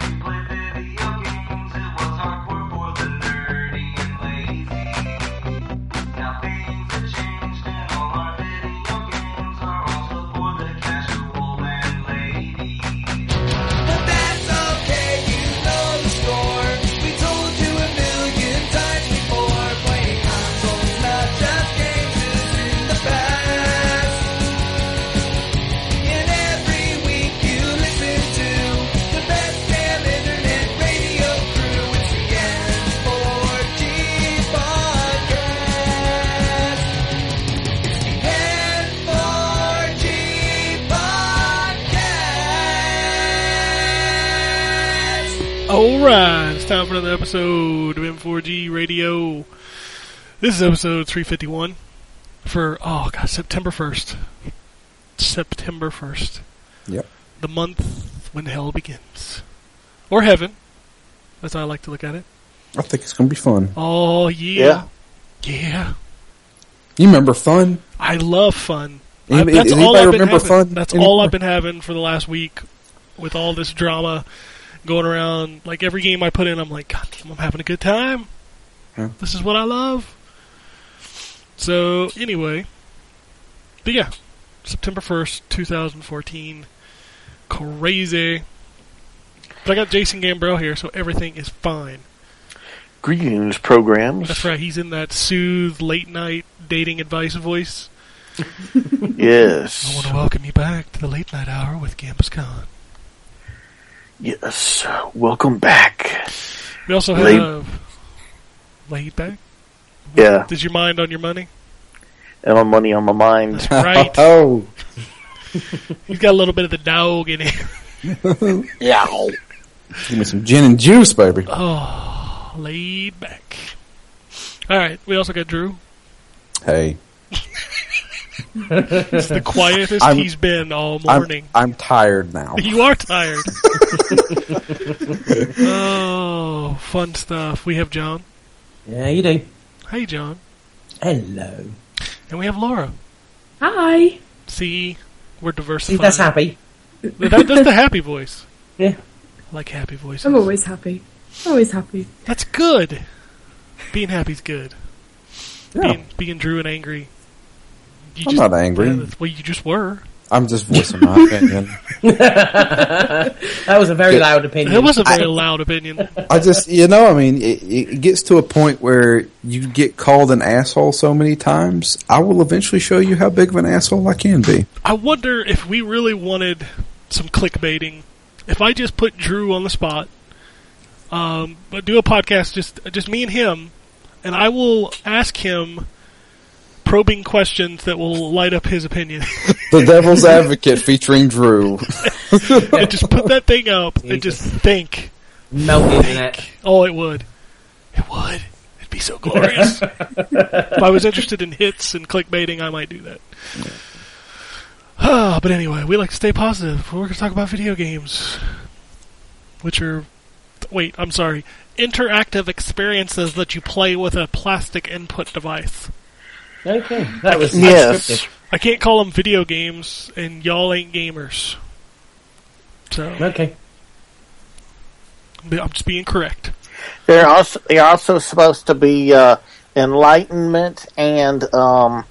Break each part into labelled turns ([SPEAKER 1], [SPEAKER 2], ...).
[SPEAKER 1] we played video games, it was hardcore for the nerdy and lazy. Now things have changed and all our video games are also for the casual and ladies.
[SPEAKER 2] But that's okay, you know the score. We told you a million times before. Playing consoles, not just games, is in the past. And every week you listen to the best damn internet radio crew. It's the N4G podcast. N4G podcast.
[SPEAKER 3] All right, it's time for another episode of M4G Radio. This is episode 351 for oh god, September 1st. September 1st.
[SPEAKER 4] Yep.
[SPEAKER 3] The month when hell begins. Or heaven. That's how I like to look at it.
[SPEAKER 4] I think it's gonna be fun.
[SPEAKER 3] Oh yeah. Yeah.
[SPEAKER 4] You remember fun?
[SPEAKER 3] I love fun. I,
[SPEAKER 4] Anybody-
[SPEAKER 3] that's all
[SPEAKER 4] anybody
[SPEAKER 3] I've been
[SPEAKER 4] remember
[SPEAKER 3] having.
[SPEAKER 4] fun
[SPEAKER 3] That's all
[SPEAKER 4] anymore?
[SPEAKER 3] I've been having for the last week with all this drama going around. Like every game I put in, I'm like, God, I'm having a good time.
[SPEAKER 4] Yeah.
[SPEAKER 3] This is what I love. So anyway, but yeah, September first, 2014, crazy. But I got Jason Gambrell here, so everything is fine.
[SPEAKER 5] Greetings, programs.
[SPEAKER 3] That's right. He's in that soothe late night dating advice voice. I want
[SPEAKER 5] Yes.
[SPEAKER 3] to welcome you back to the late night hour with Campus Con.
[SPEAKER 5] Yes. Welcome back.
[SPEAKER 3] We also
[SPEAKER 5] Laid-
[SPEAKER 3] have laid back.
[SPEAKER 5] Yeah.
[SPEAKER 3] Did your mind on your money?
[SPEAKER 5] And on money on my mind.
[SPEAKER 3] Right.
[SPEAKER 4] Oh,
[SPEAKER 3] He's got a little bit of the dog in him.
[SPEAKER 5] Yeah.
[SPEAKER 4] give me some gin and juice, baby.
[SPEAKER 3] Oh, laid back. All right. We also got Drew.
[SPEAKER 4] Hey,
[SPEAKER 3] It's the quietest
[SPEAKER 4] I'm-
[SPEAKER 3] he's been all
[SPEAKER 4] I'm
[SPEAKER 3] morning.
[SPEAKER 4] I'm tired now.
[SPEAKER 3] You are tired. oh, fun stuff. We have John.
[SPEAKER 6] Yeah, you do.
[SPEAKER 3] Hey, John.
[SPEAKER 6] Hello.
[SPEAKER 3] And we have Laura.
[SPEAKER 7] Hi.
[SPEAKER 3] See, we're
[SPEAKER 6] See,
[SPEAKER 3] diversified.
[SPEAKER 6] that's happy.
[SPEAKER 3] That- that's the happy voice.
[SPEAKER 6] Yeah.
[SPEAKER 3] I like happy voices.
[SPEAKER 7] I'm always happy. Always happy.
[SPEAKER 3] That's good. Being happy's good.
[SPEAKER 4] Yeah.
[SPEAKER 3] Being, being Drew and angry. You
[SPEAKER 4] I'm not angry.
[SPEAKER 3] Yeah, that's- well, you just were.
[SPEAKER 4] I'm just voicing my opinion.
[SPEAKER 6] That was a very
[SPEAKER 4] Good.
[SPEAKER 6] loud opinion.
[SPEAKER 3] That was a very loud opinion.
[SPEAKER 4] I just, you know, I mean, it, it gets to a point where you get called an asshole so many times. I will eventually show you how big of an asshole I can be.
[SPEAKER 3] I wonder if we really wanted some clickbaiting. If I just put Drew on the spot, um, but do a podcast just just me and him, and I will ask him probing questions that will light up his opinion.
[SPEAKER 4] The Devil's Advocate featuring Drew.
[SPEAKER 3] and just put that thing up and just think.
[SPEAKER 6] Melt the internet.
[SPEAKER 3] Oh, it would. It would. It'd be so glorious. if I was interested in hits and clickbaiting, I might do that. Ah, but anyway, we like to stay positive. We're going to talk about video games, which are. Wait, I'm sorry. Interactive experiences that you play with a plastic input device.
[SPEAKER 6] Okay, that was
[SPEAKER 5] Yes.
[SPEAKER 6] unscripted.
[SPEAKER 3] I can't call them video games, and y'all ain't gamers. So,
[SPEAKER 6] Okay.
[SPEAKER 3] I'm just being correct.
[SPEAKER 5] They're also they're also supposed to be uh, enlightenment, and um,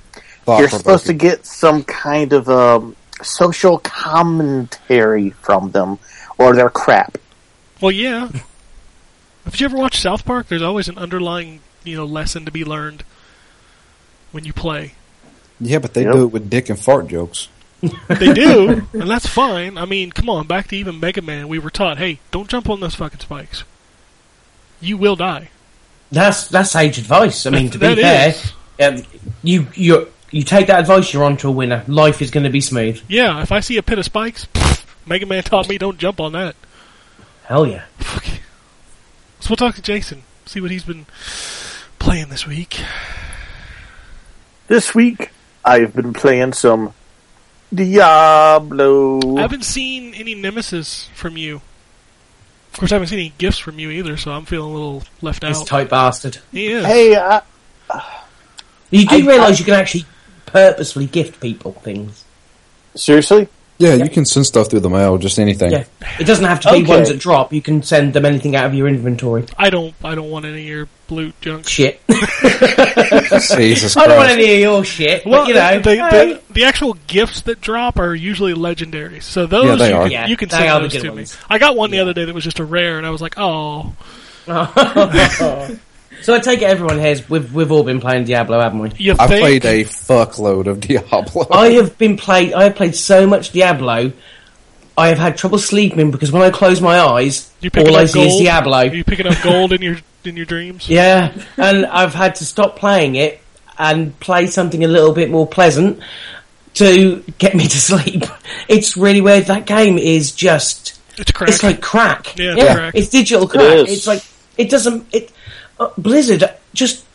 [SPEAKER 5] you're supposed to get some kind of um, social commentary from them, or they're crap.
[SPEAKER 3] Well, yeah. Have you ever watched South Park? There's always an underlying, you know, lesson to be learned when you play.
[SPEAKER 4] Yeah, but they
[SPEAKER 5] Yep.
[SPEAKER 4] do it with dick and fart jokes.
[SPEAKER 3] They do, and that's fine. I mean, come on, back to even Mega Man, we were taught, hey, don't jump on those fucking spikes. You will die.
[SPEAKER 6] That's that's sage advice. I mean, to be
[SPEAKER 3] That
[SPEAKER 6] fair,
[SPEAKER 3] is-
[SPEAKER 6] um, you you you take that advice, you're on to a winner. Life is going to be smooth.
[SPEAKER 3] Yeah, if I see a pit of spikes, pfft, Mega Man taught me don't jump on that.
[SPEAKER 6] Hell yeah.
[SPEAKER 3] Fuck yeah. So we'll talk to Jason, see what he's been playing this week.
[SPEAKER 5] This week, I've been playing some Diablo.
[SPEAKER 3] I haven't seen any nemesis from you. Of course, I haven't seen any gifts from you either, so I'm feeling a little left
[SPEAKER 6] This
[SPEAKER 3] out.
[SPEAKER 6] tight bastard.
[SPEAKER 3] He is.
[SPEAKER 5] Hey, I,
[SPEAKER 6] You do
[SPEAKER 5] I-
[SPEAKER 6] realise you can actually purposely gift people things.
[SPEAKER 5] Seriously?
[SPEAKER 4] Yeah, you can send stuff through the mail, just anything.
[SPEAKER 6] Yeah, it doesn't have to be
[SPEAKER 5] Okay.
[SPEAKER 6] ones that drop. You can send them anything out of your inventory.
[SPEAKER 3] I don't. I don't want any of your blue junk.
[SPEAKER 6] Shit,
[SPEAKER 4] Jesus
[SPEAKER 6] I don't want
[SPEAKER 4] Christ.
[SPEAKER 6] any of your shit. But, you know,
[SPEAKER 3] the,
[SPEAKER 6] hey.
[SPEAKER 3] the, the actual gifts that drop are usually legendary. So those
[SPEAKER 4] Yeah, they
[SPEAKER 3] you,
[SPEAKER 4] are.
[SPEAKER 3] Can,
[SPEAKER 6] Yeah,
[SPEAKER 3] you can
[SPEAKER 6] they
[SPEAKER 3] send
[SPEAKER 6] are the
[SPEAKER 3] those
[SPEAKER 6] good
[SPEAKER 3] to
[SPEAKER 6] ones.
[SPEAKER 3] me. I got one the other day that was just a rare, and I was like, oh,
[SPEAKER 6] so I take it everyone has. We've we've all been playing Diablo, haven't we?
[SPEAKER 3] you
[SPEAKER 4] I
[SPEAKER 3] think?
[SPEAKER 4] played a fuckload of Diablo.
[SPEAKER 6] I have been played. I have played so much Diablo. I have had trouble sleeping because when I close my eyes,
[SPEAKER 3] you picking
[SPEAKER 6] all I
[SPEAKER 3] up
[SPEAKER 6] see
[SPEAKER 3] gold?
[SPEAKER 6] is Diablo.
[SPEAKER 3] Are you picking up gold in your in your dreams?
[SPEAKER 6] Yeah, and I've had to stop playing it and play something a little bit more pleasant to get me to sleep. It's really weird. That game is just
[SPEAKER 3] It's crack.
[SPEAKER 6] it's like crack.
[SPEAKER 3] Yeah, it's crack.
[SPEAKER 6] it's digital crack.
[SPEAKER 5] is.
[SPEAKER 6] it's like it doesn't. It uh, Blizzard just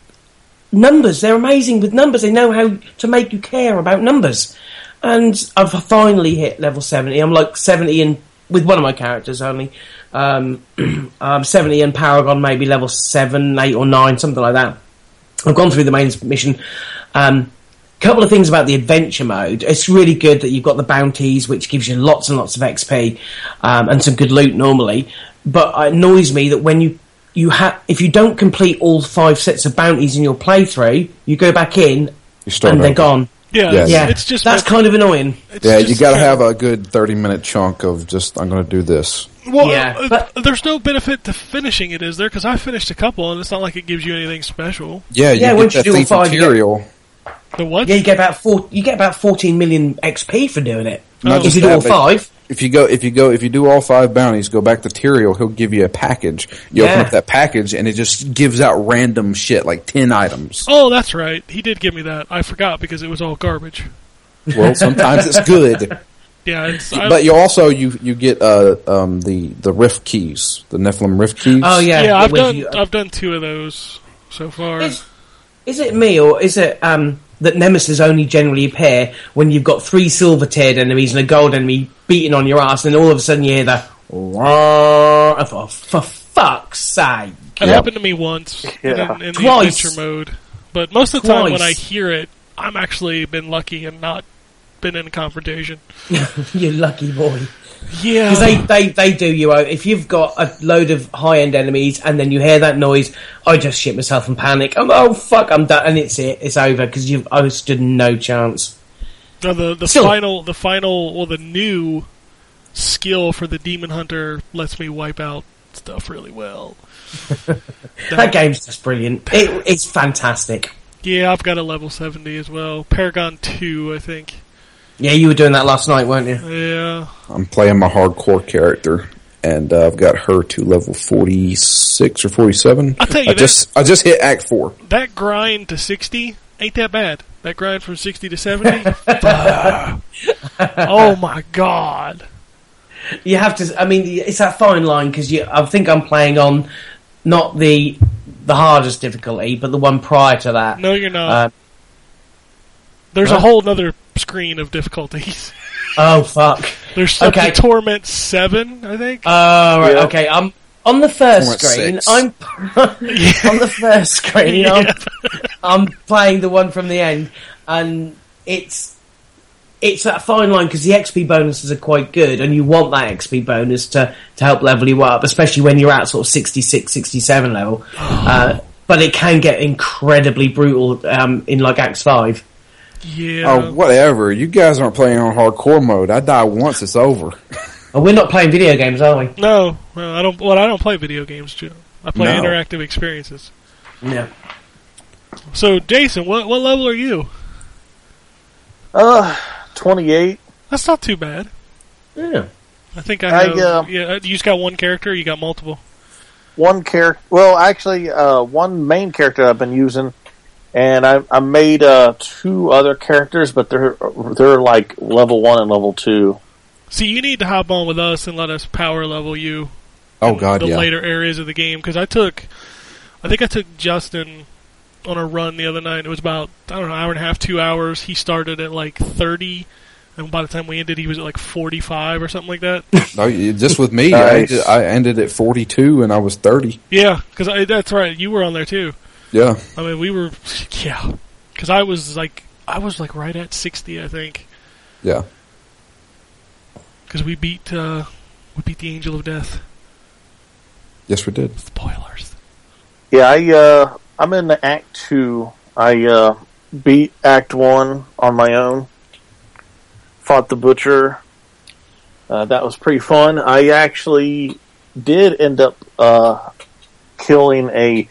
[SPEAKER 6] numbers. They're amazing with numbers. They know how to make you care about numbers. And I've finally hit level seventy. I'm like seventy and with one of my characters only. Um, um, seventy and Paragon maybe level seven, eight, or nine, something like that. I've gone through the main mission. Um, couple of things about the adventure mode. It's really good that you've got the bounties, which gives you lots and lots of XP um, and some good loot normally. But it annoys me that when you you ha- if you don't complete all five sets of bounties in your playthrough, you go back in
[SPEAKER 4] You start
[SPEAKER 6] and they're
[SPEAKER 4] over.
[SPEAKER 6] gone.
[SPEAKER 3] yeah,
[SPEAKER 4] Yeah.
[SPEAKER 3] It's,
[SPEAKER 6] Yeah,
[SPEAKER 3] it's just
[SPEAKER 6] that's kind of annoying.
[SPEAKER 3] it's
[SPEAKER 4] Yeah,
[SPEAKER 3] just
[SPEAKER 4] you gotta
[SPEAKER 3] kinda-
[SPEAKER 4] have a good 30 minute chunk of just, I'm gonna do this.
[SPEAKER 3] Well,
[SPEAKER 6] Yeah,
[SPEAKER 3] uh,
[SPEAKER 6] but-
[SPEAKER 3] there's no benefit to finishing it, is there? Because I finished a couple, and it's not like it gives you anything special.
[SPEAKER 4] Yeah, you
[SPEAKER 6] Yeah,
[SPEAKER 4] get
[SPEAKER 6] once you
[SPEAKER 4] that
[SPEAKER 6] do all
[SPEAKER 4] thief
[SPEAKER 6] five, you get-
[SPEAKER 4] material.
[SPEAKER 3] The what?
[SPEAKER 6] Yeah, you get about four, you get about fourteen million XP for doing it.
[SPEAKER 4] Not
[SPEAKER 6] if
[SPEAKER 4] just
[SPEAKER 6] you do
[SPEAKER 4] that,
[SPEAKER 6] all
[SPEAKER 4] but
[SPEAKER 6] five,
[SPEAKER 4] If you go, if you go, if you do all five bounties, go back to Tyrael, he'll give you a package. You
[SPEAKER 6] Yeah.
[SPEAKER 4] open up that package and it just gives out random shit, like 10 items.
[SPEAKER 3] Oh, that's right. He did give me that. I forgot because it was all garbage.
[SPEAKER 4] Well, sometimes it's good.
[SPEAKER 3] Yeah, it's, I,
[SPEAKER 4] But you also, you, you get, uh, um, the, the rift keys, the Nephilim rift keys.
[SPEAKER 6] oh yeah,
[SPEAKER 3] yeah, I've
[SPEAKER 6] with
[SPEAKER 3] done
[SPEAKER 6] you-
[SPEAKER 3] I've done two of those so far.
[SPEAKER 6] Is, is it me or is it um, that nemesis only generally appear when you've got three silver tiered enemies and a gold enemy beating on your ass, and all of a sudden you hear the roar? I thought, for fuck's sake!
[SPEAKER 3] It
[SPEAKER 4] Yep.
[SPEAKER 3] happened to me once
[SPEAKER 5] Yeah.
[SPEAKER 3] in, in the
[SPEAKER 6] Twice.
[SPEAKER 3] adventure mode, but most of the time when I
[SPEAKER 6] Twice.
[SPEAKER 3] hear it, I'm actually been lucky and not been in confrontation.
[SPEAKER 6] you lucky boy.
[SPEAKER 3] Yeah,
[SPEAKER 6] Because they, they, they do you out. If you've got a load of high end enemies and then you hear that noise, I just shit myself and panic. I'm, oh fuck, I'm done, and it's it, it's over because you've I stood no chance.
[SPEAKER 3] the the, the
[SPEAKER 6] Still-
[SPEAKER 3] final the final well the new skill for the demon hunter lets me wipe out stuff really well.
[SPEAKER 6] That game's just brilliant. It, it's fantastic.
[SPEAKER 3] Yeah, I've got a level seventy as well. Paragon two, I think.
[SPEAKER 6] Yeah, you were doing that last night, weren't you?
[SPEAKER 3] Yeah,
[SPEAKER 4] I'm playing my hardcore character, and uh, I've got her to level 46 or 47.
[SPEAKER 3] I'll tell you
[SPEAKER 4] I just I just hit Act Four.
[SPEAKER 3] that grind to sixty ain't that bad. That grind from sixty to seventy. oh my god.
[SPEAKER 6] you have to. I mean, it's that fine line because I think I'm playing on not the the hardest difficulty, but the one prior to that.
[SPEAKER 3] No, you're not.
[SPEAKER 6] Uh,
[SPEAKER 3] There's a
[SPEAKER 6] huh?
[SPEAKER 3] whole other screen of difficulties.
[SPEAKER 6] oh fuck!
[SPEAKER 3] There's something
[SPEAKER 6] Okay.
[SPEAKER 3] Torment Seven, I think.
[SPEAKER 6] Oh right,
[SPEAKER 5] Yeah.
[SPEAKER 6] okay. I'm on the first
[SPEAKER 4] Or at
[SPEAKER 6] screen.
[SPEAKER 4] six.
[SPEAKER 6] I'm on the first screen. I'm, I'm playing the one from the end, and it's it's that fine line because the XP bonuses are quite good, and you want that XP bonus to to help level you up, especially when you're at sort of 66, 67 level. Uh, but it can get incredibly brutal um, in like Acts Five.
[SPEAKER 3] yeah.
[SPEAKER 4] Oh, whatever. You guys aren't playing on hardcore mode. I die once, it's over.
[SPEAKER 6] And we're not playing video games, are we?
[SPEAKER 3] no, no, I don't. Well, I don't play video games, Joe. I play
[SPEAKER 4] No.
[SPEAKER 3] interactive experiences.
[SPEAKER 6] No.
[SPEAKER 3] So, Jason, what what level are you?
[SPEAKER 5] Uh, 28.
[SPEAKER 3] That's not too bad.
[SPEAKER 6] Yeah.
[SPEAKER 3] I think I
[SPEAKER 5] I,
[SPEAKER 3] have.
[SPEAKER 5] um,
[SPEAKER 3] yeah, uh, you just got one character. You got multiple.
[SPEAKER 5] One character. Well, actually, uh, one main character I've been using. And I, I made uh, two other characters, but they're they're like level one and level two.
[SPEAKER 3] See, you need to hop on with us and let us power level you
[SPEAKER 4] Oh God,
[SPEAKER 3] the
[SPEAKER 4] yeah.
[SPEAKER 3] later areas of the game because I took, I think I took Justin on a run the other night. It was about I don't know hour and a half, two hours. He started at like thirty, and by the time we ended, he was at like forty five or something like that.
[SPEAKER 4] No, you- just with me, I,
[SPEAKER 5] Nice.
[SPEAKER 4] ended, I ended at 42 and I was 30.
[SPEAKER 3] yeah, because that's right. You were on there too.
[SPEAKER 4] Yeah,
[SPEAKER 3] I mean, we were yeah, because I was like I was like right at 60, I think,
[SPEAKER 4] Yeah.
[SPEAKER 3] because we beat uh, we beat the Angel of Death.
[SPEAKER 4] Yes, we did.
[SPEAKER 3] Spoilers.
[SPEAKER 5] Yeah, I uh, I'm in the Act Two. I uh, beat Act One on my own. Fought the butcher. Uh, that was pretty fun. I actually did end up uh, killing a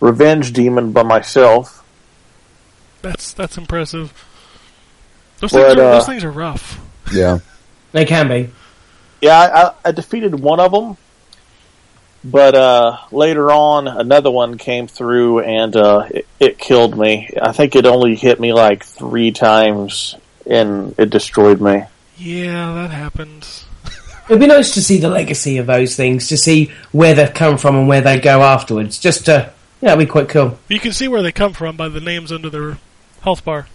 [SPEAKER 5] revenge demon by myself.
[SPEAKER 3] That's that's impressive. Those,
[SPEAKER 5] But,
[SPEAKER 3] things, are,
[SPEAKER 5] uh,
[SPEAKER 3] those things are rough.
[SPEAKER 4] Yeah.
[SPEAKER 6] They can be.
[SPEAKER 5] Yeah, I, I, I defeated one of them, but uh, later on, another one came through and uh, it, it killed me. I think it only hit me like three times, and it destroyed me.
[SPEAKER 3] Yeah, that happens.
[SPEAKER 6] It'd be nice to see the legacy of those things, to see where they've come from and where they go afterwards. Just to, yeah, that'd be quite cool.
[SPEAKER 3] You can see where they come from by the names under their health bar.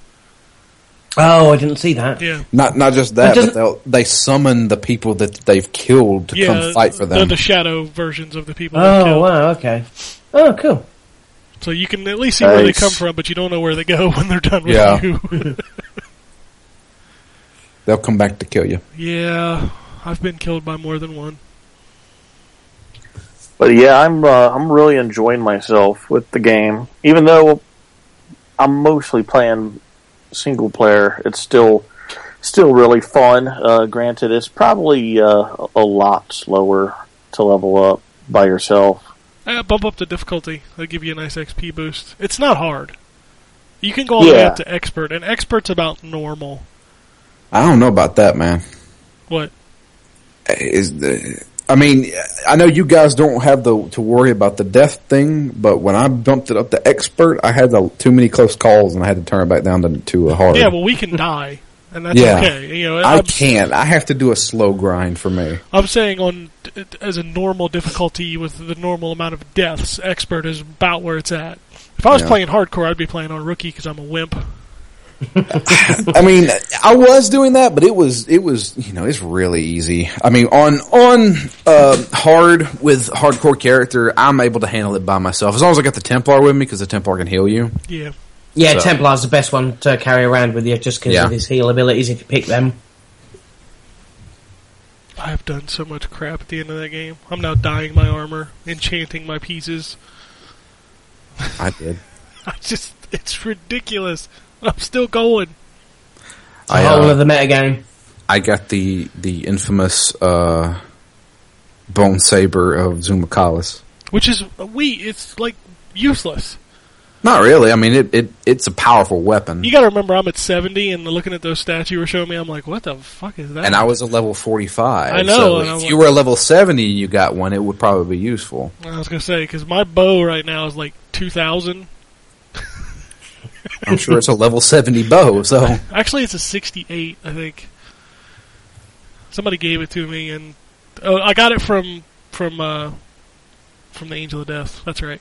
[SPEAKER 6] Oh, I didn't see that.
[SPEAKER 3] Yeah,
[SPEAKER 4] Not not just
[SPEAKER 6] It
[SPEAKER 4] that,
[SPEAKER 6] doesn't-
[SPEAKER 4] but they'll, they summon the people that they've killed to
[SPEAKER 3] yeah.
[SPEAKER 4] come fight for
[SPEAKER 3] They're
[SPEAKER 4] them.
[SPEAKER 3] the shadow versions of the people. they
[SPEAKER 6] Oh,
[SPEAKER 3] killed.
[SPEAKER 6] wow, okay. Oh, cool.
[SPEAKER 3] So you can at least see where they
[SPEAKER 5] Nice.
[SPEAKER 3] come from, but you don't know where they go when they're done with
[SPEAKER 4] Yeah.
[SPEAKER 3] you.
[SPEAKER 4] They'll come back to kill you.
[SPEAKER 3] yeah, I've been killed by more than one.
[SPEAKER 5] But yeah, I'm uh, I'm really enjoying myself with the game, even though I'm mostly playing single player. It's still still really fun. Uh, granted, it's probably uh, a lot slower to level up by yourself.
[SPEAKER 3] Uh, bump up the difficulty. That'll give you a nice XP boost. It's not hard. You can go all the way
[SPEAKER 5] Yeah.
[SPEAKER 3] up to expert, and expert's about normal.
[SPEAKER 4] I don't know about that, man.
[SPEAKER 3] What?
[SPEAKER 4] Is the I mean, I know you guys don't have the to worry about the death thing, but when I bumped it up to expert, I had the, too many close calls and I had to turn it back down to, to a hard.
[SPEAKER 3] Yeah, well, we can die, and that's
[SPEAKER 4] Yeah.
[SPEAKER 3] okay. You know,
[SPEAKER 4] I
[SPEAKER 3] I'm-
[SPEAKER 4] can't. I have to do a slow grind for me.
[SPEAKER 3] I'm saying on as a normal difficulty with the normal amount of deaths, expert is about where it's at. If I was
[SPEAKER 4] Yeah.
[SPEAKER 3] playing hardcore, I'd be playing on rookie because I'm a wimp.
[SPEAKER 4] I mean, I was doing that, but it was it was you know it's really easy. I mean, on on uh, hard with hardcore character, I'm able to handle it by myself as long as I got the Templar with me because the Templar can heal you.
[SPEAKER 3] Yeah,
[SPEAKER 6] Yeah,
[SPEAKER 4] So-
[SPEAKER 6] Templar's the best one to carry around with you just because
[SPEAKER 4] Yeah.
[SPEAKER 6] of his heal abilities if you pick them.
[SPEAKER 3] I have done so much crap at the end of that game. I'm now dyeing my armor, enchanting my pieces.
[SPEAKER 4] I did.
[SPEAKER 3] I just, it's ridiculous. I'm still going.
[SPEAKER 6] The
[SPEAKER 4] I,
[SPEAKER 6] whole
[SPEAKER 4] uh,
[SPEAKER 6] of the metagame.
[SPEAKER 4] I got the the infamous uh, bone saber of Zumakalis.
[SPEAKER 3] Which is uh, we. It's like useless.
[SPEAKER 4] Not really. I mean, it, it it's a powerful weapon,
[SPEAKER 3] You got to remember, I'm at 70, and looking at those stats you were showing me, I'm like, what the fuck is that?
[SPEAKER 4] and I was a level forty five.
[SPEAKER 3] I know,
[SPEAKER 4] So
[SPEAKER 3] and
[SPEAKER 4] if
[SPEAKER 3] I
[SPEAKER 4] you
[SPEAKER 3] wa-
[SPEAKER 4] were a level seventy, and you got one. It would probably be useful.
[SPEAKER 3] I was gonna say because my bow right now is like 2,000.
[SPEAKER 4] I'm sure it's a level seventy bow. So.
[SPEAKER 3] Actually, it's a 68, I think. Somebody gave it to me, and oh, I got it from from uh, from the Angel of Death. That's right.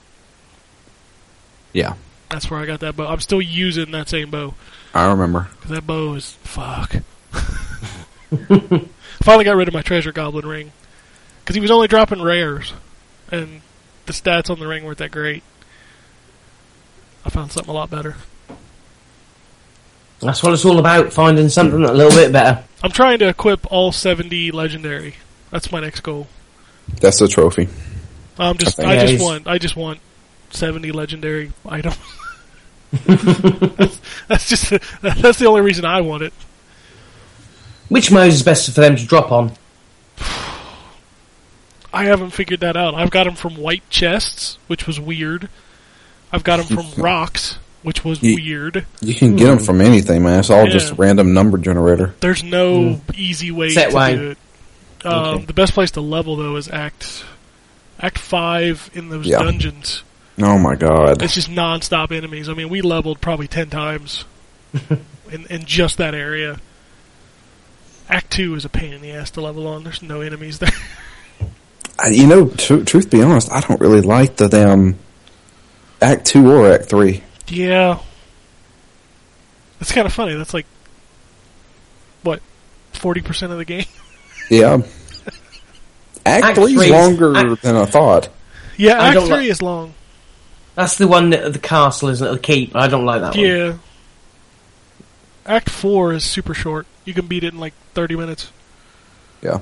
[SPEAKER 4] Yeah,
[SPEAKER 3] That's where I got that bow. I'm still using that same bow
[SPEAKER 4] I remember.
[SPEAKER 3] 'cause that bow is fuck. Finally got rid of my treasure goblin ring because he was only dropping rares, and the stats on the ring weren't that great. I found something a lot better.
[SPEAKER 6] That's what it's all about, finding something a little bit better.
[SPEAKER 3] I'm trying to equip all 70 legendary. That's my next goal.
[SPEAKER 4] That's the trophy.
[SPEAKER 3] I'm just,
[SPEAKER 4] Okay.
[SPEAKER 3] I
[SPEAKER 6] Nice.
[SPEAKER 3] just want, I just want 70 legendary items. that's, that's just, that's the only reason I want it.
[SPEAKER 6] Which mode is best for them to drop on?
[SPEAKER 3] I haven't figured that out. I've got them from white chests, which was weird. I've got them from rocks, which was
[SPEAKER 4] Ye-
[SPEAKER 3] weird.
[SPEAKER 4] You can get them from anything, man. It's all
[SPEAKER 3] Yeah.
[SPEAKER 4] just random number generator.
[SPEAKER 3] There's no easy way
[SPEAKER 6] Set
[SPEAKER 3] to
[SPEAKER 6] way.
[SPEAKER 3] do it. Um,
[SPEAKER 6] Okay.
[SPEAKER 3] The best place to level though is Act, Act Five in those
[SPEAKER 4] Yeah.
[SPEAKER 3] dungeons.
[SPEAKER 4] Oh my god!
[SPEAKER 3] It's just nonstop enemies. I mean, we leveled probably ten times in in just that area. Act two is a pain in the ass to level on. There's no enemies there.
[SPEAKER 4] I, you know, tr- truth be honest, I don't really like the damn Act Two or Act Three.
[SPEAKER 3] yeah, that's kind of funny. That's like what forty percent of the game.
[SPEAKER 4] Yeah, Act,
[SPEAKER 6] Act
[SPEAKER 4] Three is
[SPEAKER 6] Three's-
[SPEAKER 4] longer
[SPEAKER 6] Act-
[SPEAKER 4] than I thought.
[SPEAKER 3] Yeah,
[SPEAKER 6] I
[SPEAKER 3] Act
[SPEAKER 6] don't
[SPEAKER 3] three
[SPEAKER 6] li-
[SPEAKER 3] is long.
[SPEAKER 6] That's the one that the castle isn't it? The keep. I don't like that one.
[SPEAKER 3] Yeah, Act four is super short. You can beat it in like thirty minutes.
[SPEAKER 4] Yeah.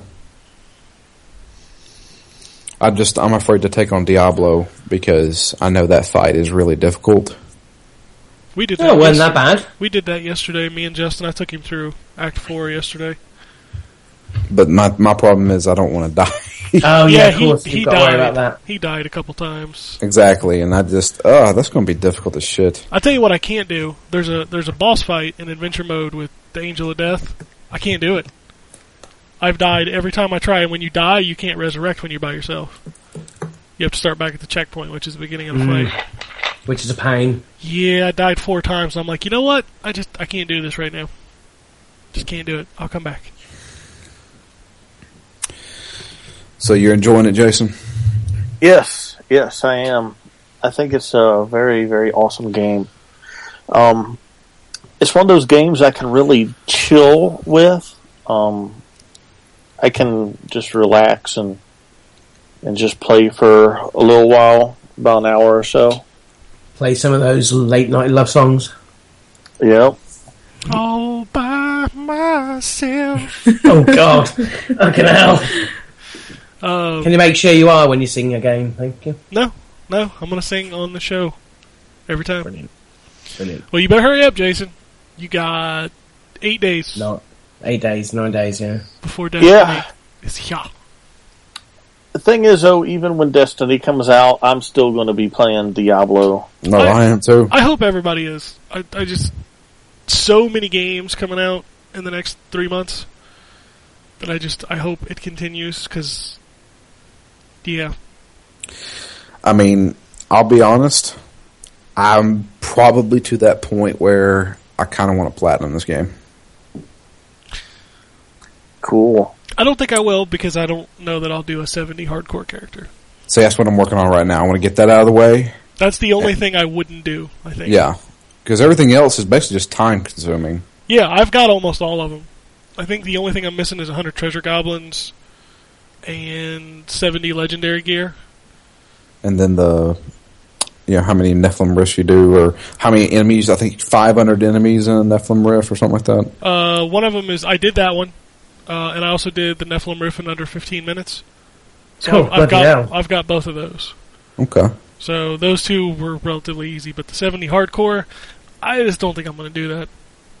[SPEAKER 4] I just I'm afraid to take on Diablo because I know that fight is really difficult.
[SPEAKER 3] We did that.
[SPEAKER 6] Oh, it wasn't
[SPEAKER 3] yes-
[SPEAKER 6] that bad.
[SPEAKER 3] we did that yesterday. Me and Justin, I took him through Act four yesterday.
[SPEAKER 4] But my my problem is I don't want to die.
[SPEAKER 6] Oh yeah, of
[SPEAKER 3] he,
[SPEAKER 6] course.
[SPEAKER 3] he
[SPEAKER 6] You've got to
[SPEAKER 3] died.
[SPEAKER 6] worry about that.
[SPEAKER 3] He died a couple times.
[SPEAKER 4] exactly, and I just oh that's going to be difficult as shit.
[SPEAKER 3] I tell you what, I can't do. There's a there's a boss fight in adventure mode with the Angel of Death. I can't do it. I've died every time I try, and when you die, you can't resurrect when you're by yourself. You have to start back at the checkpoint, which is the beginning of the
[SPEAKER 6] Mm.
[SPEAKER 3] fight.
[SPEAKER 6] Which is a pain.
[SPEAKER 3] Yeah, I died four times. I'm like, you know what? I just I can't do this right now. Just can't do it. I'll come back.
[SPEAKER 4] So you're enjoying it, Jason?
[SPEAKER 5] Yes, yes, I am. I think it's a very, very awesome game. Um, it's one of those games I can really chill with. Um, I can just relax and and just play for a little while, about an hour or so.
[SPEAKER 6] Play some of those late night love songs.
[SPEAKER 5] Yep.
[SPEAKER 3] All by myself.
[SPEAKER 6] Oh God, fucking hell!
[SPEAKER 3] Um,
[SPEAKER 6] Can you make sure you are when you sing again? Thank you.
[SPEAKER 3] no, no, I'm gonna sing on the show every time.
[SPEAKER 6] Brilliant.
[SPEAKER 8] Brilliant.
[SPEAKER 3] Well, you better hurry up, Jason. You got eight days
[SPEAKER 6] No, eight days, nine days. Yeah.
[SPEAKER 3] before Destiny.
[SPEAKER 5] Yeah.
[SPEAKER 3] It's yeah.
[SPEAKER 5] The thing is, though, even when Destiny comes out, I'm still going to be playing Diablo.
[SPEAKER 4] No,
[SPEAKER 3] I-
[SPEAKER 4] I, am too.
[SPEAKER 3] I hope everybody is. I, I just so many games coming out in the next three months that I just I hope it continues because yeah,
[SPEAKER 4] I mean, I'll be honest. I'm probably to that point where I kind of want to platinum this game.
[SPEAKER 5] Cool.
[SPEAKER 3] I don't think I will because I don't know that I'll do a seventy hardcore character.
[SPEAKER 4] See, that's what I'm working on right now. I want to get that out of the way.
[SPEAKER 3] That's the only thing I wouldn't do. I think.
[SPEAKER 4] Yeah, because everything else is basically just time consuming.
[SPEAKER 3] Yeah, I've got almost all of them. I think the only thing I'm missing is 100 treasure goblins and 70 legendary gear.
[SPEAKER 4] and then the you know how many Nephilim rifts you do, or how many enemies. I think five hundred enemies in a Nephilim rift, or something like that.
[SPEAKER 3] Uh, one of them is I did that one, uh, and I also did the Nephilim Rift in under 15 minutes. So
[SPEAKER 6] Oh,
[SPEAKER 3] I've
[SPEAKER 6] bloody
[SPEAKER 3] got
[SPEAKER 6] hell.
[SPEAKER 3] I've got both of those.
[SPEAKER 4] Okay,
[SPEAKER 3] So those two were relatively easy, but the 70 hardcore, I just don't think I'm going to do that.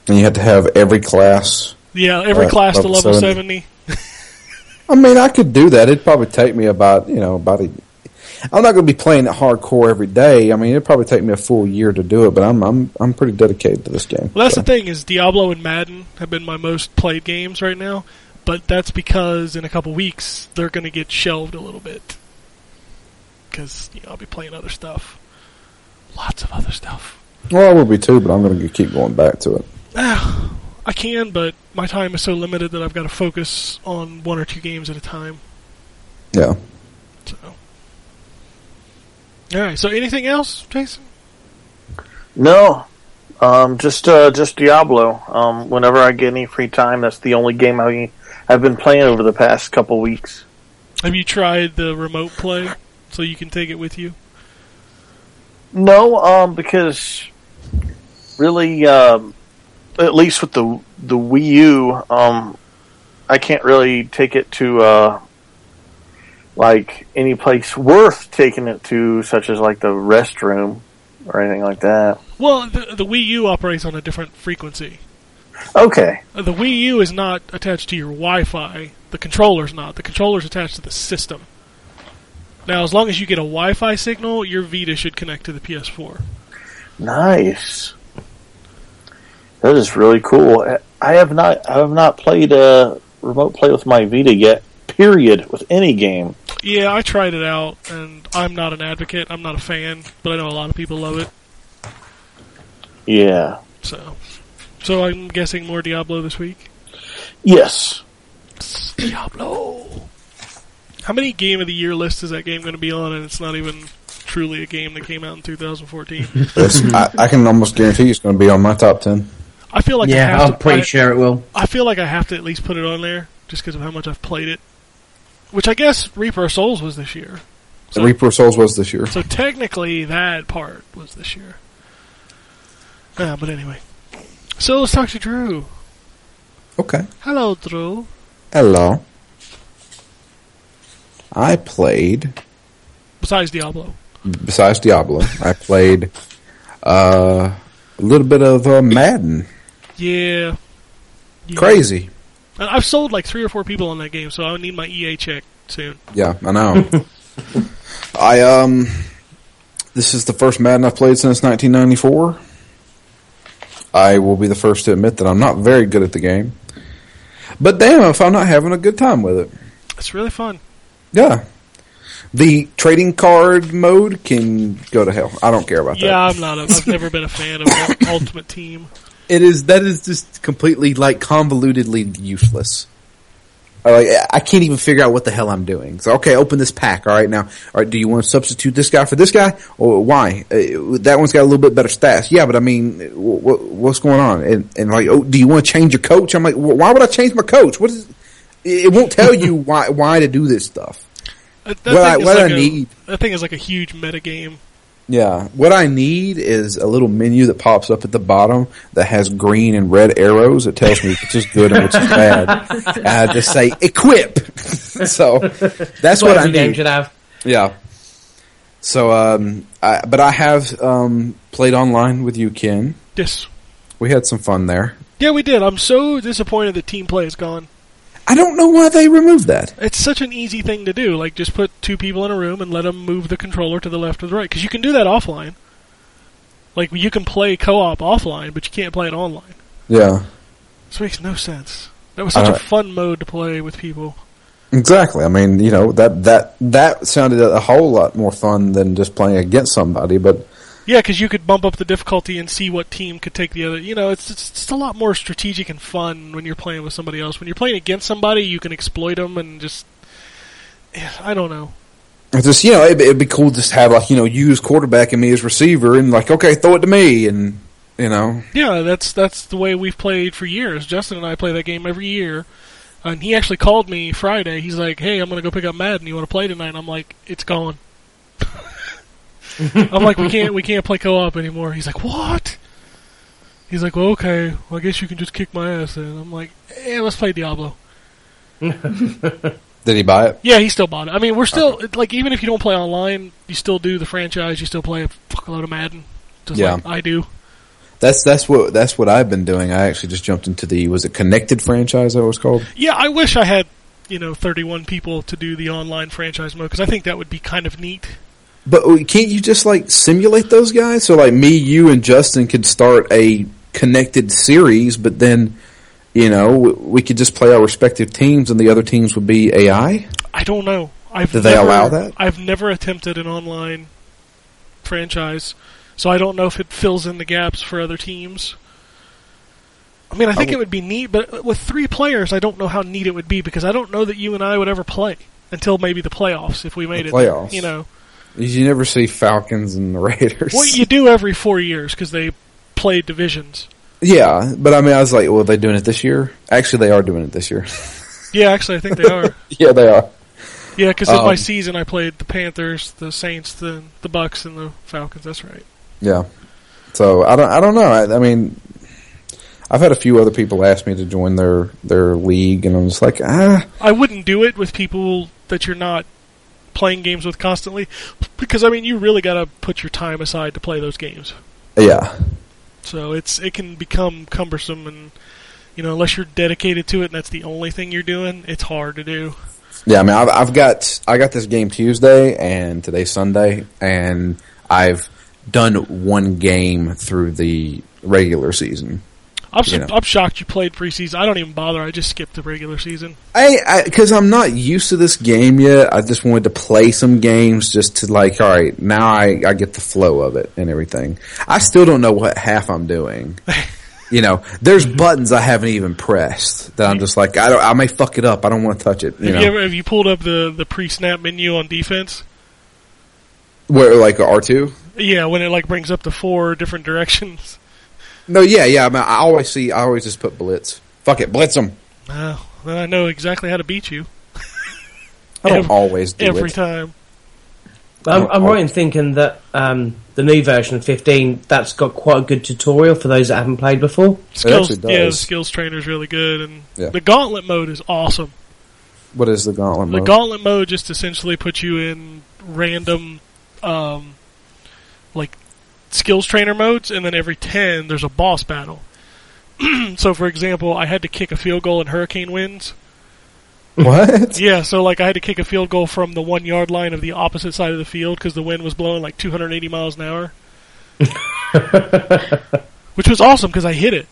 [SPEAKER 4] and you have to have every class.
[SPEAKER 3] Yeah, every
[SPEAKER 4] Right,
[SPEAKER 3] class to
[SPEAKER 4] level
[SPEAKER 3] level 70.
[SPEAKER 4] 70. I mean, I could do that. It'd probably take me about you know about. A, I'm not going to be playing it hardcore every day. I mean, it'd probably take me a full year to do it, but I'm I'm I'm pretty dedicated to this game.
[SPEAKER 3] Well, that's
[SPEAKER 4] so.
[SPEAKER 3] the thing is Diablo and Madden have been my most played games right now, but that's because in a couple weeks they're going to get shelved a little bit because you know, I'll be playing other stuff, lots of other stuff.
[SPEAKER 4] Well, I will be too, but I'm going to keep going back to it.
[SPEAKER 3] Ah, I can, but my time is so limited that I've got to focus on one or two games at a time.
[SPEAKER 4] Yeah.
[SPEAKER 3] So, all right. So, anything else, Jason?
[SPEAKER 5] No, um, just uh, just Diablo. Um, whenever I get any free time, that's the only game I I've been playing over the past couple weeks.
[SPEAKER 3] Have you tried the remote play so you can take it with you?
[SPEAKER 5] No, um, because really, um, at least with the the Wii U, um, I can't really take it to uh, like any place worth taking it to, such as like the restroom or anything like that.
[SPEAKER 3] Well, the, the Wii U operates on a different frequency.
[SPEAKER 5] Okay,
[SPEAKER 3] Uh, The Wii U is not attached to your Wi-Fi. The controller's not. The controller's attached to the system. Now, as long as you get a Wi-Fi signal, your Vita should connect to the PS4.
[SPEAKER 5] nice. That is really cool. I- I have not I have not played a remote play with my Vita yet. Period. With any game.
[SPEAKER 3] Yeah, I tried it out, and I'm not an advocate. I'm not a fan, but I know a lot of people love it.
[SPEAKER 5] Yeah.
[SPEAKER 3] So, so I'm guessing more Diablo this week.
[SPEAKER 5] Yes.
[SPEAKER 3] Diablo. How many game of the year list is that game going to be on? And it's not even truly a game that came out in 2014.
[SPEAKER 4] It's, I, I can almost guarantee it's going to be on my top ten.
[SPEAKER 3] I feel like I
[SPEAKER 6] yeah,
[SPEAKER 3] have
[SPEAKER 6] I'm
[SPEAKER 3] to,
[SPEAKER 6] pretty
[SPEAKER 3] I-
[SPEAKER 6] sure it will.
[SPEAKER 3] I feel like I have to at least put it on there just because of how much I've played it. Which I guess Reaper of Souls was this year. So,
[SPEAKER 4] Reaper of Souls was this year.
[SPEAKER 3] so technically that part was this year. Ah, but anyway. So let's talk to Drew.
[SPEAKER 4] Okay.
[SPEAKER 3] Hello, Drew.
[SPEAKER 4] Hello. I played
[SPEAKER 3] Besides Diablo,
[SPEAKER 4] besides Diablo. I played uh, a little bit of uh, Madden.
[SPEAKER 3] yeah, yeah.
[SPEAKER 4] Crazy.
[SPEAKER 3] And I've sold like three or four people on that game, so I need my EA check soon.
[SPEAKER 4] Yeah, I know. I um, this is the first Madden I've played since 1994. I will be the first to admit that I'm not very good at the game, but damn if I'm not having a good time with it.
[SPEAKER 3] It's really fun.
[SPEAKER 4] Yeah, the trading card mode can go to hell. I don't care about
[SPEAKER 3] Yeah,
[SPEAKER 4] that.
[SPEAKER 3] I'm not. A, I've never been a fan of Ul- Ultimate Team.
[SPEAKER 4] It is that is just completely like convolutedly useless. I, Like I can't even figure out what the hell I'm doing. So okay, open this pack. All right now, all right. Do you want to substitute this guy for this guy, or why? Uh, that one's got a little bit better stats. Yeah, but I mean, what, what's going on? And, and like, oh, do you want to change your coach? I'm like, wh- why would I change my coach? What is? It it won't tell you why why to do this stuff.
[SPEAKER 3] That, that thing is
[SPEAKER 4] What I- what I
[SPEAKER 3] like a-
[SPEAKER 4] need.
[SPEAKER 3] That thing is like a huge meta game.
[SPEAKER 4] Yeah. What I need is a little menu that pops up at the bottom that has green and red arrows that tells me which is good and which is bad. And I just say equip. so that's what I
[SPEAKER 6] every game
[SPEAKER 4] need.
[SPEAKER 6] should have.
[SPEAKER 4] Yeah. So, um, I, but I have um, played online with you, Ken.
[SPEAKER 3] Yes.
[SPEAKER 4] We had some fun there.
[SPEAKER 3] Yeah, we did. I'm so disappointed that team play is gone.
[SPEAKER 4] I don't know why they removed that.
[SPEAKER 3] It's such an easy thing to do. Like, just put two people in a room and let them move the controller to the left or the right. Because you can do that offline. Like, you can play co op offline, but you can't play it online.
[SPEAKER 4] Yeah.
[SPEAKER 3] This makes no sense. That was such a
[SPEAKER 4] Uh,
[SPEAKER 3] fun mode to play with people.
[SPEAKER 4] Exactly. I mean, you know that that that sounded a whole lot more fun than just playing against somebody. But
[SPEAKER 3] Yeah, because you could bump up the difficulty and see what team could take the other. You know, it's, it's it's a lot more strategic and fun when you're playing with somebody else. When you're playing against somebody, you can exploit them and just. Yeah, I don't know.
[SPEAKER 4] It's just you know it'd, it'd be cool just to have like you know you as quarterback and me as receiver and like okay throw it to me and you know
[SPEAKER 3] Yeah, that's that's the way we've played for years. Justin and I play that game every year, and he actually called me Friday. He's like, "Hey, I'm gonna go pick up Madden. You want to play tonight?" And I'm like, "It's gone." I'm like, "We can't we can't play co-op anymore." He's like, "What?" He's like, "Well, okay. Well, I guess you can just kick my ass." And I'm like, "Yeah, let's play Diablo."
[SPEAKER 4] did he buy it?
[SPEAKER 3] Yeah, he still bought it. I mean, we're still like even if you don't play online, you still do the franchise. You still play a fuckload of Madden, just
[SPEAKER 4] Yeah.
[SPEAKER 3] like I do.
[SPEAKER 4] That's that's what that's what I've been doing. I actually just jumped into the was it connected franchise that was called.
[SPEAKER 3] Yeah, I wish I had, you know, 31 people to do the online franchise mode because I think that would be kind of neat.
[SPEAKER 4] But oh, can't you just like simulate those guys? So like me, you, and Justin could start a connected series, but then you know w- we could just play our respective teams, and the other teams would be AI.
[SPEAKER 3] I don't know. I've
[SPEAKER 4] Do they
[SPEAKER 3] never-
[SPEAKER 4] allow that?
[SPEAKER 3] I've never attempted an online franchise, so I don't know if it fills in the gaps for other teams. I mean, I think it would be neat, but uh, with three players, I don't know how neat it would be because I don't know that you and I would ever play until maybe the playoffs if we made it.
[SPEAKER 4] playoffs.
[SPEAKER 3] you know.
[SPEAKER 4] You never see Falcons and the Raiders.
[SPEAKER 3] Well, you do every four years because they play divisions.
[SPEAKER 4] Yeah, but I mean, I was like, well, are they doing it this year? Actually, they are doing it this year.
[SPEAKER 3] Yeah, actually, I think they are.
[SPEAKER 4] yeah, they are.
[SPEAKER 3] Yeah, because in my
[SPEAKER 4] Um,
[SPEAKER 3] season I played the Panthers, the Saints, the the Bucks, and the Falcons. That's right.
[SPEAKER 4] Yeah. So I don't. I don't know. I, I mean, I've had a few other people ask me to join their their league, and I'm just like, ah,
[SPEAKER 3] I wouldn't do it with people that you're not playing games with constantly, because I mean you really got to put your time aside to play those games.
[SPEAKER 4] yeah,
[SPEAKER 3] So it's it can become cumbersome, and you know unless you're dedicated to it and that's the only thing you're doing, it's hard to do.
[SPEAKER 4] yeah. I mean, I've, I've got I got this game Tuesday, and today's Sunday, and I've done one game through the regular season.
[SPEAKER 3] I'm su-
[SPEAKER 4] Yeah.
[SPEAKER 3] I'm shocked you played preseason. I don't even bother. I just skipped the regular season.
[SPEAKER 4] I because I'm not used to this game yet. I just wanted to play some games just to like, all right, now I I get the flow of it and everything. I still don't know what half I'm doing. You know, there's buttons I haven't even pressed that I'm just like, I don't, I may fuck it up. I don't want to touch it. You
[SPEAKER 3] Have
[SPEAKER 4] know,
[SPEAKER 3] you ever have you pulled up the the pre snap menu on defense?
[SPEAKER 4] where like R two.
[SPEAKER 3] Yeah, when it like brings up the four different directions.
[SPEAKER 4] No, yeah, yeah. I, mean, I always see. I always just put blitz. Fuck it, blitz them.
[SPEAKER 3] Oh, then I know exactly how to beat you
[SPEAKER 4] I don't
[SPEAKER 3] Every-
[SPEAKER 4] always do
[SPEAKER 3] every
[SPEAKER 4] it.
[SPEAKER 3] time.
[SPEAKER 6] But I'm, I'm right in thinking that um, the new version of 15 that's got quite a good tutorial for those that haven't played before.
[SPEAKER 3] Skills,
[SPEAKER 4] actually
[SPEAKER 3] yeah, the
[SPEAKER 4] does.
[SPEAKER 3] skills trainer is really good, and
[SPEAKER 4] Yeah.
[SPEAKER 3] the gauntlet mode is awesome.
[SPEAKER 4] What is the gauntlet
[SPEAKER 3] The
[SPEAKER 4] mode?
[SPEAKER 3] gauntlet mode just essentially puts you in random, um, like skills trainer modes, and then every ten there's a boss battle. so, for example, I had to kick a field goal in hurricane winds.
[SPEAKER 4] what?
[SPEAKER 3] Yeah, so like I had to kick a field goal from the one yard line of the opposite side of the field because the wind was blowing like 280 miles an hour, which was awesome because I hit it.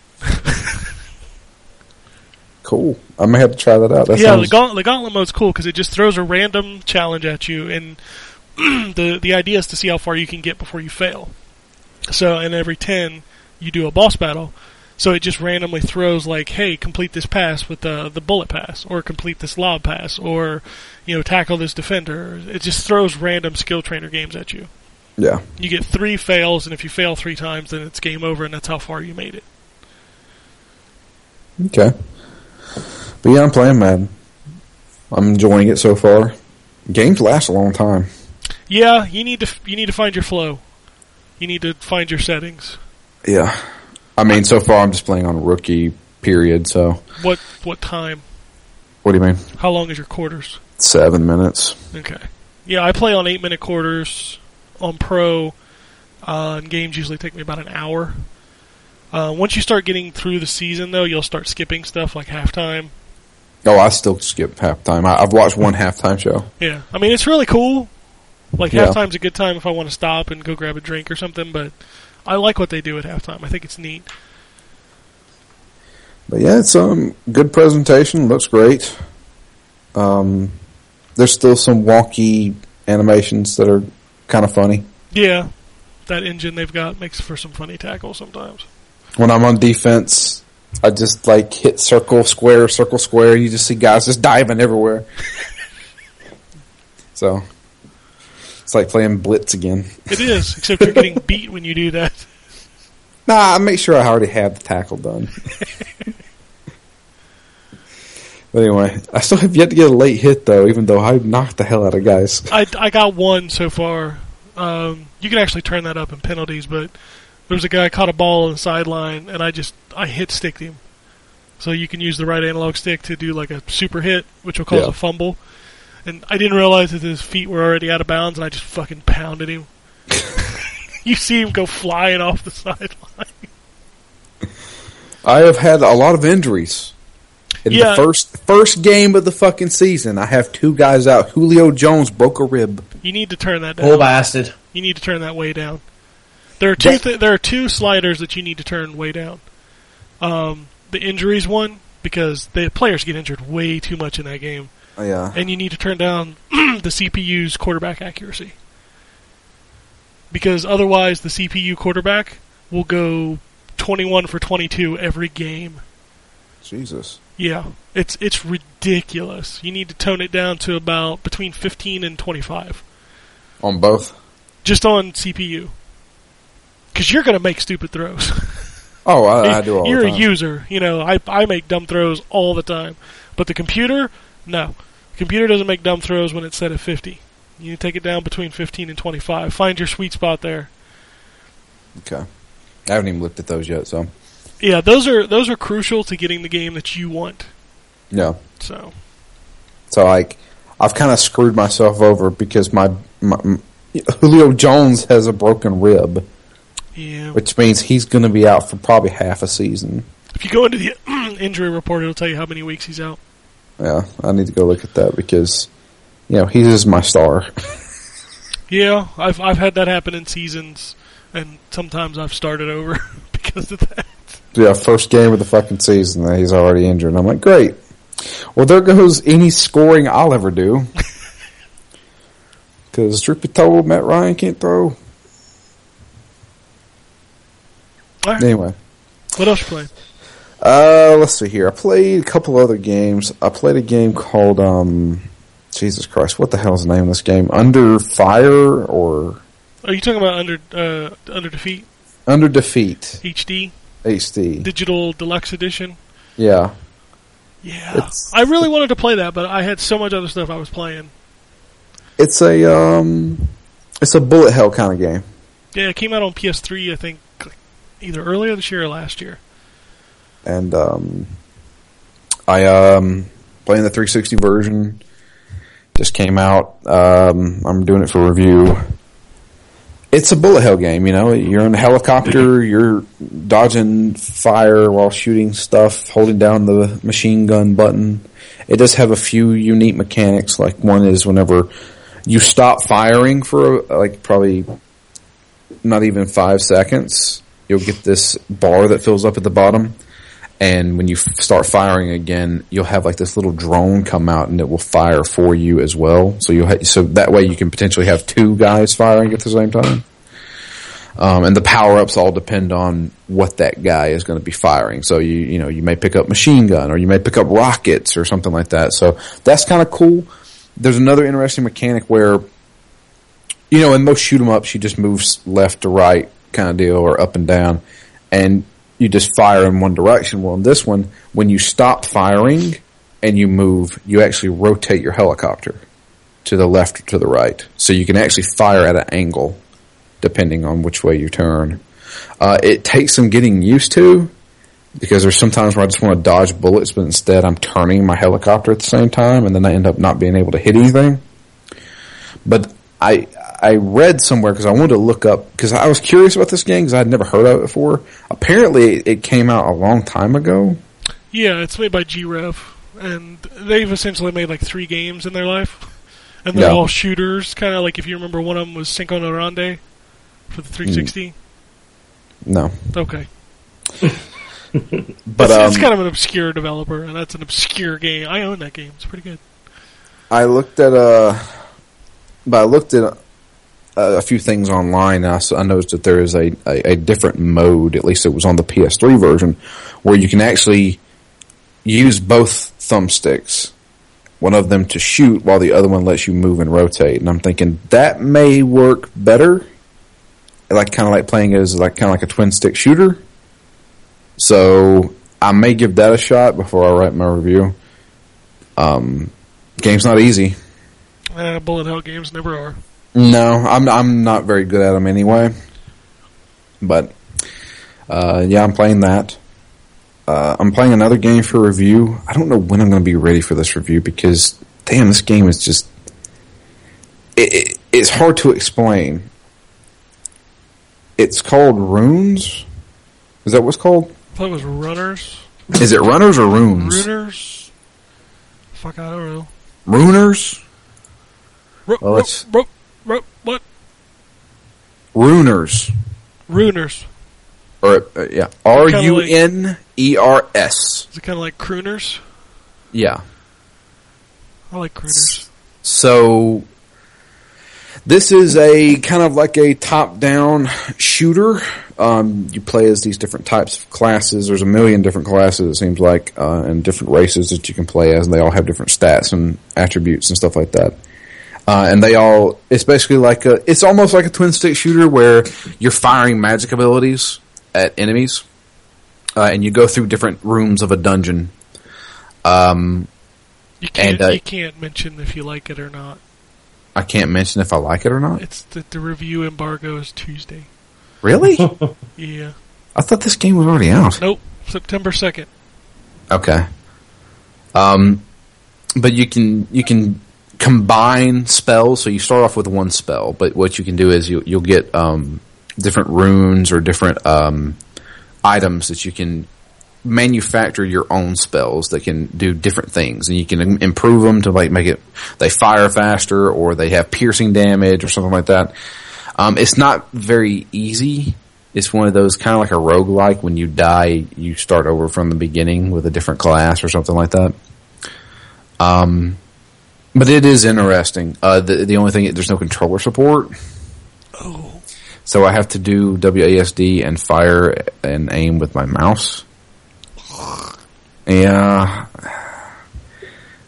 [SPEAKER 4] Cool. I may have to try that out. That
[SPEAKER 3] yeah,
[SPEAKER 4] sounds-
[SPEAKER 3] the, gaunt, the gauntlet mode's cool because it just throws a random challenge at you, and the the idea is to see how far you can get before you fail. So, in every ten, you do a boss battle. So it just randomly throws like, "Hey, complete this pass with the the bullet pass, or complete this lob pass, or you know, tackle this defender." It just throws random skill trainer games at you.
[SPEAKER 4] yeah.
[SPEAKER 3] You get three fails, and if you fail three times, then it's game over, and that's how far you made it.
[SPEAKER 4] Okay. But yeah, I'm playing Madden. I'm enjoying it so far. Games last a long time.
[SPEAKER 3] Yeah, you need to f- you need to find your flow. You need to find your settings.
[SPEAKER 4] Yeah. I mean, so far I'm just playing on rookie period. So
[SPEAKER 3] What what time?
[SPEAKER 4] what do you mean?
[SPEAKER 3] How long is your quarters?
[SPEAKER 4] Seven minutes.
[SPEAKER 3] Okay. Yeah, I play on eight minute quarters on pro. Uh, and games usually take me about an hour. Uh, once you start getting through the season, though, you'll start skipping stuff like halftime.
[SPEAKER 4] Oh, I still skip halftime. I, I've watched one halftime show.
[SPEAKER 3] Yeah, I mean it's really cool. Like
[SPEAKER 4] Yeah.
[SPEAKER 3] halftime's a good time if I want to stop and go grab a drink or something. But I like what they do at halftime. I think it's neat.
[SPEAKER 4] But yeah, it's um good presentation. Looks great. Um, there's still some wonky animations that are kind of funny.
[SPEAKER 3] Yeah, that engine they've got makes for some funny tackles sometimes.
[SPEAKER 4] when I'm on defense, I just like hit circle, square, circle, square. You just see guys just diving everywhere. so it's like playing blitz again.
[SPEAKER 3] It is, except you're getting beat when you do that.
[SPEAKER 4] Nah, I make sure I already had the tackle done. but anyway, I still have yet to get a late hit though, even though I knocked the hell out of guys.
[SPEAKER 3] I, I got one so far. Um, you can actually turn that up in penalties, but there was a guy caught a ball on the sideline, and I just I hit sticked him. So you can use the right analog stick to do like a super hit, which will cause
[SPEAKER 4] Yeah.
[SPEAKER 3] a fumble. And I didn't realize that his feet were already out of bounds, and I just fucking pounded him. you see him go flying off the sideline.
[SPEAKER 4] I have had a lot of injuries. In
[SPEAKER 3] Yeah.
[SPEAKER 4] the first first game of the fucking season, I have two guys out. Julio Jones broke a rib.
[SPEAKER 3] You need to turn that down.
[SPEAKER 6] Poor bastard.
[SPEAKER 3] You need to turn that way down. There are two
[SPEAKER 4] That-
[SPEAKER 3] th- there are two sliders that you need to turn way down. Um, the injuries one because the players get injured way too much in that game,
[SPEAKER 4] Oh, Yeah.
[SPEAKER 3] and you need to turn down the CPU's quarterback accuracy because otherwise the CPU quarterback will go 21 for 22 every game.
[SPEAKER 4] Jesus.
[SPEAKER 3] Yeah, it's it's ridiculous. You need to tone it down to about between 15 and 25.
[SPEAKER 4] On both.
[SPEAKER 3] just on CPU. Because you're going to make stupid throws.
[SPEAKER 4] Oh, I, I do all
[SPEAKER 3] you're
[SPEAKER 4] the time.
[SPEAKER 3] a user. You know, I, I make dumb throws all the time. But the computer, no. The computer doesn't make dumb throws when it's set at 50. You need to take it down between 15 and 25. Find your sweet spot there.
[SPEAKER 4] Okay. I haven't even looked at those yet, so
[SPEAKER 3] Yeah, those are those are crucial to getting the game that you want.
[SPEAKER 4] no.
[SPEAKER 3] So
[SPEAKER 4] So like, I've kind of screwed myself over because my, my, m Julio Jones has a broken rib,
[SPEAKER 3] yeah,
[SPEAKER 4] which means he's going to be out for probably half a season.
[SPEAKER 3] if you go into the injury report, it'll tell you how many weeks he's out.
[SPEAKER 4] Yeah, I need to go look at that because you know he is my star.
[SPEAKER 3] Yeah, I've I've had that happen in seasons, and sometimes I've started over because of that.
[SPEAKER 4] yeah, first game of the fucking season, and he's already injured. And I'm like, great. Well, there goes any scoring I'll ever do. Because truth be told, Matt Ryan can't throw.
[SPEAKER 3] All right.
[SPEAKER 4] Anyway.
[SPEAKER 3] What else you playing?
[SPEAKER 4] Uh, let's see here. I played a couple other games. I played a game called um, Jesus Christ, what the hell is the name of this game? Under Fire or
[SPEAKER 3] Are you talking about under uh, under defeat
[SPEAKER 4] Under Defeat
[SPEAKER 3] HD
[SPEAKER 4] HD?
[SPEAKER 3] digital deluxe edition?
[SPEAKER 4] Yeah,
[SPEAKER 3] Yeah,
[SPEAKER 4] It's-
[SPEAKER 3] I really wanted to play that, but I had so much other stuff I was playing.
[SPEAKER 4] it's a um, It's a bullet hell kind of game.
[SPEAKER 3] Yeah, it came out on PS3, I think, either earlier this year or last year.
[SPEAKER 4] and um, I um, playing the 360 version. Just came out. Um, I'm doing it for review. It's a bullet hell game, you know. You're in a helicopter. You're dodging fire while shooting stuff, holding down the machine gun button. It does have a few unique mechanics. Like one is whenever you stop firing for like probably not even five seconds, you'll get this bar that fills up at the bottom. And when you f- start firing again, you'll have like this little drone come out and it will fire for you as well. So you ha- so that way you can potentially have two guys firing at the same time. Um, and the power ups all depend on what that guy is going to be firing. So you you know you may pick up machine gun or you may pick up rockets or something like that. So that's kind of cool. There's another interesting mechanic where you know, in most shoot 'em ups, you just move s- left to right kind of deal or up and down, and you just fire in one direction. Well, in this one, when you stop firing and you move, you actually rotate your helicopter to the left or to the right, so you can actually fire at an angle depending on which way you turn. Uh, it takes some getting used to because there's sometimes where I just want to dodge bullets, but instead I'm turning my helicopter at the same time, and then I end up not being able to hit anything but I I read somewhere because I wanted to look up because I was curious about this game because I'd never heard of it before. Apparently, it came out a long time ago.
[SPEAKER 3] Yeah, it's made by G Rev, and they've essentially made like three games in their life, and they're
[SPEAKER 4] Yeah.
[SPEAKER 3] all shooters. Kind of like if you remember, one of them was Cinco de Grande for the 360.
[SPEAKER 4] No,
[SPEAKER 3] Okay,
[SPEAKER 4] but
[SPEAKER 3] it's,
[SPEAKER 4] Mm. um,
[SPEAKER 3] it's kind of an obscure developer, and that's an obscure game. I own that game; it's pretty good.
[SPEAKER 4] I looked at uh, but I looked at uh, a few things online. And I, s- I noticed that there is a, a a different mode. At least it was on the PS3 version where you can actually use both thumbsticks. One of them to shoot while the other one lets you move and rotate. And I'm thinking that may work better. Like kind of like playing as like kind of like a twin stick shooter. So I may give that a shot before I write my review. Um, game's not easy.
[SPEAKER 3] Uh, bullet hell games never are.
[SPEAKER 4] No, I'm I'm not very good at them anyway. But uh, yeah, I'm playing that. Uh, I'm playing another game for review. I don't know when I'm going to be ready for this review because damn, this game is just it, it, it's hard to explain. It's called Runes. Is that what's called?
[SPEAKER 3] I thought it was Runners.
[SPEAKER 4] Is it Runners or Runes?
[SPEAKER 3] Runners. Fuck, I don't know.
[SPEAKER 4] Runers?
[SPEAKER 3] Ru-
[SPEAKER 4] Well,
[SPEAKER 3] ru-
[SPEAKER 4] it's-
[SPEAKER 3] ru- ru- what?
[SPEAKER 4] Runers.
[SPEAKER 3] Runers.
[SPEAKER 4] Or uh, yeah, R
[SPEAKER 3] like-
[SPEAKER 4] U N E R S.
[SPEAKER 3] Is it kind of like crooners?
[SPEAKER 4] Yeah.
[SPEAKER 3] I like crooners.
[SPEAKER 4] So this is a kind of like a top-down shooter. Um, you play as these different types of classes. There's a million different classes. It seems like uh, and different races that you can play as, and they all have different stats and attributes and stuff like that. Uh, and they all, it's basically like a, it's almost like a twin stick shooter where you're firing magic abilities at enemies, uh, and you go through different rooms of a dungeon. Um,
[SPEAKER 3] You can't.
[SPEAKER 4] uh,
[SPEAKER 3] you can't mention if you like it or not.
[SPEAKER 4] I can't mention if I like it or not.
[SPEAKER 3] It's the, the review embargo is Tuesday.
[SPEAKER 4] Really?
[SPEAKER 3] Yeah.
[SPEAKER 4] I thought this game was already out.
[SPEAKER 3] Nope. September second.
[SPEAKER 4] Okay. Um, but you can you can combine spells. So you start off with one spell, but what you can do is you you'll get um, different runes or different um, items that you can manufacture your own spells that can do different things, and you can im- improve them to like make it they fire faster or they have piercing damage or something like that. Um, it's not very easy. It's one of those kind of like a roguelike when you die, you start over from the beginning with a different class or something like that. Um, but it is interesting. Uh, the, the only thing, there's no controller support.
[SPEAKER 3] Oh.
[SPEAKER 4] So I have to do WASD and fire and aim with my mouse. Yeah.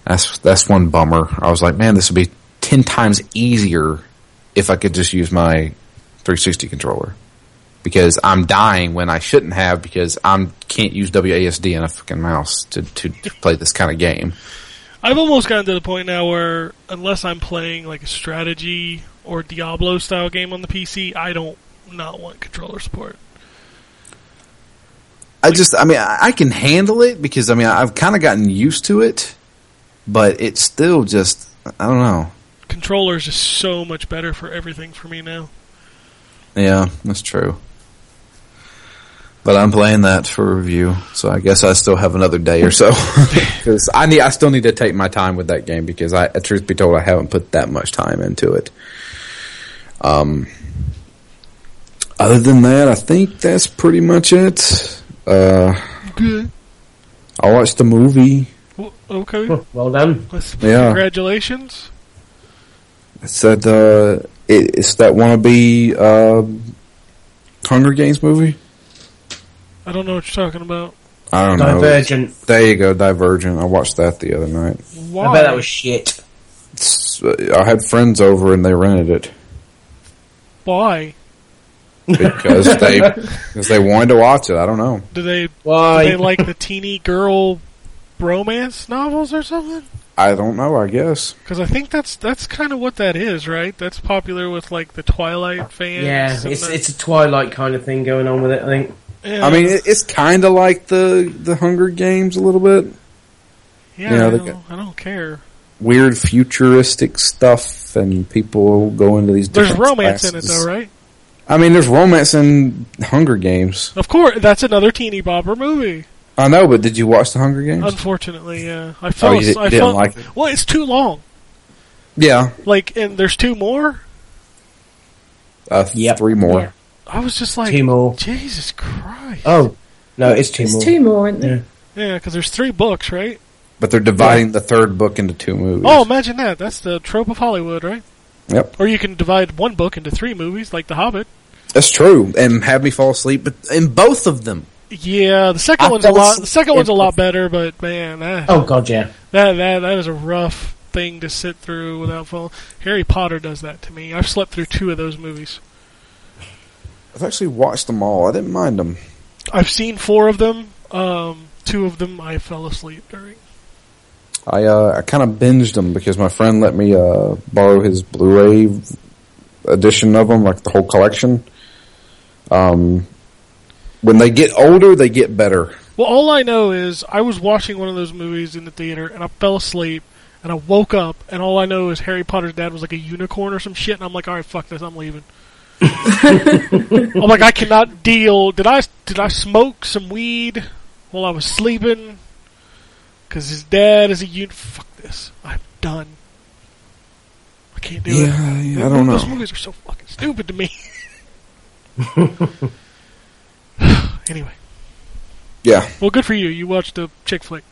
[SPEAKER 4] That's that's one bummer. I was like, man, this would be 10 times easier if I could just use my 360 controller. Because I'm dying when I shouldn't have because I can't use WASD and a fucking mouse to, to play this kind of game.
[SPEAKER 3] I've almost gotten to the point now where unless I'm playing like a strategy or Diablo style game on the PC, I don't not want controller support.
[SPEAKER 4] I just, I mean, I I can handle it because I mean, I've kind of gotten used to it, but it's still just, I don't know.
[SPEAKER 3] Controllers is so much better for everything for me now.
[SPEAKER 4] Yeah, that's true. But I'm playing that for review, so I guess I still have another day or so because I need, I still need to take my time with that game because I, truth be told, I haven't put that much time into it. Um, other than that, I think that's pretty much it. Uh,
[SPEAKER 3] Good.
[SPEAKER 4] I watched the movie.
[SPEAKER 3] Okay.
[SPEAKER 6] Well, well done.
[SPEAKER 3] Let's-
[SPEAKER 4] Yeah.
[SPEAKER 3] Congratulations.
[SPEAKER 4] It's that uh, it, it's that wannabe um Hunger Games movie.
[SPEAKER 3] I don't know what you're talking about.
[SPEAKER 4] I don't know.
[SPEAKER 6] Divergent.
[SPEAKER 4] There you go, Divergent. I watched that the other night.
[SPEAKER 3] Why?
[SPEAKER 6] I bet that was shit.
[SPEAKER 4] It's, I had friends over and they rented it
[SPEAKER 3] Why?
[SPEAKER 4] because they because they wanted to watch it. I don't know.
[SPEAKER 3] Do they do
[SPEAKER 6] Why?
[SPEAKER 3] they like the teeny girl romance novels or something?
[SPEAKER 4] I don't know. I guess
[SPEAKER 3] Because I think that's that's kind of what that is, right? That's popular with like the Twilight fans.
[SPEAKER 6] yeah,
[SPEAKER 3] and
[SPEAKER 6] it's
[SPEAKER 3] the-
[SPEAKER 6] it's a Twilight kind of thing going on with it. I think.
[SPEAKER 3] yeah,
[SPEAKER 4] I mean it, it's kind of like the the Hunger Games a little bit
[SPEAKER 3] yeah,
[SPEAKER 4] you know,
[SPEAKER 3] I,
[SPEAKER 4] they
[SPEAKER 3] don't, I don't care.
[SPEAKER 4] weird futuristic stuff and people go into these.
[SPEAKER 3] There's
[SPEAKER 4] different
[SPEAKER 3] romance in it
[SPEAKER 4] classes.
[SPEAKER 3] though, right?
[SPEAKER 4] I mean, there's romance in Hunger Games.
[SPEAKER 3] Of course, that's another teeny bopper movie.
[SPEAKER 4] I know, but did you watch the Hunger Games?
[SPEAKER 3] Unfortunately, yeah, I felt
[SPEAKER 4] Oh, you di-
[SPEAKER 3] I
[SPEAKER 4] you didn't
[SPEAKER 3] felt-
[SPEAKER 4] like it?
[SPEAKER 3] Well, it's too long.
[SPEAKER 4] yeah,
[SPEAKER 3] Like, and there's two more.
[SPEAKER 4] uh,
[SPEAKER 6] Yep.
[SPEAKER 4] three more.
[SPEAKER 7] Yeah.
[SPEAKER 3] I was just like,
[SPEAKER 6] Two more.
[SPEAKER 3] Jesus Christ.
[SPEAKER 6] Oh no, it's two more.
[SPEAKER 7] It's two more, isn't there?
[SPEAKER 3] Yeah, because there's three books, right?
[SPEAKER 4] But they're dividing the third book into two movies.
[SPEAKER 3] Oh, imagine that. That's the trope of Hollywood, right?
[SPEAKER 4] Yep.
[SPEAKER 3] Or you can divide one book into three movies, like The Hobbit.
[SPEAKER 4] That's true. And had me fall asleep but in both of them.
[SPEAKER 3] Yeah, the second
[SPEAKER 4] I
[SPEAKER 3] one's a
[SPEAKER 4] fell
[SPEAKER 3] lot.
[SPEAKER 4] asleep
[SPEAKER 3] The second one's a
[SPEAKER 4] in-
[SPEAKER 3] lot better, but man, that
[SPEAKER 6] Oh god, yeah.
[SPEAKER 3] that that, that is a rough thing to sit through without falling. Harry Potter does that to me. I've slept through two of those movies.
[SPEAKER 4] I've actually watched them all. I didn't mind them.
[SPEAKER 3] I've seen four of them. Um, two of them I fell asleep during.
[SPEAKER 4] I uh, I kind of binged them because my friend let me uh, borrow his Blu-ray edition of them, like the whole collection. Um, when they get older, they get better.
[SPEAKER 3] Well, all I know is I was watching one of those movies in the theater and I fell asleep and I woke up and all I know is Harry Potter's dad was like a unicorn or some shit and I'm like, all right, fuck this, I'm leaving. I'm like, I cannot deal. Did I did I smoke some weed while I was sleeping? Because his dad is a un. Fuck this, I'm done. I can't do it.
[SPEAKER 4] yeah I don't
[SPEAKER 3] Those
[SPEAKER 4] know.
[SPEAKER 3] movies are so fucking stupid to me. anyway.
[SPEAKER 4] Yeah,
[SPEAKER 3] Well, good for you. You watched the chick flick.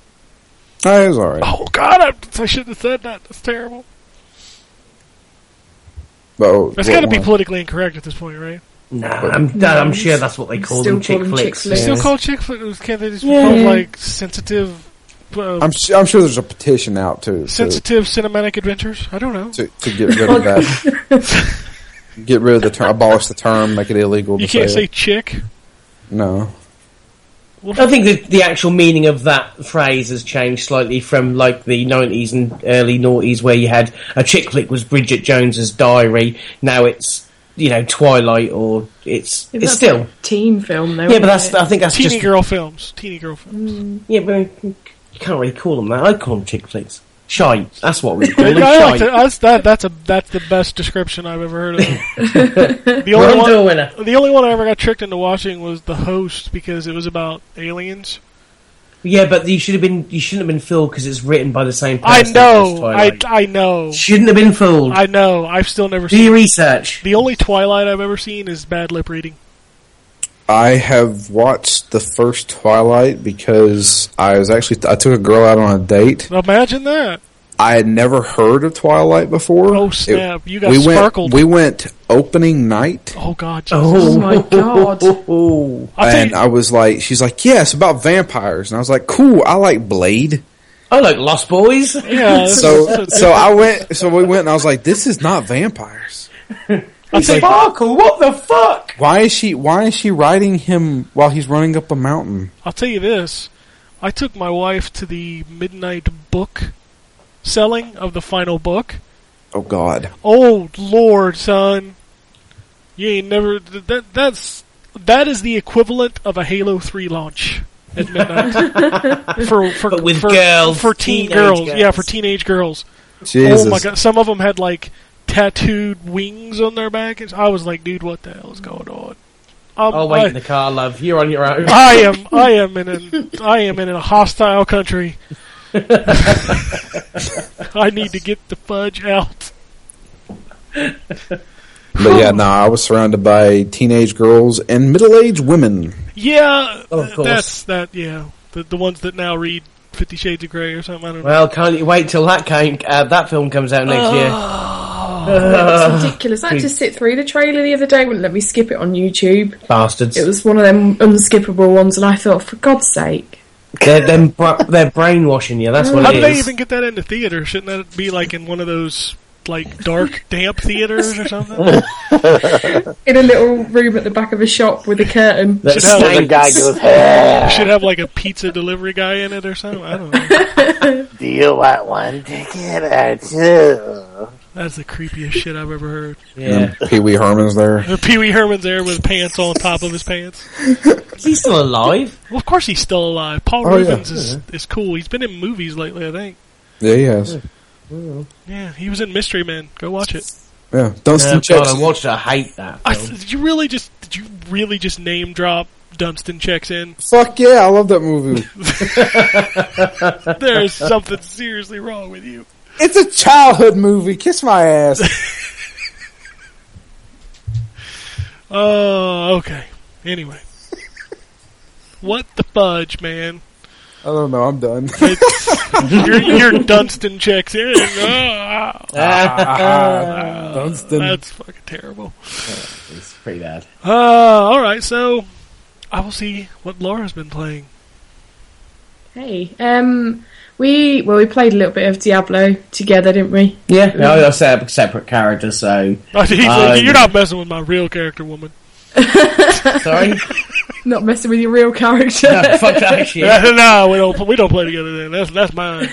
[SPEAKER 4] that is all right.
[SPEAKER 3] Oh God, I, I shouldn't have said that. That's terrible.
[SPEAKER 4] But uh,
[SPEAKER 3] That's
[SPEAKER 4] what
[SPEAKER 3] got to be
[SPEAKER 4] one?
[SPEAKER 3] politically incorrect at this point, right?
[SPEAKER 6] Nah, I'm,
[SPEAKER 7] No,
[SPEAKER 6] I'm sure that's what they
[SPEAKER 7] it's
[SPEAKER 6] call
[SPEAKER 7] still
[SPEAKER 6] them, chick
[SPEAKER 7] called them chick
[SPEAKER 6] flicks.
[SPEAKER 7] flicks.
[SPEAKER 3] Still
[SPEAKER 7] Yes.
[SPEAKER 3] called chick flick? It was- Can't they just be
[SPEAKER 7] Yeah.
[SPEAKER 3] called like sensitive, uh,
[SPEAKER 4] I'm su- I'm sure there's a petition out too to,
[SPEAKER 3] sensitive cinematic adventures? I don't know.
[SPEAKER 4] to to get rid of that. get rid of the term, abolish the term, make it illegal.
[SPEAKER 3] You
[SPEAKER 4] to
[SPEAKER 3] can't
[SPEAKER 4] say
[SPEAKER 3] say
[SPEAKER 4] it.
[SPEAKER 3] chick.
[SPEAKER 4] no.
[SPEAKER 6] I think the, the actual meaning of that phrase has changed slightly from like the 90s and early noughties where you had a chick flick was Bridget Jones's diary. Now it's, you know, Twilight or it's,
[SPEAKER 7] If
[SPEAKER 6] it's
[SPEAKER 7] that's
[SPEAKER 6] still.
[SPEAKER 7] a teen film, though.
[SPEAKER 6] Yeah, but
[SPEAKER 7] isn't
[SPEAKER 6] that's,
[SPEAKER 7] it?
[SPEAKER 6] I think that's
[SPEAKER 3] Teeny
[SPEAKER 6] just,
[SPEAKER 3] girl films. Teeny girl films.
[SPEAKER 6] yeah, but you can't really call them that. I call them chick flicks. Shy. That's what we call
[SPEAKER 3] I
[SPEAKER 6] them.
[SPEAKER 3] like to,
[SPEAKER 6] Shy.
[SPEAKER 3] that's, that, that's a that's the best description I've ever heard of. the only
[SPEAKER 6] Run to a
[SPEAKER 3] one,
[SPEAKER 6] winner.
[SPEAKER 3] the only one I ever got tricked into watching was The Host because it was about aliens.
[SPEAKER 6] Yeah, but you should have been, you shouldn't have been fooled because it's written by the same
[SPEAKER 3] I
[SPEAKER 6] person. as
[SPEAKER 3] know, I
[SPEAKER 6] Twilight.
[SPEAKER 3] I know,
[SPEAKER 6] Shouldn't have been fooled.
[SPEAKER 3] I know. I've still never
[SPEAKER 6] Do
[SPEAKER 3] seen
[SPEAKER 6] your research.
[SPEAKER 3] The only Twilight I've ever seen is bad lip reading.
[SPEAKER 4] I have watched the first Twilight because I was actually I took a girl out on a date.
[SPEAKER 3] Imagine that.
[SPEAKER 4] I had never heard of Twilight before.
[SPEAKER 3] Oh, snap. You got
[SPEAKER 4] we
[SPEAKER 3] sparkled.
[SPEAKER 4] Went, we went opening night,
[SPEAKER 3] Oh God. Jesus.
[SPEAKER 6] Oh,
[SPEAKER 7] my God.
[SPEAKER 3] I'll tell
[SPEAKER 4] and
[SPEAKER 3] you,
[SPEAKER 4] I was like, "She's like, yeah, it's about vampires," and I was like, "Cool, I like Blade."
[SPEAKER 6] I like Lost Boys.
[SPEAKER 3] yeah, this is-
[SPEAKER 4] So, so I went. So we went, and I was like, "This is not vampires.
[SPEAKER 3] I'll tell you-
[SPEAKER 6] Sparkle, what the fuck?
[SPEAKER 4] Why is she? Why is she riding him while he's running up a mountain?"
[SPEAKER 3] I'll tell you this. I took my wife to the midnight book selling of the final book,
[SPEAKER 4] Oh God.
[SPEAKER 3] Oh Lord, son, you ain't never th- that. That's that is the equivalent of a Halo Three launch at midnight for for
[SPEAKER 6] But with
[SPEAKER 3] for,
[SPEAKER 6] girls,
[SPEAKER 3] for teen
[SPEAKER 6] teenage
[SPEAKER 3] girls.
[SPEAKER 6] girls.
[SPEAKER 3] Yeah, for teenage girls.
[SPEAKER 4] Jesus.
[SPEAKER 3] Oh my god, some of them had like tattooed wings on their back. It's- I was like, dude, what the hell is going on? Um,
[SPEAKER 6] I'll Oh, wait
[SPEAKER 3] I-
[SPEAKER 6] in the car, love. You're on your own.
[SPEAKER 3] I am I am in an I am in a hostile country. I need to get the fudge out.
[SPEAKER 4] But yeah, no, I was surrounded by teenage girls and middle-aged women.
[SPEAKER 3] Yeah,
[SPEAKER 6] Oh, of course.
[SPEAKER 3] that's that. Yeah, the the ones that now read Fifty Shades of Grey or something. I don't know.
[SPEAKER 6] Well, can't you wait till that came, uh, that film comes out next year?
[SPEAKER 7] That's ridiculous. I had to sit through the trailer the other day. Wouldn't let me skip it on YouTube.
[SPEAKER 6] Bastards.
[SPEAKER 7] It was one of them unskippable ones, and I thought, for God's sake.
[SPEAKER 6] They're, them bra- they're brainwashing you. That's what
[SPEAKER 3] How
[SPEAKER 6] it
[SPEAKER 3] did
[SPEAKER 6] is.
[SPEAKER 3] they even get that into theater? Shouldn't that be like in one of those like dark, damp theaters or something?
[SPEAKER 7] In a little room at the back of a shop with a curtain.
[SPEAKER 6] That's
[SPEAKER 3] Should have
[SPEAKER 5] The
[SPEAKER 6] snakes.
[SPEAKER 5] guy goes, "Ah,
[SPEAKER 3] Should have like a pizza delivery guy in it or something. I don't know.
[SPEAKER 5] "Do you want one ticket or two?
[SPEAKER 3] That's the creepiest shit I've ever heard.
[SPEAKER 6] Yeah.
[SPEAKER 4] And Pee Wee Herman's there.
[SPEAKER 3] Pee Wee Herman's there with pants on top of his pants.
[SPEAKER 6] Is he still alive?
[SPEAKER 3] Well, of course he's still alive. Paul
[SPEAKER 4] Oh, yeah.
[SPEAKER 3] Rubens is, is cool. He's been in movies lately, I think.
[SPEAKER 4] Yeah, he has.
[SPEAKER 3] Yeah, he was in Mystery Men. Go watch it.
[SPEAKER 4] Yeah, Dunstan
[SPEAKER 6] Oh, God,
[SPEAKER 4] checks.
[SPEAKER 6] I watched it. I hate that.
[SPEAKER 3] I,
[SPEAKER 6] film.
[SPEAKER 3] did you really just did you really just name drop Dunstan checks in?
[SPEAKER 4] Fuck yeah, I love that movie.
[SPEAKER 3] There's something seriously wrong with you.
[SPEAKER 4] it's a childhood movie. Kiss my ass.
[SPEAKER 3] Oh, okay. Anyway, what the fudge, man?
[SPEAKER 4] I don't know. I'm done.
[SPEAKER 3] Your, your Dunstan checks in. Ah,
[SPEAKER 4] Dunstan.
[SPEAKER 3] that's fucking terrible.
[SPEAKER 6] it's pretty bad.
[SPEAKER 3] Uh, all right, so I will see what Laura's been playing.
[SPEAKER 7] Hey, um, we well we played a little bit of Diablo together, didn't we?
[SPEAKER 6] Yeah, no, they're se- separate characters, so.
[SPEAKER 3] He's like, You're not messing with my real character, woman.
[SPEAKER 6] Sorry?
[SPEAKER 7] Not messing with your real character.
[SPEAKER 6] no, fuck that shit.
[SPEAKER 3] no, we don't. We don't play together. Then that's that's mine.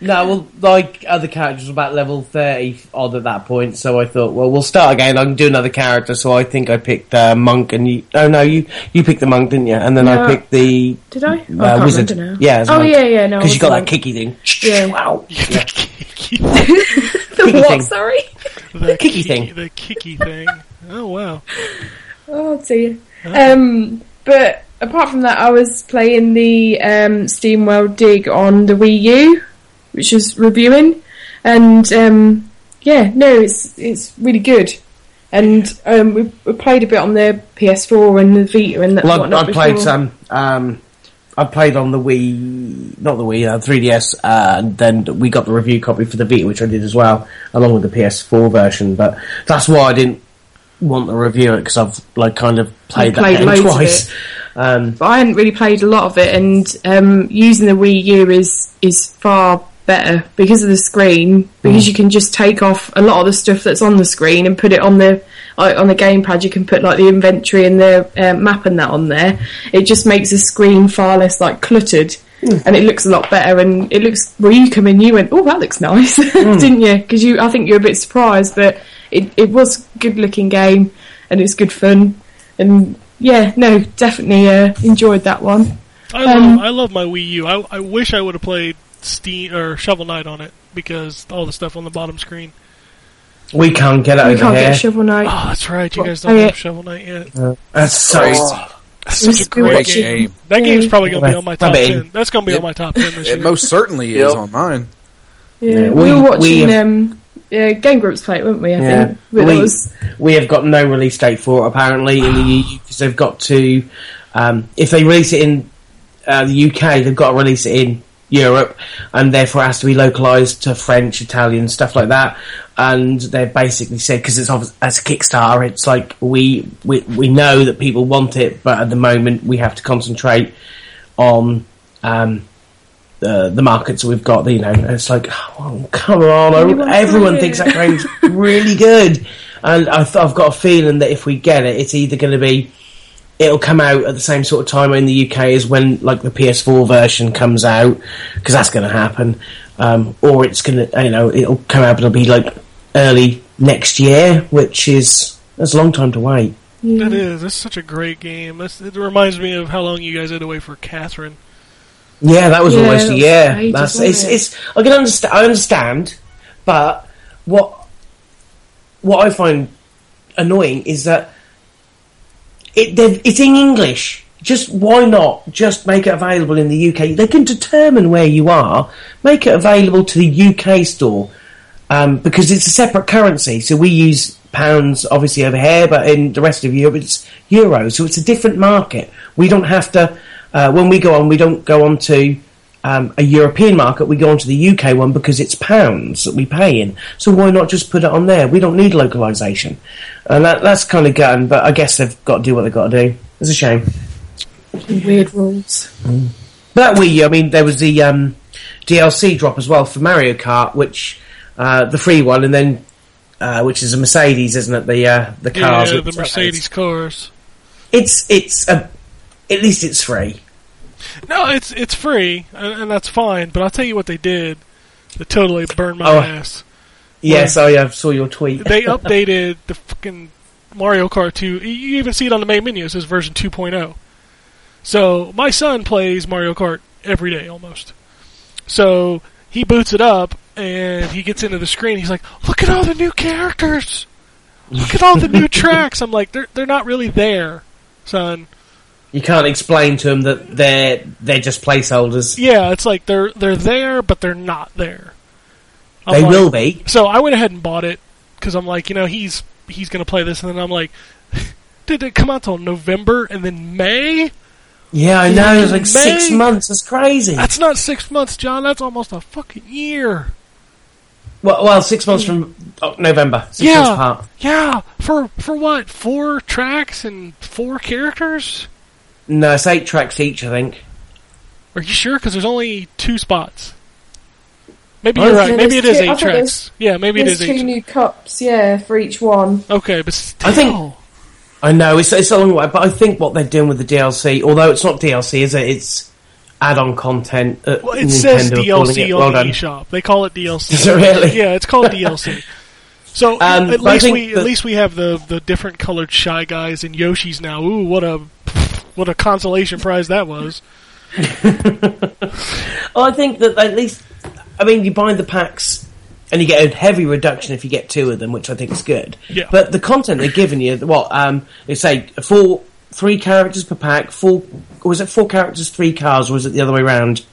[SPEAKER 6] No, well, like other characters, were about level thirty odd at that point. So I thought, well, we'll start again. I can do another character. So I think I picked uh, monk, and you. Oh no, you you picked the monk, didn't you? And then
[SPEAKER 7] No.
[SPEAKER 6] I picked the
[SPEAKER 7] Did I? Oh, I
[SPEAKER 6] uh,
[SPEAKER 7] can't
[SPEAKER 6] wizard.
[SPEAKER 7] remember now.
[SPEAKER 6] Yeah, as
[SPEAKER 7] Oh
[SPEAKER 6] monk.
[SPEAKER 7] yeah, yeah. No, I
[SPEAKER 6] because you got that
[SPEAKER 7] wasn't
[SPEAKER 6] kicky thing.
[SPEAKER 7] Yeah.
[SPEAKER 6] Wow.
[SPEAKER 7] on-
[SPEAKER 6] kicky
[SPEAKER 7] what?
[SPEAKER 6] thing.
[SPEAKER 7] Sorry.
[SPEAKER 3] The
[SPEAKER 6] kicky thing.
[SPEAKER 3] The kicky thing. Oh wow.
[SPEAKER 7] Oh dear. Um, but apart from that, I was playing the um, Steam World Dig on the Wii U, which is reviewing, and um, yeah, no, it's it's really good. And um, we, we played a bit on the PS4 and the Vita and that.
[SPEAKER 6] Well,
[SPEAKER 7] whatnot
[SPEAKER 6] I, I played
[SPEAKER 7] before.
[SPEAKER 6] some. Um, I played on the Wii, not the Wii, uh, 3DS, uh, and then we got the review copy for the Vita, which I did as well, along with the PS4 version. But that's why I didn't want to review it because I've like kind of played that
[SPEAKER 7] played
[SPEAKER 6] game
[SPEAKER 7] loads of
[SPEAKER 6] twice. Um,
[SPEAKER 7] but I hadn't really played a lot of it, and um, using the Wii U is is far better because of the screen.
[SPEAKER 6] Mm.
[SPEAKER 7] Because you can just take off a lot of the stuff that's on the screen and put it on the uh, on the gamepad. You can put like the inventory and the uh, map and that on there. It just makes the screen far less like cluttered.
[SPEAKER 6] Mm.
[SPEAKER 7] And it looks a lot better, and it looks. Well, you come in, you went, "Oh, that looks nice,"
[SPEAKER 6] Mm.
[SPEAKER 7] didn't you? Because you, I think you're a bit surprised, but it, it was a good-looking game, and it's good fun, and yeah, no, definitely uh, enjoyed that one.
[SPEAKER 3] I
[SPEAKER 7] Um,
[SPEAKER 3] love I love my Wii U. I, I wish I would have played Steam or Shovel Knight on it because all the stuff on the bottom screen.
[SPEAKER 6] we can't get it
[SPEAKER 7] We
[SPEAKER 6] over
[SPEAKER 7] can't
[SPEAKER 6] here.
[SPEAKER 7] get Shovel Knight.
[SPEAKER 3] Oh, that's right. You guys don't
[SPEAKER 7] Oh, yeah.
[SPEAKER 3] have Shovel Knight yet.
[SPEAKER 6] That's so.
[SPEAKER 7] Oh.
[SPEAKER 4] Crazy.
[SPEAKER 3] That's
[SPEAKER 7] It was
[SPEAKER 3] such a
[SPEAKER 7] still
[SPEAKER 3] great
[SPEAKER 7] watching-
[SPEAKER 3] game. That game's probably gonna be
[SPEAKER 6] Yeah.
[SPEAKER 3] on my top
[SPEAKER 6] Rub it in.
[SPEAKER 3] ten. That's gonna be on my top ten this
[SPEAKER 4] It
[SPEAKER 3] year.
[SPEAKER 4] most certainly is
[SPEAKER 5] Yep.
[SPEAKER 4] on mine.
[SPEAKER 7] Yeah,
[SPEAKER 6] Yeah,
[SPEAKER 7] we,
[SPEAKER 6] we-
[SPEAKER 7] were watching
[SPEAKER 6] we-
[SPEAKER 7] um, yeah, Game Groups play it, weren't we? I
[SPEAKER 6] Yeah.
[SPEAKER 7] think. But
[SPEAKER 6] We-
[SPEAKER 7] it was,
[SPEAKER 6] we have got no release date for it apparently in the EU because they've got to um, if they release it in uh, the UK they've got to release it in Europe and therefore it has to be localized to French, Italian stuff like that and they basically said because it's obvi- as a Kickstarter it's like we, we we know that people want it but at the moment we have to concentrate on um, the the markets we've got, you know, and it's like, oh, come on,
[SPEAKER 7] Everyone's
[SPEAKER 6] everyone
[SPEAKER 7] got
[SPEAKER 6] thinks
[SPEAKER 7] it.
[SPEAKER 6] that game's really good, and I th- I've got a feeling that if we get it, it's either going to be it'll come out at the same sort of time in the UK as when like the PS4 version comes out because that's going to happen, um, or it's gonna you know it'll come out and it'll be like early next year, which is that's a long time to wait.
[SPEAKER 3] That is. That's such a great game. That's, it reminds me of how long you guys had to wait for Catherine.
[SPEAKER 6] Yeah, that was
[SPEAKER 7] Yeah,
[SPEAKER 6] almost
[SPEAKER 7] that
[SPEAKER 6] a
[SPEAKER 7] was
[SPEAKER 6] year.
[SPEAKER 7] ages,
[SPEAKER 6] That's
[SPEAKER 7] wasn't
[SPEAKER 6] it's,
[SPEAKER 7] it?
[SPEAKER 6] it's I can understand I understand, but what what I find annoying is that it they've- it's in English. Just why not just make it available in the UK? They can determine where you are. Make it available to the UK store um, because it's a separate currency. So we use pounds obviously over here, but in the rest of Europe it's euros. So it's a different market. We don't have to uh, when we go on. We don't go on to um, a European market. We go on to the UK one because it's pounds that we pay in. So why not just put it on there? We don't need localization, and that, that's kind of gone. But I guess they've got to do what they've got to do. It's a shame.
[SPEAKER 7] Weird rules.
[SPEAKER 6] But that Wii U, I mean, there was the um, DLC drop as well for Mario Kart, which uh, the free one, and then uh, which is a Mercedes, isn't it? The uh, the cars,
[SPEAKER 3] yeah,
[SPEAKER 6] with
[SPEAKER 3] the Mercedes cars.
[SPEAKER 6] It's it's a, at least it's free.
[SPEAKER 3] No, it's it's free, and, and that's fine. But I'll tell you what they did. That totally burned my
[SPEAKER 6] Oh.
[SPEAKER 3] ass.
[SPEAKER 6] Yes, I uh, saw your tweet.
[SPEAKER 3] They updated the fucking Mario Kart 2. You- You even see it on the main menu. It says version 2.0. So my son plays Mario Kart every day almost. So he boots it up and he gets into the screen. He's like, "Look at all the new characters! Look at all the new tracks!" I'm like, "They're they're not really there, son."
[SPEAKER 6] You can't explain to them that they're they're just placeholders.
[SPEAKER 3] Yeah, it's like they're they're there, but they're not there. I'm
[SPEAKER 6] They
[SPEAKER 3] like-
[SPEAKER 6] will be.
[SPEAKER 3] So I went ahead and bought it because I'm like, you know, he's he's gonna play this, and then I'm like, did it come out till November and then May?
[SPEAKER 6] Yeah, I know. It's like six
[SPEAKER 3] May.
[SPEAKER 6] months. That's crazy.
[SPEAKER 3] That's not six months, John. That's almost a fucking year.
[SPEAKER 6] Well, well six months from oh, November. Six months
[SPEAKER 3] yeah,
[SPEAKER 6] apart.
[SPEAKER 3] yeah. For for what? Four tracks and four characters?
[SPEAKER 6] No, it's eight tracks each. I think.
[SPEAKER 3] Are you sure? Because there's only two spots. Maybe
[SPEAKER 6] Oh,
[SPEAKER 3] you're
[SPEAKER 6] yeah,
[SPEAKER 3] right. Maybe it
[SPEAKER 7] there's
[SPEAKER 3] is
[SPEAKER 7] two- I
[SPEAKER 3] eight
[SPEAKER 7] thought
[SPEAKER 3] tracks. Yeah, maybe it
[SPEAKER 7] There's
[SPEAKER 3] is
[SPEAKER 7] two
[SPEAKER 3] eight.
[SPEAKER 7] new cups, yeah, for each one.
[SPEAKER 3] Okay, but still.
[SPEAKER 6] I think- I know it's it's a long way, but I think what they're doing with the DLC, although it's not DLC, is it? It's add-on content. Uh,
[SPEAKER 3] Well, it
[SPEAKER 6] Nintendo
[SPEAKER 3] says
[SPEAKER 6] are calling
[SPEAKER 3] DLC
[SPEAKER 6] it.
[SPEAKER 3] on
[SPEAKER 6] Well
[SPEAKER 3] the
[SPEAKER 6] done.
[SPEAKER 3] eShop. They call it DLC.
[SPEAKER 6] Is it really?
[SPEAKER 3] Yeah, it's called DLC. So
[SPEAKER 6] Um,
[SPEAKER 3] at
[SPEAKER 6] but I
[SPEAKER 3] least
[SPEAKER 6] think
[SPEAKER 3] we at
[SPEAKER 6] that-
[SPEAKER 3] least we have the the different colored shy guys and Yoshi's now. Ooh, what a what a consolation prize that was.
[SPEAKER 6] I think that at least, I mean, you buy the packs and you get a heavy reduction if you get two of them, which I think is good.
[SPEAKER 3] Yeah.
[SPEAKER 6] But the content they're giving you, what um, they say, four, three characters per pack. Four, or was it four characters, three cars, or was it the other way around?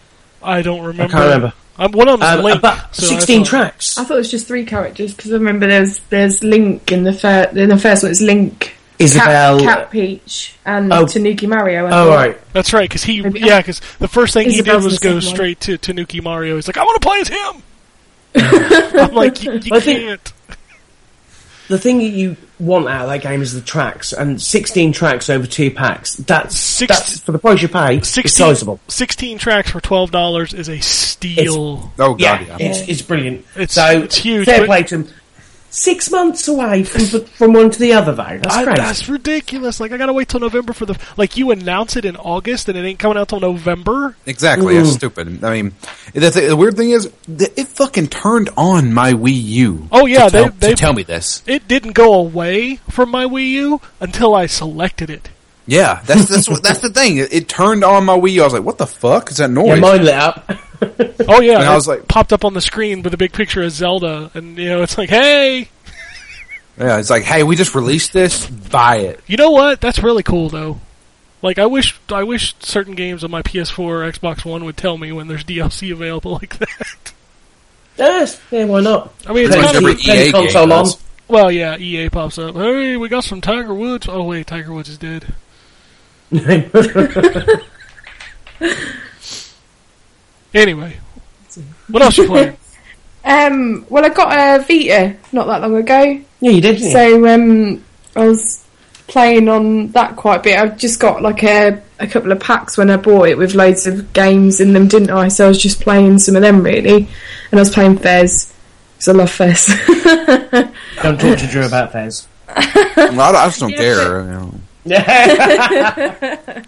[SPEAKER 3] I don't remember.
[SPEAKER 6] remember.
[SPEAKER 3] I'm, one of them's
[SPEAKER 6] Um,
[SPEAKER 3] Link.
[SPEAKER 6] about
[SPEAKER 3] so I
[SPEAKER 6] sixteen
[SPEAKER 3] thought-
[SPEAKER 6] tracks.
[SPEAKER 7] I thought it was just three characters because I remember there's there's Link in the fir- in the first one. It's Link,
[SPEAKER 6] Isabel.
[SPEAKER 7] Cat, Cat Peach, and
[SPEAKER 6] Oh.
[SPEAKER 7] Tanuki Mario. I
[SPEAKER 6] Oh,
[SPEAKER 7] think.
[SPEAKER 6] right.
[SPEAKER 3] That's right, because he yeah, 'cause
[SPEAKER 7] Maybe-
[SPEAKER 3] the first thing he did
[SPEAKER 7] Isabel's
[SPEAKER 3] was
[SPEAKER 7] the
[SPEAKER 3] go
[SPEAKER 7] second one.
[SPEAKER 3] straight to Tanuki Mario. He's like, I want to play as him. I'm like, you, you
[SPEAKER 6] I think-
[SPEAKER 3] can't.
[SPEAKER 6] the thing that you want out of that game is the tracks, and 16 tracks over two packs. That's,
[SPEAKER 3] Six-
[SPEAKER 6] that's for the price you pay. 16, it's
[SPEAKER 3] 16,
[SPEAKER 6] sizable.
[SPEAKER 3] 16 tracks for twelve dollars is a steal.
[SPEAKER 4] Oh god, yeah.
[SPEAKER 6] it's, it's brilliant.
[SPEAKER 3] It's-
[SPEAKER 6] so
[SPEAKER 3] it's huge,
[SPEAKER 6] Fair
[SPEAKER 3] but-
[SPEAKER 6] play to 'em. Six months away from from one to the other, though. That's
[SPEAKER 3] I-
[SPEAKER 6] great.
[SPEAKER 3] that's ridiculous. Like I gotta wait till November for the like you announce it in August and it ain't coming out till November.
[SPEAKER 4] Exactly. It's stupid. I mean, the, th- the weird thing is, th- it fucking turned on my Wii U.
[SPEAKER 3] Oh, yeah,
[SPEAKER 4] to tell,
[SPEAKER 3] they- they-
[SPEAKER 4] to tell me this.
[SPEAKER 3] It didn't go away from my Wii U until I selected it.
[SPEAKER 4] Yeah, that's that's what- that's the thing. It, it turned on my Wii U. I was like, what the fuck is that noise?
[SPEAKER 6] yeah, mine lit up.
[SPEAKER 3] Oh yeah,
[SPEAKER 4] And I
[SPEAKER 3] it
[SPEAKER 4] was like-
[SPEAKER 3] popped up on the screen with a big picture of Zelda, and you know it's like, hey,
[SPEAKER 4] yeah, it's like, hey, we just released this. Buy it.
[SPEAKER 3] you know what? That's really cool though. Like I wish I wish certain games on my PS4 or Xbox One would tell me when there's DLC available like that.
[SPEAKER 6] yes, yeah, why not?
[SPEAKER 3] I mean, it's
[SPEAKER 4] Pretty
[SPEAKER 6] Then
[SPEAKER 4] much
[SPEAKER 3] kind of
[SPEAKER 4] every
[SPEAKER 6] keep- then
[SPEAKER 4] EA game
[SPEAKER 6] console on.
[SPEAKER 4] does.
[SPEAKER 3] well, yeah. EA pops up. Hey, we got some Tiger Woods. Oh wait, Tiger Woods is dead. Anyway, what else you playing?
[SPEAKER 7] Um, well, I got a Vita not that long ago,
[SPEAKER 6] yeah, you did, didn't you?
[SPEAKER 7] so um, I was playing on that quite a bit. I've just got like a a couple of packs when I bought it with loads of games in them, didn't I? So I was just playing some of them really, and I was playing Fez because I love Fez.
[SPEAKER 6] Don't talk to Drew about Fez.
[SPEAKER 4] Well, I, I just don't care. you know.
[SPEAKER 6] yeah,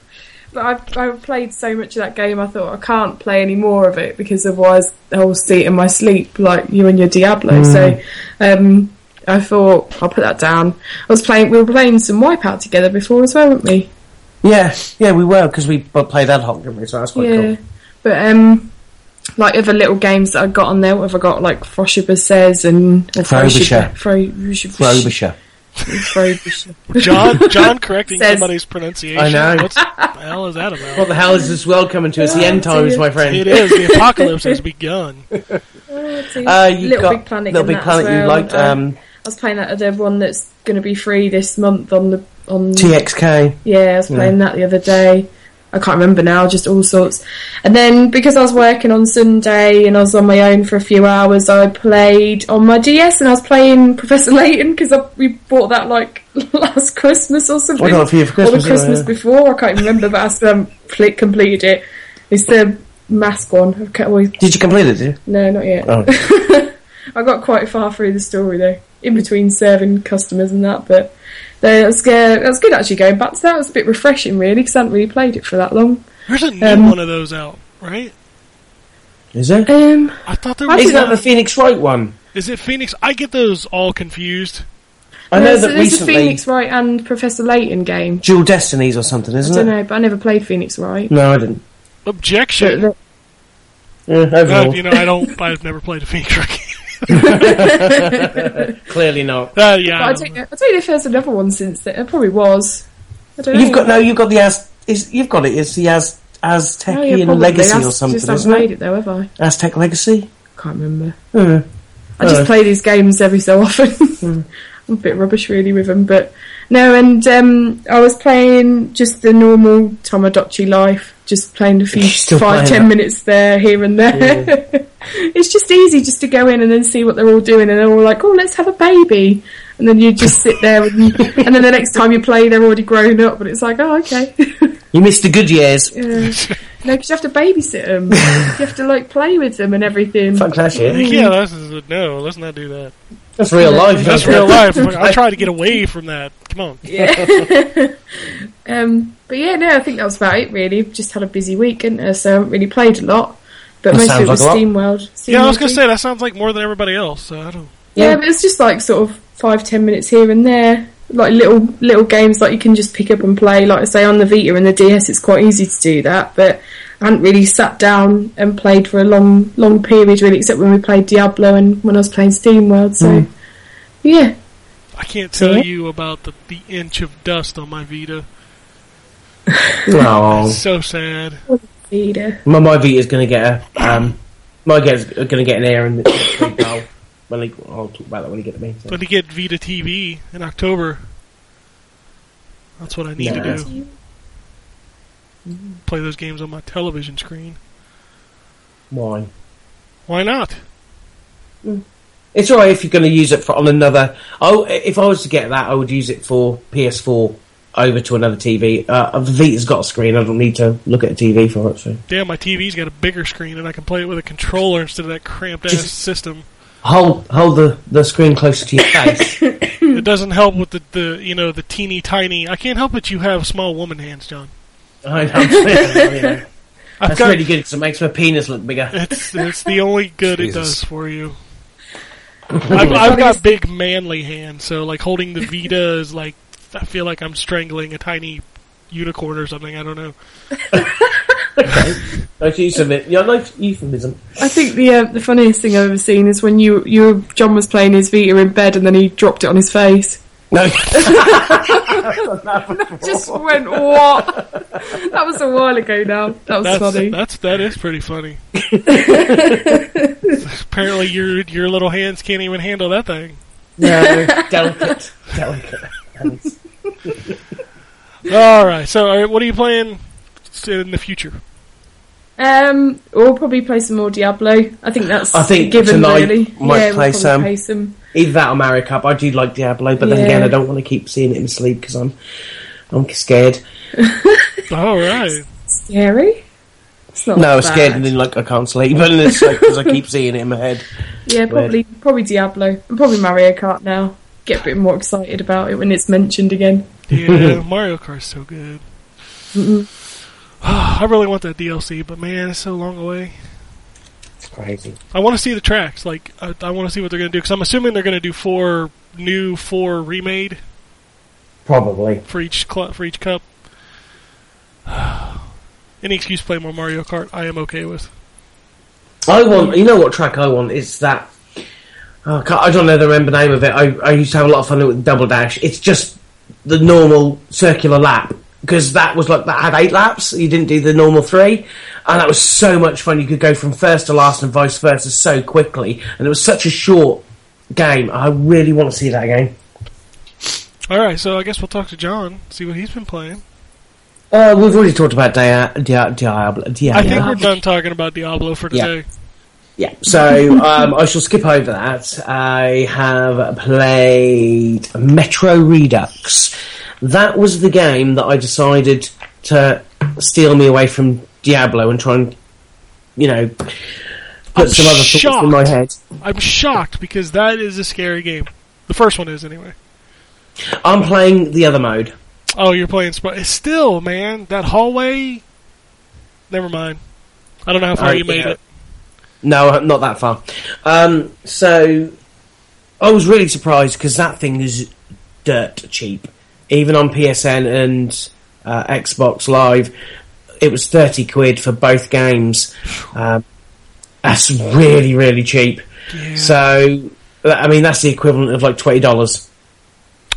[SPEAKER 7] I've, I've played so much of that game. I thought I can't play any more of it because otherwise I'll see it in my sleep, like you and your Diablo. So um, I thought I'll put that down. I was playing. We were playing some Wipeout together before as well, weren't we?
[SPEAKER 6] Yeah, yeah, we were because we b- played ad hoc, didn't we? So that's quite
[SPEAKER 7] yeah,
[SPEAKER 6] cool.
[SPEAKER 7] but um, like other little games that I got on there. What have I got? Like Frosher says and or
[SPEAKER 6] Frobisher.
[SPEAKER 7] Frobisher. Frobisher.
[SPEAKER 6] Frobisher.
[SPEAKER 7] Frobisher.
[SPEAKER 3] John, John correcting
[SPEAKER 7] Says-
[SPEAKER 3] somebody's pronunciation.
[SPEAKER 6] I know.
[SPEAKER 3] What's the hell is that about?
[SPEAKER 6] What the hell is this world coming to? It's the end times, my friend.
[SPEAKER 3] it is. The apocalypse has begun.
[SPEAKER 7] Oh,
[SPEAKER 6] Uh, you
[SPEAKER 7] Little
[SPEAKER 6] got
[SPEAKER 7] Big Planet.
[SPEAKER 6] Little
[SPEAKER 7] and
[SPEAKER 6] Big
[SPEAKER 7] that
[SPEAKER 6] Planet.
[SPEAKER 7] as well.
[SPEAKER 6] You liked
[SPEAKER 7] Um,
[SPEAKER 6] um,
[SPEAKER 7] I was playing that other one that's going to be free this month on the on.
[SPEAKER 6] TXK.
[SPEAKER 7] yeah, I was playing that the other day. I can't remember now, just all sorts. And then because I was working on Sunday and I was on my own for a few hours, I played on my DS and I was playing Professor Layton because we bought that like last Christmas or something.
[SPEAKER 6] I got it for you for Christmas,
[SPEAKER 7] Or the
[SPEAKER 6] yeah,
[SPEAKER 7] Christmas
[SPEAKER 6] yeah.
[SPEAKER 7] before, I can't remember, but I still haven't pl- completed it. It's the mask one. I've kept always-
[SPEAKER 6] Did you complete it? Did you?
[SPEAKER 7] no, not yet.
[SPEAKER 6] Oh.
[SPEAKER 7] I got quite far through the story though, in between serving customers and that. But that was, uh, that was good actually going back to that. It was a bit refreshing really because I hadn't really played it for that long.
[SPEAKER 3] There's a new
[SPEAKER 7] Um,
[SPEAKER 3] one of those out, right?
[SPEAKER 6] Is it?
[SPEAKER 7] Um,
[SPEAKER 3] I thought there
[SPEAKER 7] I
[SPEAKER 3] was.
[SPEAKER 6] Isn't
[SPEAKER 7] think
[SPEAKER 6] that
[SPEAKER 3] one.
[SPEAKER 6] the Phoenix Wright one?
[SPEAKER 3] Is it Phoenix? I get those all confused.
[SPEAKER 6] I know
[SPEAKER 7] there's,
[SPEAKER 6] that
[SPEAKER 7] there's a
[SPEAKER 6] recently
[SPEAKER 7] Phoenix Wright and Professor Layton game.
[SPEAKER 6] Dual Destinies or something,
[SPEAKER 7] I
[SPEAKER 6] isn't
[SPEAKER 7] don't
[SPEAKER 6] it?
[SPEAKER 7] know, but I never played Phoenix Wright.
[SPEAKER 6] No, I didn't.
[SPEAKER 7] But
[SPEAKER 3] Objection.
[SPEAKER 7] the-
[SPEAKER 6] Yeah, overall,
[SPEAKER 3] Uh, you know, I don't. I've never played a Phoenix. Wright game.
[SPEAKER 6] Uh, clearly not.
[SPEAKER 3] Uh,
[SPEAKER 7] but
[SPEAKER 3] yeah.
[SPEAKER 7] I don't, know- I don't know if there's another one since then. There probably was. I don't
[SPEAKER 6] You've
[SPEAKER 7] know.
[SPEAKER 6] got no. You've got the Az. Is, you've got it. It's the Az
[SPEAKER 7] Oh,
[SPEAKER 6] Aztecian
[SPEAKER 7] yeah, probably.
[SPEAKER 6] Legacy
[SPEAKER 7] I
[SPEAKER 6] or something,
[SPEAKER 7] just haven't
[SPEAKER 6] isn't
[SPEAKER 7] played
[SPEAKER 6] it?
[SPEAKER 7] it though, have I?
[SPEAKER 6] Aztec Legacy.
[SPEAKER 7] Can't remember.
[SPEAKER 6] Hmm.
[SPEAKER 7] I just
[SPEAKER 6] Oh.
[SPEAKER 7] play these games every so often.
[SPEAKER 6] Hmm.
[SPEAKER 7] I'm a bit rubbish really with them, but no. And um, I was playing just the normal Tomodachi life, just playing a few
[SPEAKER 6] You're still playing
[SPEAKER 7] five ten
[SPEAKER 6] that.
[SPEAKER 7] minutes there, here and there. it's just easy just to go in and then see what they're all doing, and they're all like, "Oh, let's have a baby," and then you just sit there, and, and then the next time you play, they're already grown up, and it's like, "Oh, okay."
[SPEAKER 6] You missed the good years.
[SPEAKER 7] Yeah. No, because you have to babysit them. you have to like play with them and everything.
[SPEAKER 6] Fuck that shit.
[SPEAKER 3] Yeah, that's no. Let's not do that.
[SPEAKER 6] That's real life.
[SPEAKER 3] That's real life. I try to get away from that. Come on.
[SPEAKER 7] Um, but yeah, no, I think that was about it really. Just had a busy week, didn't I? So I haven't really played a lot. But
[SPEAKER 6] That
[SPEAKER 7] most of
[SPEAKER 6] sounds
[SPEAKER 7] it was
[SPEAKER 6] like a lot.
[SPEAKER 7] Steam World. Steam
[SPEAKER 3] Yeah, I was
[SPEAKER 7] World
[SPEAKER 3] gonna
[SPEAKER 7] too.
[SPEAKER 3] say that sounds like more than everybody else. So I don't.
[SPEAKER 7] Yeah,
[SPEAKER 6] Yeah.
[SPEAKER 7] but it's just like sort of five, ten minutes here and there. Like little little games like you can just pick up and play. Like I say on the Vita and the DS it's quite easy to do that, but I hadn't really sat down and played for a long long period really, except when we played Diablo and when I was playing Steam World, so
[SPEAKER 6] Hmm.
[SPEAKER 7] yeah.
[SPEAKER 3] I can't tell
[SPEAKER 7] Yeah.
[SPEAKER 3] you about the, the inch of dust on my Vita.
[SPEAKER 6] No,
[SPEAKER 3] So sad.
[SPEAKER 7] Vita.
[SPEAKER 6] my my Vita's going to get a um, my gets going to get an air and I'll, well, like, I'll talk about that when you get to me. so.
[SPEAKER 3] But to get Vita TV in October, that's what I need
[SPEAKER 6] Yeah.
[SPEAKER 3] to do. Play those games on my television screen.
[SPEAKER 6] Why?
[SPEAKER 3] Why not?
[SPEAKER 6] It's alright if you're going to use it for on another. Oh, if I was to get that, I would use it for PS4 over to another TV. Uh, the Vita's got a screen. I don't need to look at a TV for it. So
[SPEAKER 3] Damn, my TV's got a bigger screen, and I can play it with a controller instead of that cramped ass
[SPEAKER 6] Just-
[SPEAKER 3] system.
[SPEAKER 6] hold hold the, the screen closer to your face. Hmm.
[SPEAKER 3] It doesn't help with the, the you know the teeny tiny. I can't help but you have small woman hands, John.
[SPEAKER 6] I know. I'm saying, you know.
[SPEAKER 3] I've
[SPEAKER 6] That's
[SPEAKER 3] got
[SPEAKER 6] really good because it makes my penis look bigger.
[SPEAKER 3] It's it's the only good it
[SPEAKER 4] Jesus.
[SPEAKER 3] does for you. I've, I've got big manly hands, so like holding the Vita is like I feel like I'm strangling a tiny unicorn or something. I don't know.
[SPEAKER 6] Nice euphemism. Yeah, nice euphemism.
[SPEAKER 7] I think the uh, the funniest thing I've ever seen is when you you John was playing his Vita in bed and then he dropped it on his face.
[SPEAKER 6] No,
[SPEAKER 7] Just went what? that was a while ago now. That was
[SPEAKER 3] That's
[SPEAKER 7] funny.
[SPEAKER 3] that's that is pretty funny. Apparently your your little hands can't even handle that thing.
[SPEAKER 6] no, delicate, delicate. hands.
[SPEAKER 3] All right, so all right, what are you playing in the future?
[SPEAKER 7] Um, we'll probably play some more Diablo. I think that's
[SPEAKER 6] I think
[SPEAKER 7] given
[SPEAKER 6] tonight
[SPEAKER 7] really.
[SPEAKER 6] might
[SPEAKER 7] yeah,
[SPEAKER 6] play
[SPEAKER 7] we'll probably
[SPEAKER 6] some.
[SPEAKER 7] play some.
[SPEAKER 6] Either that or Mario Cup. I do like Diablo, but then
[SPEAKER 7] Yeah.
[SPEAKER 6] again, I don't want to keep seeing it in sleep because I'm I'm scared.
[SPEAKER 3] All right,
[SPEAKER 7] Scary. It's not
[SPEAKER 6] No, I was
[SPEAKER 7] Oh, bad.
[SPEAKER 6] scared and then like I can't sleep, and it's like because I keep seeing it in my head.
[SPEAKER 7] Yeah, probably probably Diablo and probably Mario Kart now. Get a bit more excited about it when it's mentioned again.
[SPEAKER 3] yeah, Mario Kart's so good. I really want that DLC, but man, it's so long away.
[SPEAKER 8] It's crazy.
[SPEAKER 3] I want to see the tracks. Like, I, I want to see what they're going to do because I'm assuming they're going to do four new, four remade
[SPEAKER 8] Probably.
[SPEAKER 3] for each cl- for each cup. Any excuse to play more Mario Kart, I am okay with.
[SPEAKER 6] I want, you know what track I want? It's that. oh, I can't- I don't know the remember name of it. I, I used to have a lot of fun with Double Dash. It's just the normal circular lap because that was like that had eight laps. You didn't do the normal three, and that was so much fun. You could go from first to last and vice versa so quickly, and it was such a short game. I really want to see that game.
[SPEAKER 3] All right, so I guess we'll talk to John, see what he's been playing.
[SPEAKER 6] Uh, we've already talked about Dia- Dia- Diablo. Diablo.
[SPEAKER 3] I think we're done talking about Diablo for
[SPEAKER 6] Yeah.
[SPEAKER 3] today.
[SPEAKER 6] Yeah, so um, I shall skip over that. I have played Metro Redux. That was the game that I decided to steal me away from Diablo and try and, you know, put
[SPEAKER 3] I'm
[SPEAKER 6] some other thoughts in my
[SPEAKER 3] shocked.
[SPEAKER 6] head.
[SPEAKER 3] I'm shocked because that is a scary game. The first one is anyway.
[SPEAKER 6] I'm playing the other mode.
[SPEAKER 3] Oh, you're playing Spy. Still, man, that hallway. Never mind. I don't know how far
[SPEAKER 6] Oh,
[SPEAKER 3] you made
[SPEAKER 6] yeah.
[SPEAKER 3] it.
[SPEAKER 6] No, not that far. Um, so I was really surprised because that thing is dirt cheap, even on PSN and uh, Xbox Live. It was thirty quid for both games. Um, that's really really cheap. So I mean that's the equivalent of like twenty dollars.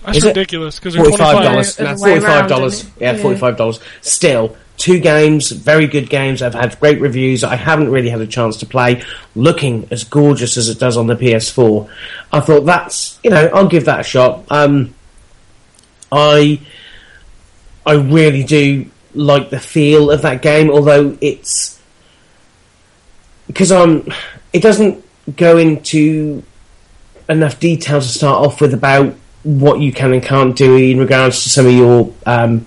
[SPEAKER 3] That's
[SPEAKER 6] Is it?
[SPEAKER 3] ridiculous because they're
[SPEAKER 6] Forty five
[SPEAKER 3] 25
[SPEAKER 6] dollars.
[SPEAKER 7] Yeah,
[SPEAKER 6] No,
[SPEAKER 7] the way
[SPEAKER 6] forty
[SPEAKER 7] around,
[SPEAKER 6] five dollars.
[SPEAKER 7] isn't it?
[SPEAKER 6] Yeah,
[SPEAKER 7] Yeah.
[SPEAKER 6] forty five dollars. Still, two games, very good games. I've had great reviews. I haven't really had a chance to play. Looking as gorgeous as it does on the PS4, I thought that's you know I'll give that a shot. Um, I I really do like the feel of that game, although it's because um it doesn't go into enough detail to start off with about what you can and can't do in regards to some of your um,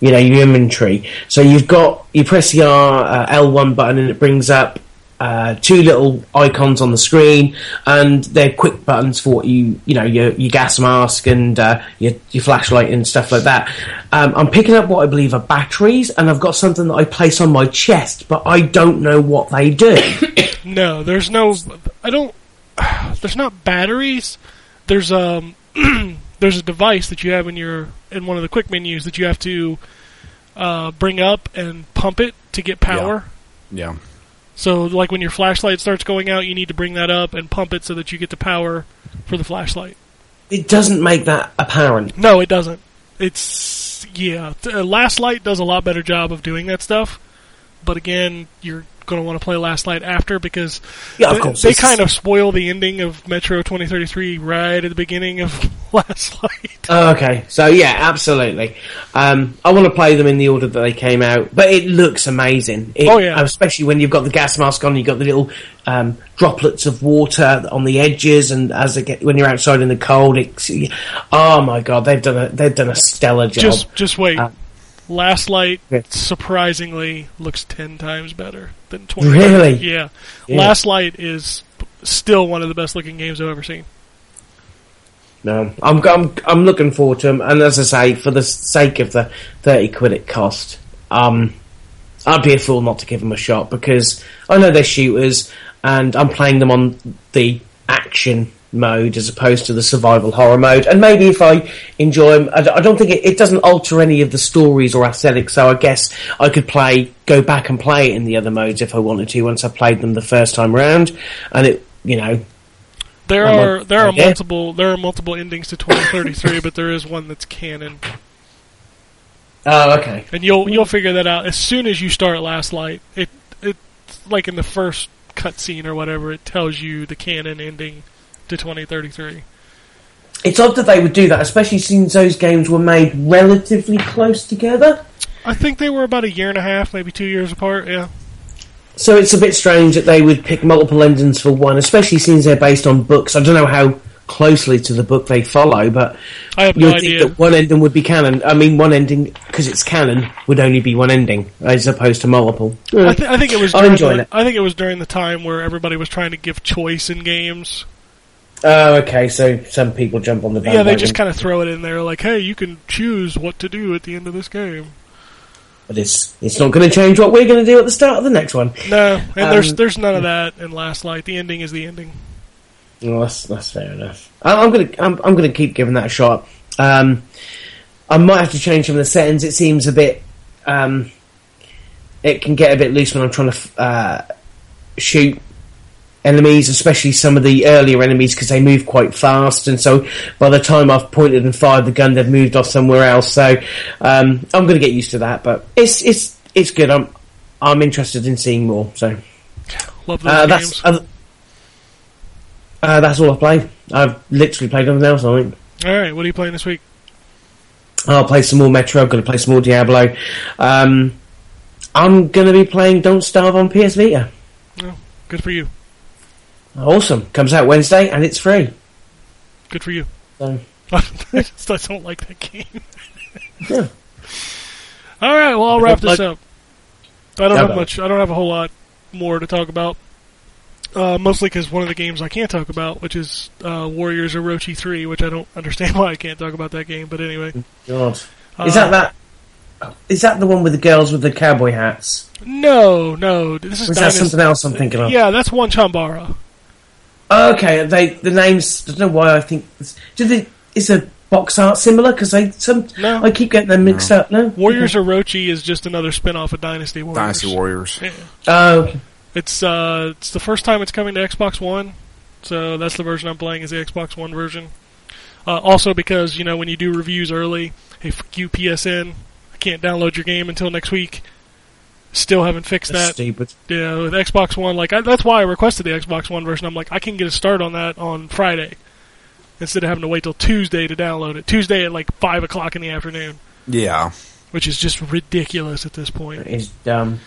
[SPEAKER 6] you know your inventory. So you've got you press the R uh, L1 button and it brings up uh, two little icons on the screen, and they're quick buttons for what you you know your your gas mask and uh, your your flashlight and stuff like that. Um, I'm picking up what I believe are batteries, and I've got something that I place on my chest, but I don't know what they do.
[SPEAKER 3] No, there's no. I don't. There's not batteries. There's um. there's a device that you have in your in one of the quick menus that you have to uh, bring up and pump it to get power.
[SPEAKER 4] Yeah.
[SPEAKER 3] So, like when your flashlight starts going out, you need to bring that up and pump it so that you get the power for the flashlight.
[SPEAKER 6] It doesn't make that apparent.
[SPEAKER 3] No, it doesn't. It's yeah. T- uh, Last Light does a lot better job of doing that stuff, but again, you're going to want to play Last Light after because
[SPEAKER 6] Yeah, of
[SPEAKER 3] they,
[SPEAKER 6] course,
[SPEAKER 3] they
[SPEAKER 6] it's-
[SPEAKER 3] kind of spoil the ending of Metro 2033 right at the beginning of Last Light.
[SPEAKER 6] Oh, okay, so yeah, absolutely. Um, I want to play them in the order that they came out, but it looks amazing. It-
[SPEAKER 3] Oh, yeah.
[SPEAKER 6] especially when you've got the gas mask on, you've got the little um, droplets of water on the edges, and as they get when you're outside in the cold, it's oh my god, they've done a they've done a stellar job.
[SPEAKER 3] Just just wait.
[SPEAKER 6] Uh,
[SPEAKER 3] Last Light
[SPEAKER 6] Yeah.
[SPEAKER 3] surprisingly looks ten times better than 20.
[SPEAKER 6] Really?
[SPEAKER 3] Yeah.
[SPEAKER 6] Yeah.
[SPEAKER 3] Last Light is still one of the best looking games I've ever seen.
[SPEAKER 6] no, I'm, I'm I'm looking forward to them, and as I say, for the sake of the thirty quid it cost, um, I'd be a fool not to give them a shot because I know they're shooters, and I'm playing them on the action mode as opposed to the survival horror mode. And maybe if I enjoy them, I d- I don't think it, it doesn't alter any of the stories or aesthetics. So I guess I could play, go back and play it in the other modes if I wanted to once I played them the first time round, and it, you know,
[SPEAKER 3] There
[SPEAKER 6] I'm
[SPEAKER 3] are
[SPEAKER 6] like,
[SPEAKER 3] there are
[SPEAKER 6] okay.
[SPEAKER 3] multiple there are multiple endings to 2033, but there is one that's canon,
[SPEAKER 6] oh okay.
[SPEAKER 3] and you'll you'll figure that out as soon as you start Last Light. It it like in the first cutscene or whatever, it tells you the canon ending to 2033.
[SPEAKER 6] It's odd that they would do that, especially since those games were made relatively close together.
[SPEAKER 3] I think they were about a year and a half, maybe two years apart. Yeah,
[SPEAKER 6] So it's a bit strange that they would pick multiple endings for one, especially since they're based on books. I don't know how closely to the book they follow, but
[SPEAKER 3] I have
[SPEAKER 6] you
[SPEAKER 3] no
[SPEAKER 6] would think
[SPEAKER 3] idea.
[SPEAKER 6] that one ending would be canon. I mean, one ending, because it's canon, would only be one ending as opposed to multiple.
[SPEAKER 3] I, th- I think it was.
[SPEAKER 6] uh, I'm
[SPEAKER 3] during
[SPEAKER 6] enjoying
[SPEAKER 3] the,
[SPEAKER 6] it.
[SPEAKER 3] I think it was during the time where everybody was trying to give choice in games.
[SPEAKER 6] Oh, okay, so some people jump on the
[SPEAKER 3] Yeah,
[SPEAKER 6] bandwagon.
[SPEAKER 3] they just kind of throw it in there, like, "Hey, you can choose what to do at the end of this game."
[SPEAKER 6] But it's it's not going to change what we're going to do at the start of the next one.
[SPEAKER 3] No, and there's
[SPEAKER 6] Um,
[SPEAKER 3] there's none of that in Last Light. The ending is the ending.
[SPEAKER 6] Well, that's that's fair enough. I, I'm gonna I'm, I'm gonna keep giving that a shot. Um, I might have to change some of the settings. It seems a bit. Um, it can get a bit loose when I'm trying to f- uh, shoot enemies, especially some of the earlier enemies because they move quite fast, and so by the time I've pointed and fired the gun, they've moved off somewhere else. So um, I'm going to get used to that, but it's it's it's good. I'm I'm interested in seeing more. So
[SPEAKER 3] Love those
[SPEAKER 6] uh,
[SPEAKER 3] games.
[SPEAKER 6] that's uh, uh, that's all I've played. I've literally played nothing else. I think
[SPEAKER 3] All right, what are you playing this week?
[SPEAKER 6] I'll play some more Metro. I'm going to play some more Diablo. Um, I'm going to be playing Don't Starve on PS Vita.
[SPEAKER 3] No, good for you.
[SPEAKER 6] Awesome. Comes out Wednesday and it's free.
[SPEAKER 3] Good for you.
[SPEAKER 6] So
[SPEAKER 3] I just I don't like that game.
[SPEAKER 6] Yeah.
[SPEAKER 3] All right, well I'll wrap
[SPEAKER 6] Like-
[SPEAKER 3] this up. I don't
[SPEAKER 6] Yeah,
[SPEAKER 3] have
[SPEAKER 6] but-
[SPEAKER 3] much. I don't have a whole lot more to talk about. Uh, mostly because one of the games I can't talk about, which is uh, Warriors Orochi Three, which I don't understand why I can't talk about that game. But anyway,
[SPEAKER 6] God,
[SPEAKER 3] uh,
[SPEAKER 6] is that that? Is that the one with the girls with the cowboy hats?
[SPEAKER 3] No, no. This is,
[SPEAKER 6] Or is that
[SPEAKER 3] Dynasty-
[SPEAKER 6] something else I'm thinking of?
[SPEAKER 3] Yeah, that's one Chambara.
[SPEAKER 6] Okay, they the names. I don't know why I think. Do they? Is the box art similar? Because they some.
[SPEAKER 3] No.
[SPEAKER 6] I keep getting them mixed up. No.
[SPEAKER 3] Warriors Orochi is just another spin off of Dynasty Warriors.
[SPEAKER 4] Dynasty Warriors.
[SPEAKER 6] Oh, okay.
[SPEAKER 3] It's uh, it's the first time it's coming to Xbox One, so that's the version I'm playing is the Xbox One version. Uh, also, because you know when you do reviews early, hey, fuck you PSN, I can't download your game until next week. Still haven't fixed
[SPEAKER 6] That's
[SPEAKER 3] that.
[SPEAKER 6] stupid.
[SPEAKER 3] Yeah, with Xbox One, like I, that's why I requested the Xbox One version. I'm like, I can get a start on that on Friday instead of having to wait till Tuesday to download it. Tuesday at like five o'clock in the afternoon,
[SPEAKER 4] Yeah.
[SPEAKER 3] which is just ridiculous at this point.
[SPEAKER 6] It's
[SPEAKER 3] Um,
[SPEAKER 6] dumb.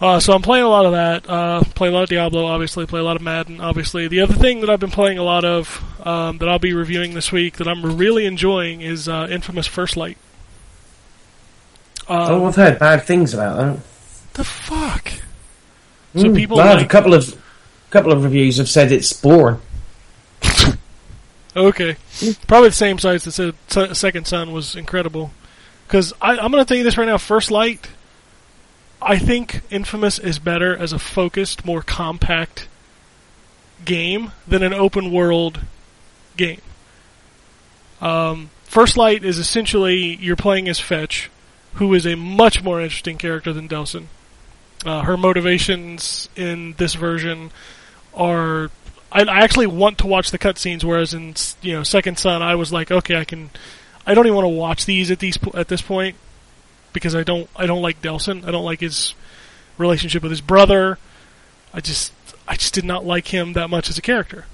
[SPEAKER 3] Uh, so I'm playing a lot of that. Uh, play a lot of Diablo, obviously. Play a lot of Madden, obviously. The other thing that I've been playing a lot of um, that I'll be reviewing this week that I'm really enjoying is uh, Infamous First Light. Uh,
[SPEAKER 6] oh, I've heard bad things about that.
[SPEAKER 3] the fuck? So
[SPEAKER 6] Mm,
[SPEAKER 3] people
[SPEAKER 6] well, I have
[SPEAKER 3] like-
[SPEAKER 6] a couple of couple of reviews have said it's boring.
[SPEAKER 3] Okay, probably the same sites that said Se- Second Son was incredible. Because I'm going to tell you this right now: First Light, I think Infamous is better as a focused, more compact game than an open world game. Um, First Light is essentially you're playing as Fetch, who is a much more interesting character than Delson. Uh, her motivations in this version are I, I actually want to watch the cutscenes, whereas in s- you know Second Son, I was like, okay, I can. I don't even want to watch these at these po- at this point because I don't I don't like Delson. I don't like his relationship with his brother. I just I just did not like him that much as a character.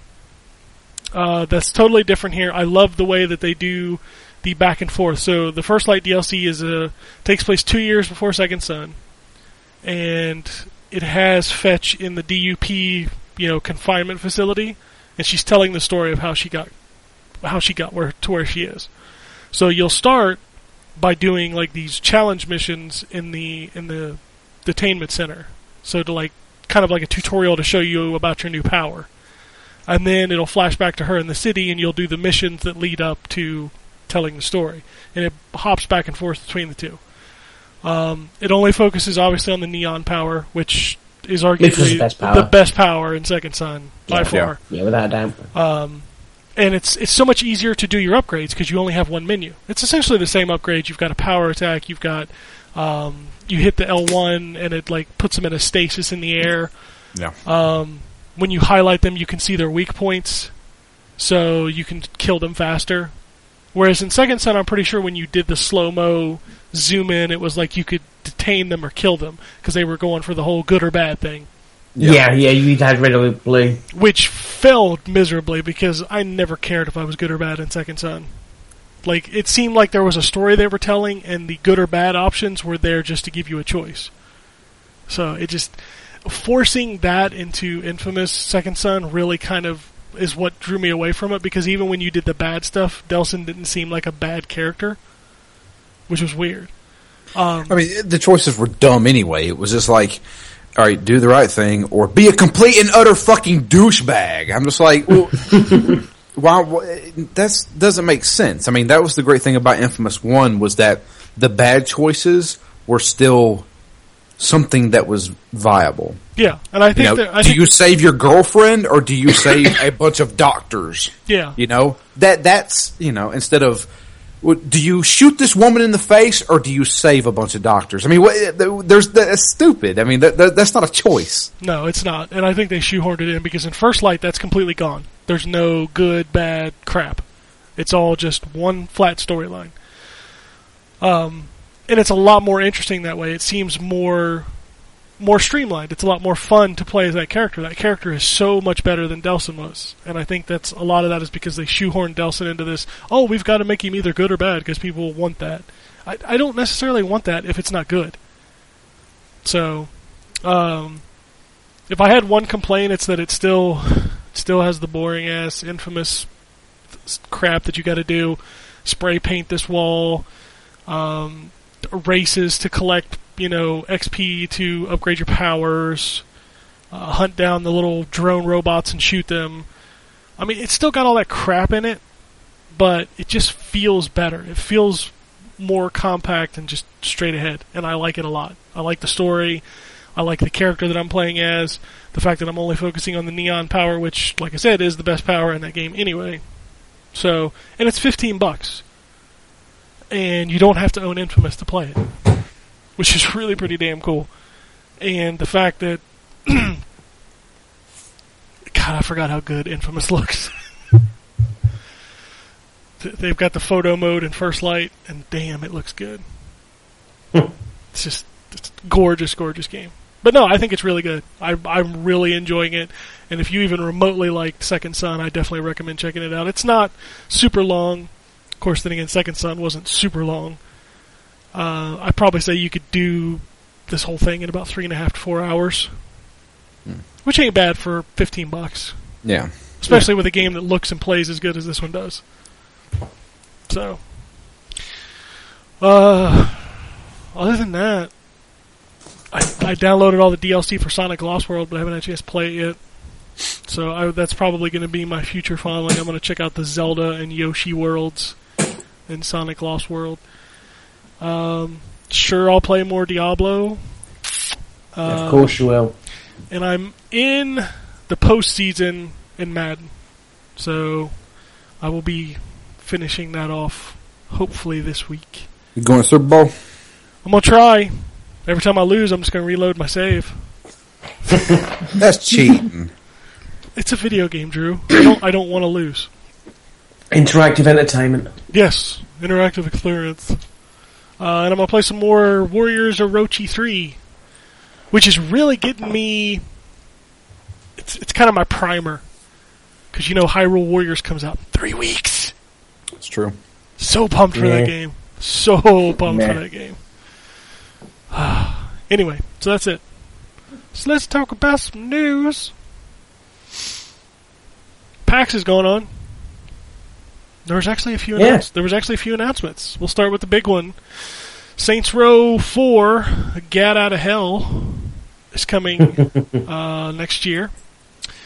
[SPEAKER 3] Uh, that's totally different here. I love the way that they do the back and forth. So the First Light DLC is a takes place two years before Second Son, and it has Fetch in the DUP you know confinement facility, and she's telling the story of how she got how she got where to where she is. So you'll start by doing like these challenge missions in the in the detainment center. So to like kind of like a tutorial to show you about your new power. And then it'll flash back to her in the city and you'll do the missions that lead up to telling the story. And it hops back and forth between the two. Um, it only focuses obviously on the neon power, which is arguably
[SPEAKER 6] Which was the best power.
[SPEAKER 3] the best power in Second Son by
[SPEAKER 6] Yeah.
[SPEAKER 3] far.
[SPEAKER 6] Yeah, without a doubt.
[SPEAKER 3] Um, and it's it's so much easier to do your upgrades because you only have one menu. It's essentially the same upgrade. You've got a power attack. You've got um, you hit the L one and it like puts them in a stasis in the air.
[SPEAKER 4] Yeah.
[SPEAKER 3] Um, when you highlight them, you can see their weak points, so you can kill them faster. Whereas in Second Son, I'm pretty sure when you did the slow mo zoom in, it was like you could detain them or kill them because they were going for the whole good or bad thing
[SPEAKER 6] Yeah, yeah, you had red or blue.
[SPEAKER 3] which failed miserably because I never cared if I was good or bad in Second Son. Like it seemed like there was a story they were telling, and the good or bad options were there just to give you a choice. So it just forcing that into Infamous Second Son really kind of is what drew me away from it because even when you did the bad stuff, Delson didn't seem like a bad character, which was weird. Um,
[SPEAKER 4] I mean, the choices were dumb anyway. It was just like, all right, do the right thing or be a complete and utter fucking douchebag. I'm just like, well, why? That doesn't make sense. I mean, that was the great thing about Infamous One was that the bad choices were still something that was viable.
[SPEAKER 3] Yeah, and I
[SPEAKER 4] You
[SPEAKER 3] think
[SPEAKER 4] know,
[SPEAKER 3] that I
[SPEAKER 4] do
[SPEAKER 3] think
[SPEAKER 4] you save your girlfriend or do you save a bunch of doctors?
[SPEAKER 3] yeah,
[SPEAKER 4] You know that that's you know instead of well, do you shoot this woman in the face or do you save a bunch of doctors? I mean, what, uh, there's that's stupid. I mean, that, that, that's not a choice.
[SPEAKER 3] no, it's not. And I think they shoehorned it in because in First Light that's completely gone. There's no good, bad, crap. It's all just one flat storyline. Um, and it's a lot more interesting that way. It seems more more streamlined. It's a lot more fun to play as that character. That character is so much better than Delson was, and I think that's a lot of that is because they shoehorned Delson into this. Oh, we've got to make him either good or bad because people want that. I, I don't necessarily want that if it's not good. So, um, if I had one complaint, it's that it still still has the boring ass infamous s- crap that you got to do. Spray paint this wall, um, races to collect, you know, XP to upgrade your powers, uh, hunt down the little drone robots and shoot them. I mean, it's still got all that crap in it, but it just feels better. It feels more compact and just straight ahead, and I like it a lot. I like the story. I like the character that I'm playing as. The fact that I'm only focusing on the neon power, which, like I said, is the best power in that game anyway. So, and it's 15 bucks. And you don't have to own Infamous to play it, which is really pretty damn cool. And the fact that God, I forgot how good Infamous looks. Th- They've got the photo mode in First Light, and damn, it looks good. it's just it's a gorgeous, gorgeous game. But no, I think it's really good. I, I'm really enjoying it. And if you even remotely like Second Son, I definitely recommend checking it out. It's not super long. Of course, then again, Second Son wasn't super long. Uh, I'd probably say you could do this whole thing in about three and a half to four hours, which ain't bad for 15 bucks
[SPEAKER 4] Yeah.
[SPEAKER 3] especially with a game that looks and plays as good as this one does. So, uh, other than that, I, I downloaded all the DLC for Sonic Lost World, but I haven't had a chance to play it yet. So I, that's probably going to be my future following. I'm going to check out the Zelda and Yoshi worlds and Sonic Lost World. Um, sure, I'll play more Diablo Um,
[SPEAKER 8] of course you will.
[SPEAKER 3] and I'm in the postseason in Madden. So I will be finishing that off hopefully this week.
[SPEAKER 4] You going to Super Bowl?
[SPEAKER 3] I'm gonna try. Every time I lose, I'm just gonna reload my save.
[SPEAKER 4] That's cheating.
[SPEAKER 3] It's a video game, Drew. I don't, I don't want to lose.
[SPEAKER 6] Interactive entertainment.
[SPEAKER 3] Yes, interactive experience. Uh, and I'm gonna play some more Warriors Orochi three, which is really getting me. It's it's kind of my primer, because you know Hyrule Warriors comes out in three weeks.
[SPEAKER 4] It's true.
[SPEAKER 3] So pumped for
[SPEAKER 8] Yeah.
[SPEAKER 3] that game. So pumped
[SPEAKER 8] Meh.
[SPEAKER 3] for that game. anyway, so that's it. So let's talk about some news. PAX is going on. There was actually a few
[SPEAKER 6] Yeah.
[SPEAKER 3] announce- there was actually a few announcements. We'll start with the big one. Saints Row 4, Gat Out of Hell, is coming uh, next year.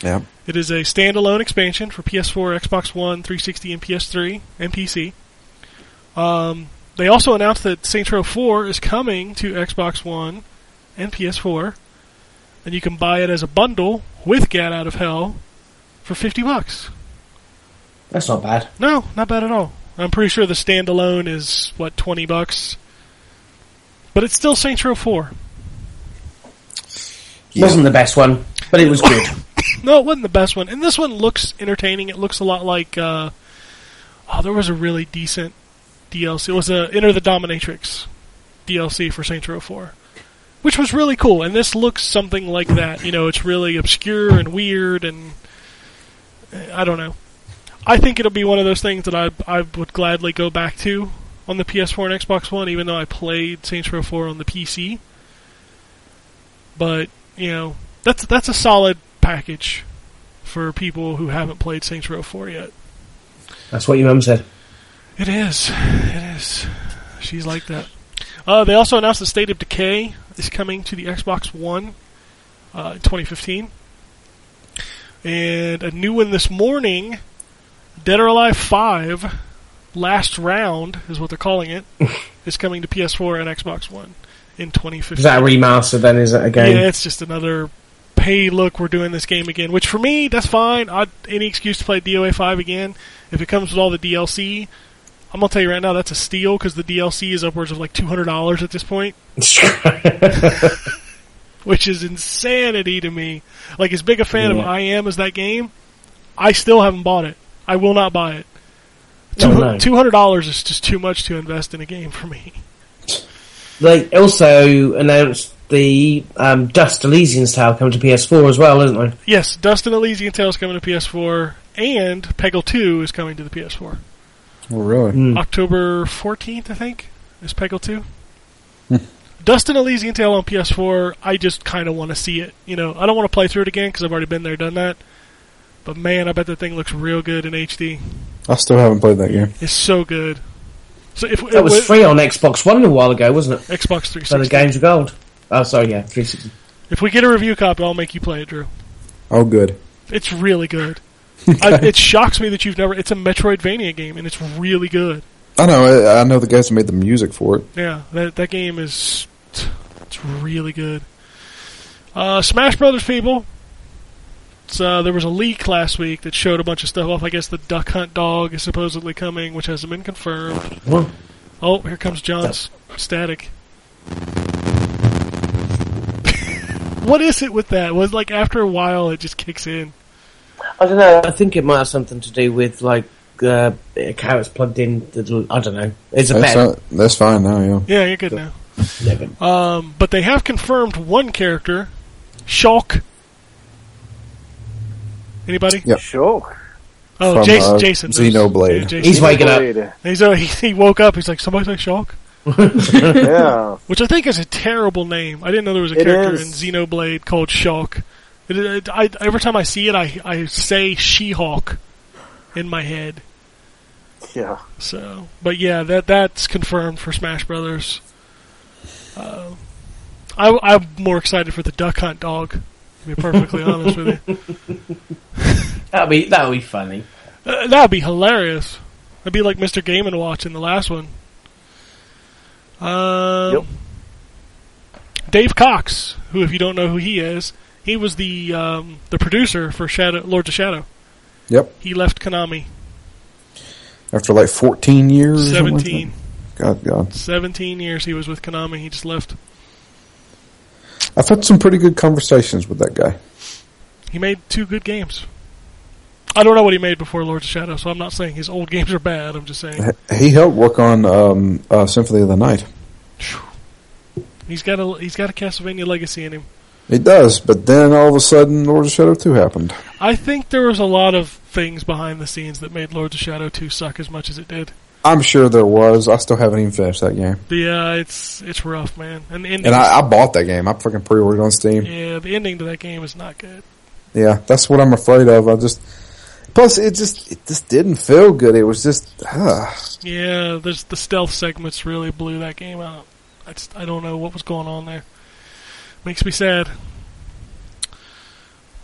[SPEAKER 4] Yeah.
[SPEAKER 3] It is a standalone expansion for PS4, Xbox One, 360, and PS3 and PC. Um, they also announced that Saints Row 4 is coming to Xbox One and PS4, and you can buy it as a bundle with Get Out of Hell for 50 bucks.
[SPEAKER 8] That's not bad.
[SPEAKER 3] No, not bad at all. I'm pretty sure the standalone is what 20 bucks, but it's still Saints Row 4.
[SPEAKER 6] Wasn't the best one, but it was good.
[SPEAKER 3] No, it wasn't the best one. And this one looks entertaining. It looks a lot like uh, oh, there was a really decent DLC. It was a Enter the Dominatrix DLC for Saints Row Four, which was really cool. And this looks something like that. You know, it's really obscure and weird, and uh, I don't know. I think it'll be one of those things that I I would gladly go back to on the PS4 and Xbox One, even though I played Saints Row Four on the PC. But you know, that's that's a solid package for people who haven't played Saints Row 4 yet.
[SPEAKER 6] That's what your mum said.
[SPEAKER 3] It is. It is. She's like that. Uh, they also announced the State of Decay is coming to the Xbox One uh, in 2015. And a new one this morning, Dead or Alive 5, Last Round is what they're calling it, is coming to PS4 and Xbox One. in 2015.
[SPEAKER 6] Is that a remaster then? Is it a game?
[SPEAKER 3] Yeah, it's just another. Hey, look, we're doing this game again. Which for me, that's fine. I, any excuse to play DOA five again. If it comes with all the DLC, I'm gonna tell you right now, that's a steal because the DLC is upwards of like two hundred dollars at this point, which is insanity to me. Like as big a fan of
[SPEAKER 6] Yeah.
[SPEAKER 3] I am as that game, I still haven't bought it. I will not buy it.
[SPEAKER 6] No, no.
[SPEAKER 3] Two hundred dollars is just too much to invest in a game for me.
[SPEAKER 6] They also announced the um, Dust Elysian style coming to PS4 as well, isn't they?
[SPEAKER 3] Yes, Dustin Elysian Tale is coming to PS4, and Peggle 2 is coming to the PS4.
[SPEAKER 4] Oh, really?
[SPEAKER 3] October 14th, I think, is Peggle 2.
[SPEAKER 6] Hmm.
[SPEAKER 3] Dustin Elysian Tale on PS4, I just kind of want to see it. You know, I don't want to play through it again because I've already been there, done that. But man, I bet that thing looks real good in HD.
[SPEAKER 4] I still haven't played that game.
[SPEAKER 3] It's so good. So if
[SPEAKER 6] That was
[SPEAKER 3] if-
[SPEAKER 6] free on Xbox One a while ago, wasn't it?
[SPEAKER 3] Xbox
[SPEAKER 6] So the
[SPEAKER 3] 360.
[SPEAKER 6] games of gold. Oh, sorry, yeah, 360.
[SPEAKER 3] If we get a review copy, I'll make you play it, Drew.
[SPEAKER 4] Oh, good.
[SPEAKER 3] It's really good. I, it shocks me that you've never. It's a Metroidvania game, and it's really good.
[SPEAKER 4] I know. I, I know the guys that made the music for it.
[SPEAKER 3] Yeah, that that game is it's really good. Uh, Smash Brothers people. It's, uh, there was a leak last week that showed a bunch of stuff off. I guess the Duck Hunt dog is supposedly coming, which hasn't been confirmed.
[SPEAKER 6] Well,
[SPEAKER 3] Oh, here comes John's static. what is it with that? Was like after a while it just kicks in.
[SPEAKER 6] I don't know. Uh, I think it might have something to do with like uh, how it's plugged in. to the- I don't know. It's a
[SPEAKER 4] That's,
[SPEAKER 6] bet.
[SPEAKER 4] not, that's fine now. Yeah.
[SPEAKER 3] Yeah, you're good now.
[SPEAKER 6] Never.
[SPEAKER 3] Um, but they have confirmed one character, Shulk. Anybody?
[SPEAKER 5] Sure.
[SPEAKER 3] Oh,
[SPEAKER 4] from,
[SPEAKER 3] Jason.
[SPEAKER 4] uh,
[SPEAKER 3] Jason.
[SPEAKER 4] Xenoblade.
[SPEAKER 3] Yeah, Jason.
[SPEAKER 6] He's waking up.
[SPEAKER 5] Later.
[SPEAKER 3] He's, uh, he, he woke up. He's like, somebody say Shulk?
[SPEAKER 5] Yeah.
[SPEAKER 3] Which I think is a terrible name. I didn't know there was a
[SPEAKER 5] It
[SPEAKER 3] character
[SPEAKER 5] is.
[SPEAKER 3] in Xenoblade called Shulk. It- it- I, every time I see it, I, I say She-Hulk in my head.
[SPEAKER 5] Yeah.
[SPEAKER 3] So, but yeah, that that's confirmed for Smash Brothers. Uh, I, I'm more excited for the Duck Hunt dog. To be perfectly honest with you.
[SPEAKER 6] That'll be that'll be funny.
[SPEAKER 3] Uh, that'd be hilarious. That'd be like Mr. Game and Watch in the last one. Um, Dave Cox, who, if you don't know who he is, he was the um, the producer for Shadow Lords of Shadow.
[SPEAKER 4] Yep.
[SPEAKER 3] He left Konami
[SPEAKER 4] After like 14 years. or something like
[SPEAKER 3] 17,
[SPEAKER 4] that? God, God.
[SPEAKER 3] 17 years. He was with Konami. He just left.
[SPEAKER 4] I've had some pretty good conversations with that guy.
[SPEAKER 3] He made two good games. I don't know what he made before Lords of Shadow, so I'm not saying his old games are bad. I'm just saying
[SPEAKER 4] He helped work on um, uh, Symphony of the Night.
[SPEAKER 3] he's got a he's got a Castlevania legacy in him.
[SPEAKER 4] He does, but then all of a sudden, Lord of Shadow 2 happened.
[SPEAKER 3] I think there was a lot of things behind the scenes that made Lords of Shadow 2 suck as much as it did.
[SPEAKER 4] I'm sure there was. I still haven't even finished that game.
[SPEAKER 3] The uh, it's it's rough, man. And the ending,
[SPEAKER 4] And I, I bought that game. I fucking pre-ordered on Steam. Yeah.
[SPEAKER 3] yeah, the ending to that game is not good.
[SPEAKER 4] that's what I'm afraid of. I just plus it just it just didn't feel good. It was just uh,
[SPEAKER 3] Yeah, there's the stealth segments really blew that game out. I just, I don't know what was going on there. Makes me sad.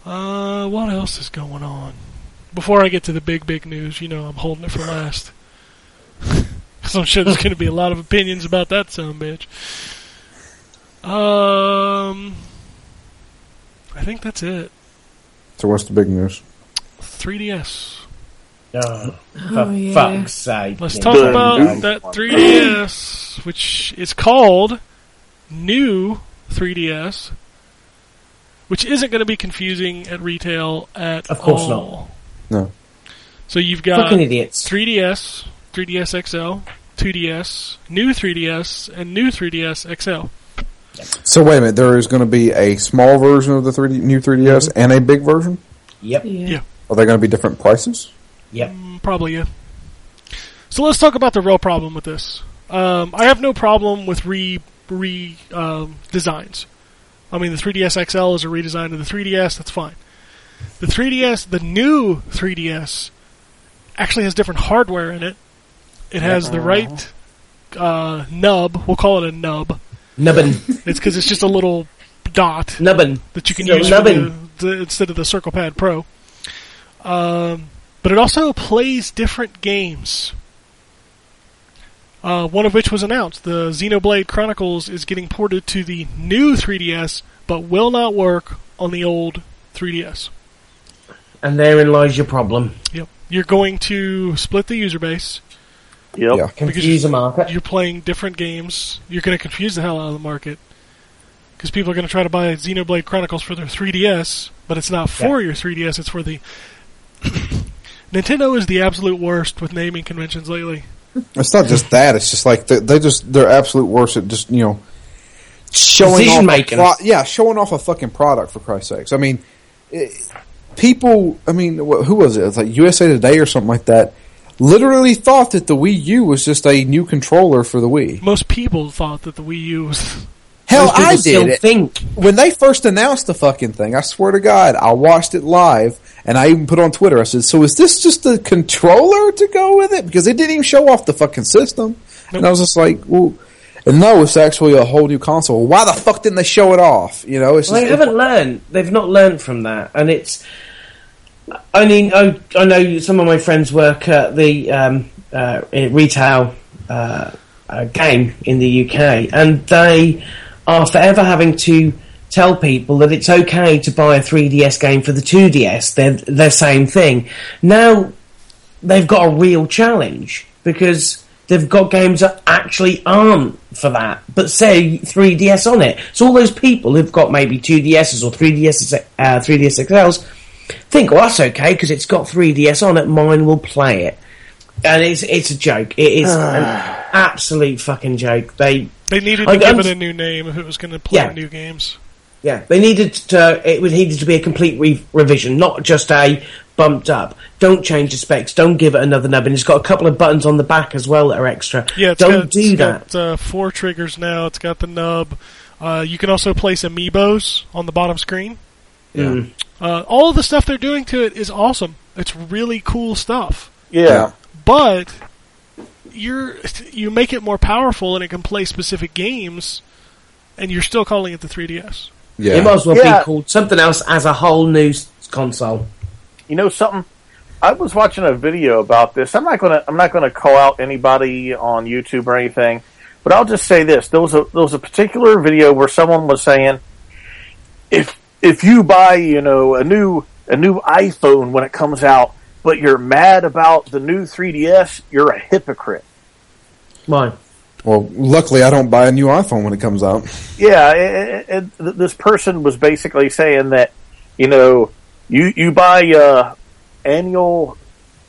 [SPEAKER 3] Uh, what else is going on? Before I get to the big big news, you know I'm holding it for last. Because I'm sure there's going to be a lot of opinions about that son of a bitch. Um, I think that's it.
[SPEAKER 4] so what's the big news?
[SPEAKER 3] 3DS.
[SPEAKER 6] Oh, for
[SPEAKER 7] yeah.
[SPEAKER 6] fuck's sake!
[SPEAKER 3] Let's
[SPEAKER 6] Nick.
[SPEAKER 3] talk
[SPEAKER 5] Dun,
[SPEAKER 3] about uh,
[SPEAKER 5] dun.
[SPEAKER 3] that 3DS, which is called New 3DS, which isn't going to be confusing at retail at
[SPEAKER 6] Of course
[SPEAKER 3] all.
[SPEAKER 4] No.
[SPEAKER 3] So you've got
[SPEAKER 6] Fucking idiots.
[SPEAKER 3] 3DS, 3DS XL, 2DS, New 3DS, and New 3DS XL.
[SPEAKER 4] So wait a minute. There is going to be a small version of the 3D, new 3DS and a big version.
[SPEAKER 6] Yep.
[SPEAKER 7] Yeah.
[SPEAKER 3] Yeah.
[SPEAKER 4] Are they going to be different prices?
[SPEAKER 6] Yep.
[SPEAKER 3] Mm, Probably, yeah. So let's talk about the real problem with this. Um, I have no problem with re re um, designs. I mean, the 3DS XL is a redesign of the 3DS. That's fine. The 3DS, the new 3DS, actually has different hardware in it. It has the right uh, nub. We'll call it a nub.
[SPEAKER 6] Nubbin.
[SPEAKER 3] It's because it's just a little dot
[SPEAKER 6] Nubbin.
[SPEAKER 3] that you can
[SPEAKER 6] Yeah,
[SPEAKER 3] use for the,
[SPEAKER 6] nubbin.
[SPEAKER 3] the, instead of the Circle Pad Pro. Um, but it also plays different games. Uh, one of which was announced. The Xenoblade Chronicles is getting ported to the new 3DS, but will not work on the old 3DS.
[SPEAKER 6] And therein lies your problem.
[SPEAKER 3] Yep. You're going to split the user base.
[SPEAKER 5] Yep.
[SPEAKER 4] Yeah.
[SPEAKER 6] Confuse the market.
[SPEAKER 3] You're playing different games. You're going to confuse the hell out of the market. Because people are going to try to buy Xenoblade Chronicles for their 3DS, but it's not for your 3DS, it's for the. Nintendo is the absolute worst with naming conventions lately.
[SPEAKER 4] It's not just that. It's just like they, they just they're absolute worst at just you know showing off.
[SPEAKER 6] Decision
[SPEAKER 4] a
[SPEAKER 6] making.
[SPEAKER 4] pro- yeah, showing off a fucking product for Christ's sakes. I mean, it, people. I mean, wh- who was it? It's like USA Today or something like that. Literally thought that the Wii U was just a new controller for the Wii.
[SPEAKER 3] Most people thought that the Wii U was.
[SPEAKER 4] Hell,
[SPEAKER 6] Most people
[SPEAKER 4] I
[SPEAKER 6] still
[SPEAKER 4] did it
[SPEAKER 6] think.
[SPEAKER 4] when they first announced the fucking thing. I swear to God, I watched it live, and I even put on Twitter. I said, "So is this just the controller to go with it?" Because they didn't even show off the fucking system, and I was just like, "Well." And no, it's actually a whole new console. Why the fuck didn't they show it off? You know, it's
[SPEAKER 6] Well,
[SPEAKER 4] just,
[SPEAKER 6] they haven't learned. They've not learned from that, and it's. I mean, I, I know some of my friends work at the um, uh, in retail uh, uh, game in the UK, and they are forever having to tell people that it's okay to buy a 3DS game for the 2DS. They're the same thing. Now they've got a real challenge because they've got games that actually aren't for that, but say 3DS on it. So all those people who've got maybe 2DSs or 3DS, uh, 3DS XLs think, well, that's okay because it's got 3DS on it. Mine will play it, and it's it's a joke. It is an absolute fucking joke. They
[SPEAKER 3] They needed to
[SPEAKER 6] I-
[SPEAKER 3] give
[SPEAKER 6] I'm-
[SPEAKER 3] it a new name if it was going to play
[SPEAKER 6] Yeah.
[SPEAKER 3] new games.
[SPEAKER 6] Yeah, they needed to. It would needed to be a complete re- revision, not just a bumped up. Don't change the specs. Don't give it another nubbin. It's got a couple of buttons on the back as well that are extra.
[SPEAKER 3] Yeah, it's
[SPEAKER 6] don't
[SPEAKER 3] got,
[SPEAKER 6] do
[SPEAKER 3] it's
[SPEAKER 6] that.
[SPEAKER 3] got uh, four triggers now. It's got the nub. Uh, you can also place amiibos on the bottom screen.
[SPEAKER 6] Mm.
[SPEAKER 3] Uh, all of the stuff they're doing to it is awesome. It's really cool stuff.
[SPEAKER 5] Yeah.
[SPEAKER 3] But you're you make it more powerful and it can play specific games, and you're still calling it the 3DS.
[SPEAKER 4] yeah,
[SPEAKER 6] It might as well
[SPEAKER 5] Yeah.
[SPEAKER 6] be called something else as a whole new s- console.
[SPEAKER 5] You know something? I was watching a video about this. I'm not gonna I'm not gonna call out anybody on YouTube or anything, but I'll just say this: there was a there was a particular video where someone was saying, if if you buy you know a new a new iPhone when it comes out, but you're mad about the new 3DS, you're a hypocrite.
[SPEAKER 6] Mine.
[SPEAKER 4] Well, luckily, I don't buy a new iPhone when it comes out.
[SPEAKER 5] yeah, it, it, it, this person was basically saying that you know you you buy uh, annual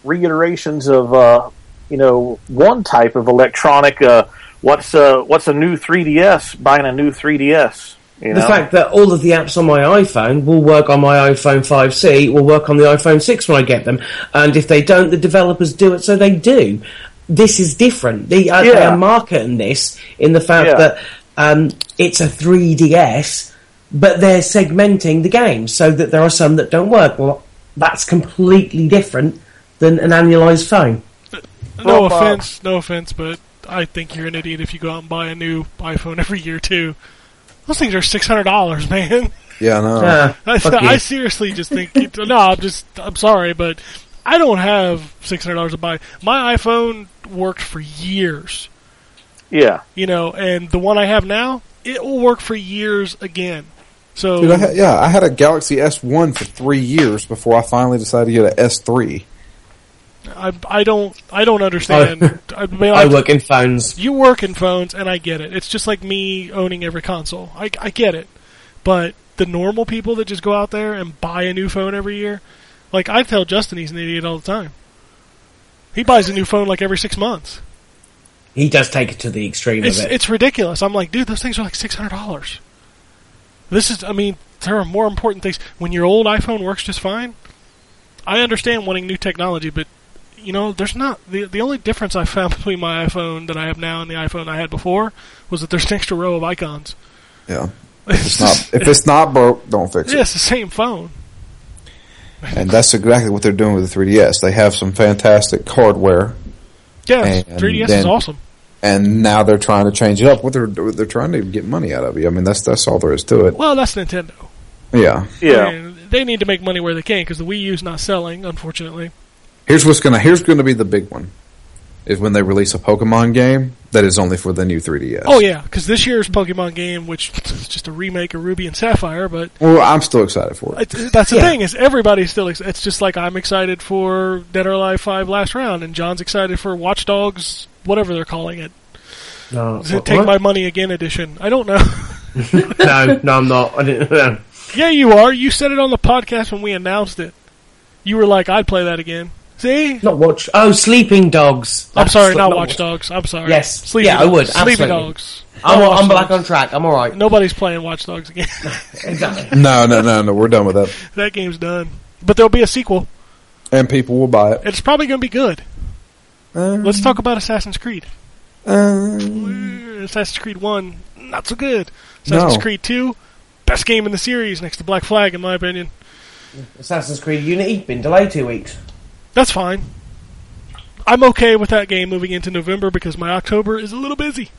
[SPEAKER 5] reiterations of uh, you know one type of electronic. Uh, what's uh, what's a new 3ds? Buying a new 3ds. You know?
[SPEAKER 6] The fact that all of the apps on my iPhone will work on my iPhone 5C, will work on the iPhone 6 when I get them, and if they don't, the developers do it, so they do. This is different. They, uh, they
[SPEAKER 5] Yeah.
[SPEAKER 6] are marketing this in the fact
[SPEAKER 5] Yeah.
[SPEAKER 6] that um, it's a 3DS, but they're segmenting the game so that there are some that don't work. Well, that's completely different than an annualized phone. Oh,
[SPEAKER 3] No
[SPEAKER 5] Well, Bob-
[SPEAKER 3] offense, no offense, but I think you're an idiot if you go out and buy a new iPhone every year too. Those things are six hundred dollars, man.
[SPEAKER 4] Yeah, no.
[SPEAKER 6] Ah,
[SPEAKER 3] I,
[SPEAKER 6] fuck you.
[SPEAKER 3] I seriously just think it, no. I'm just I'm sorry, but I don't have six hundred dollars to buy. My iPhone worked for years,
[SPEAKER 5] yeah,
[SPEAKER 3] you know, and the one I have now it will work for years again. So
[SPEAKER 4] Dude, I had, yeah, I had a Galaxy S1 for three years before I finally decided to get an S3.
[SPEAKER 3] I, I don't I don't understand. I, mean,
[SPEAKER 6] I
[SPEAKER 3] I-
[SPEAKER 6] work in phones.
[SPEAKER 3] you work in phones, and I get it. It's just like me owning every console. I, I get it. But the normal people that just go out there and buy a new phone every year, like I tell Justin, he's an idiot all the time. He buys a new phone like every six months.
[SPEAKER 6] He does take it to the extreme
[SPEAKER 3] It's
[SPEAKER 6] of it.
[SPEAKER 3] it's ridiculous. I'm like, dude, those things are like six hundred dollars. This is, I mean, there are more important things. When your old iPhone works just fine, I understand wanting new technology, but you know, there's not the the only difference I found between my iPhone that I have now and the iPhone I had before was that there's an extra row of icons.
[SPEAKER 4] Yeah.
[SPEAKER 3] It's
[SPEAKER 4] Not,
[SPEAKER 3] just-
[SPEAKER 4] if it's not broke, don't fix
[SPEAKER 3] yeah,
[SPEAKER 4] it.
[SPEAKER 3] it's the same phone.
[SPEAKER 4] And that's exactly what they're doing with the 3DS. They have some fantastic hardware,
[SPEAKER 3] Yeah,
[SPEAKER 4] And
[SPEAKER 3] 3DS is
[SPEAKER 4] then-
[SPEAKER 3] awesome.
[SPEAKER 4] and now they're trying to change it up. What they're they're trying to get money out of you. I mean, that's that's all there is to it.
[SPEAKER 3] Well, that's Nintendo.
[SPEAKER 4] Yeah.
[SPEAKER 5] yeah.
[SPEAKER 3] And they need to make money where they can because the Wii U's not selling, unfortunately.
[SPEAKER 4] Here's what's gonna here's gonna be the big one. is when they release a Pokemon game that is only for the new 3DS.
[SPEAKER 3] Oh yeah, because this year's Pokemon game, which is just a remake of Ruby and Sapphire, but
[SPEAKER 4] Well, I'm still excited for it.
[SPEAKER 3] it's, that's the
[SPEAKER 6] Yeah.
[SPEAKER 3] thing is everybody's still. Ex- it's just like I'm excited for Dead or Alive Five Last Round, and John's excited for Watch Dogs, whatever they're calling it.
[SPEAKER 8] No,
[SPEAKER 3] Is it
[SPEAKER 8] what-
[SPEAKER 3] Take
[SPEAKER 8] what?
[SPEAKER 3] My Money Again edition? I don't know.
[SPEAKER 8] no, no, I'm not. I didn't. No.
[SPEAKER 3] yeah, you are. You said it on the podcast when we announced it. You were like, "I'd play that again." See,
[SPEAKER 6] Not watch. Oh, Sleeping Dogs.
[SPEAKER 3] I'm sorry,
[SPEAKER 6] That's-
[SPEAKER 3] not Watch Dogs. I'm sorry.
[SPEAKER 6] Yes.
[SPEAKER 3] Sleepy
[SPEAKER 6] Yeah, I would,
[SPEAKER 3] Dogs. Sleepy
[SPEAKER 6] absolutely.
[SPEAKER 3] Dogs.
[SPEAKER 6] I'm,
[SPEAKER 3] Not Watch
[SPEAKER 6] I'm back
[SPEAKER 3] Dogs.
[SPEAKER 6] on track. I'm all right.
[SPEAKER 3] Nobody's playing Watch Dogs again.
[SPEAKER 6] Exactly.
[SPEAKER 4] No, no, no, no. We're done with that.
[SPEAKER 3] that game's done. But there'll be a sequel.
[SPEAKER 4] And people will buy it.
[SPEAKER 3] It's probably going to be good.
[SPEAKER 4] Uh,
[SPEAKER 3] Let's talk about Assassin's Creed.
[SPEAKER 4] uh,
[SPEAKER 3] Assassin's Creed 1, not so good. Assassin's
[SPEAKER 4] No.
[SPEAKER 3] Creed 2, best game in the series next to Black Flag, in my opinion.
[SPEAKER 6] Assassin's Creed Unity been delayed two weeks.
[SPEAKER 3] That's fine. I'm okay with that game moving into November because my October is a little busy.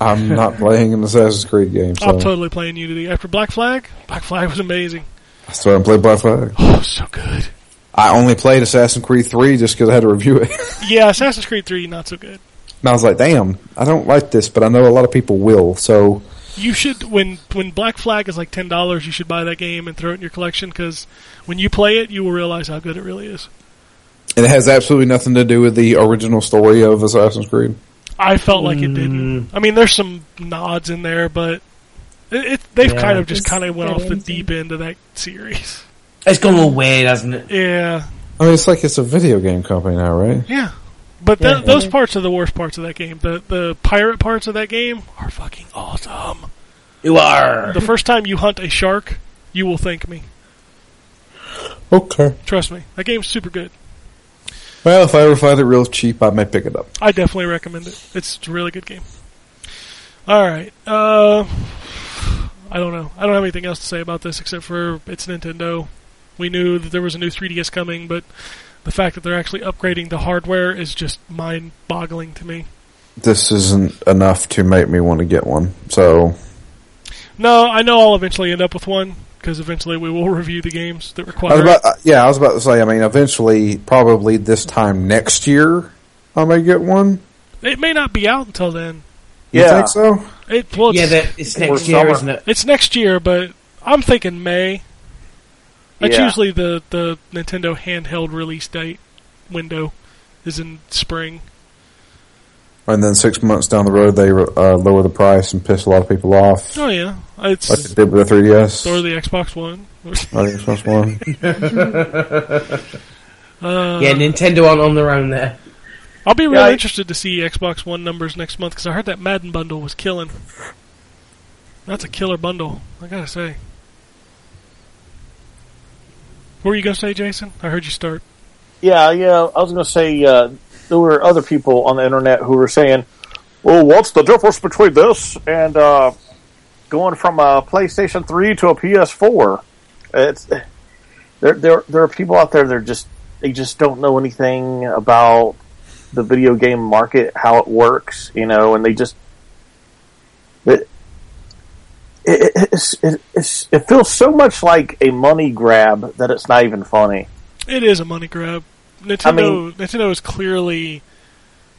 [SPEAKER 4] I'm not playing an Assassin's Creed game, so
[SPEAKER 3] I'm totally playing Unity. After Black Flag, Black Flag was amazing.
[SPEAKER 4] I still haven't played Black Flag.
[SPEAKER 3] Oh, so good.
[SPEAKER 4] I only played Assassin's Creed 3 just because I had to review it.
[SPEAKER 3] Yeah, Assassin's Creed 3, not so good.
[SPEAKER 4] and I was like, damn, I don't like this, but I know a lot of people will, so
[SPEAKER 3] You should, when, when Black Flag is like $10, you should buy that game and throw it in your collection because when you play it, you will realize how good it really is.
[SPEAKER 4] And it has absolutely nothing to do with the original story of Assassin's Creed.
[SPEAKER 3] I felt like it
[SPEAKER 6] Mm.
[SPEAKER 3] didn't. I mean, there's some nods in there, but it, it, they've
[SPEAKER 6] Yeah.
[SPEAKER 3] kind of just
[SPEAKER 7] It's
[SPEAKER 3] kind of went off the
[SPEAKER 7] amazing.
[SPEAKER 3] deep end of that series.
[SPEAKER 6] It's gone all weird, hasn't it?
[SPEAKER 3] Yeah,
[SPEAKER 4] I mean, it's like it's a video game company now, right?
[SPEAKER 3] yeah. But
[SPEAKER 6] Yeah.
[SPEAKER 3] tho- those parts are the worst parts of that game. The the pirate parts of that game are fucking awesome.
[SPEAKER 6] You are.
[SPEAKER 3] The first time you hunt a shark, you will thank me.
[SPEAKER 4] Okay.
[SPEAKER 3] Trust me, that game's super good.
[SPEAKER 4] Well, if I ever find it real cheap, I may pick it up.
[SPEAKER 3] I definitely recommend it. It's a really good game. All right. Uh, I don't know. I don't have anything else to say about this except for it's Nintendo. We knew that there was a new 3DS coming, but the fact that they're actually upgrading the hardware is just mind-boggling to me.
[SPEAKER 4] This isn't enough to make me want to get one. So,
[SPEAKER 3] No, I know I'll eventually end up with one because eventually we will review the games that
[SPEAKER 4] I was
[SPEAKER 3] require. it.
[SPEAKER 4] about, uh, yeah, I was about to say, I mean, eventually, probably this time next year, I may get one.
[SPEAKER 3] It may not be out until then.
[SPEAKER 4] You
[SPEAKER 5] Yeah.
[SPEAKER 4] think so?
[SPEAKER 3] It well,
[SPEAKER 6] Yeah,
[SPEAKER 3] it's,
[SPEAKER 6] that it's
[SPEAKER 5] Or
[SPEAKER 6] next year,
[SPEAKER 5] summer.
[SPEAKER 6] isn't it?
[SPEAKER 3] it's next year, but I'm thinking May. That's
[SPEAKER 5] Yeah.
[SPEAKER 3] usually the, the Nintendo handheld release date window is in spring.
[SPEAKER 4] And then six months down the road, they uh, lower the price and piss a lot of people off,
[SPEAKER 3] Oh yeah,
[SPEAKER 4] like
[SPEAKER 3] it's
[SPEAKER 4] they did with the 3DS.
[SPEAKER 3] or the Xbox One.
[SPEAKER 4] I think it's supposed to one.
[SPEAKER 3] Uh,
[SPEAKER 6] Yeah, Nintendo aren't on their own there.
[SPEAKER 3] I'll be real
[SPEAKER 5] I-
[SPEAKER 3] interested to see Xbox One numbers next month because I heard that Madden bundle was killing. That's a killer bundle, I gotta say. What were you gonna say, Jason? I heard you start.
[SPEAKER 5] Yeah, yeah. I was going to say uh, there were other people on the internet who were saying, "Well, what's the difference between this and uh, going from a PlayStation Three to a PS4?" It's there. There, there are people out there that are just they just don't know anything about the video game market, how it works, you know, and they just it it, it's, it, it's, it feels so much like a money grab that it's not even funny.
[SPEAKER 3] It is a money grab. Nintendo
[SPEAKER 5] I mean-
[SPEAKER 3] Nintendo is clearly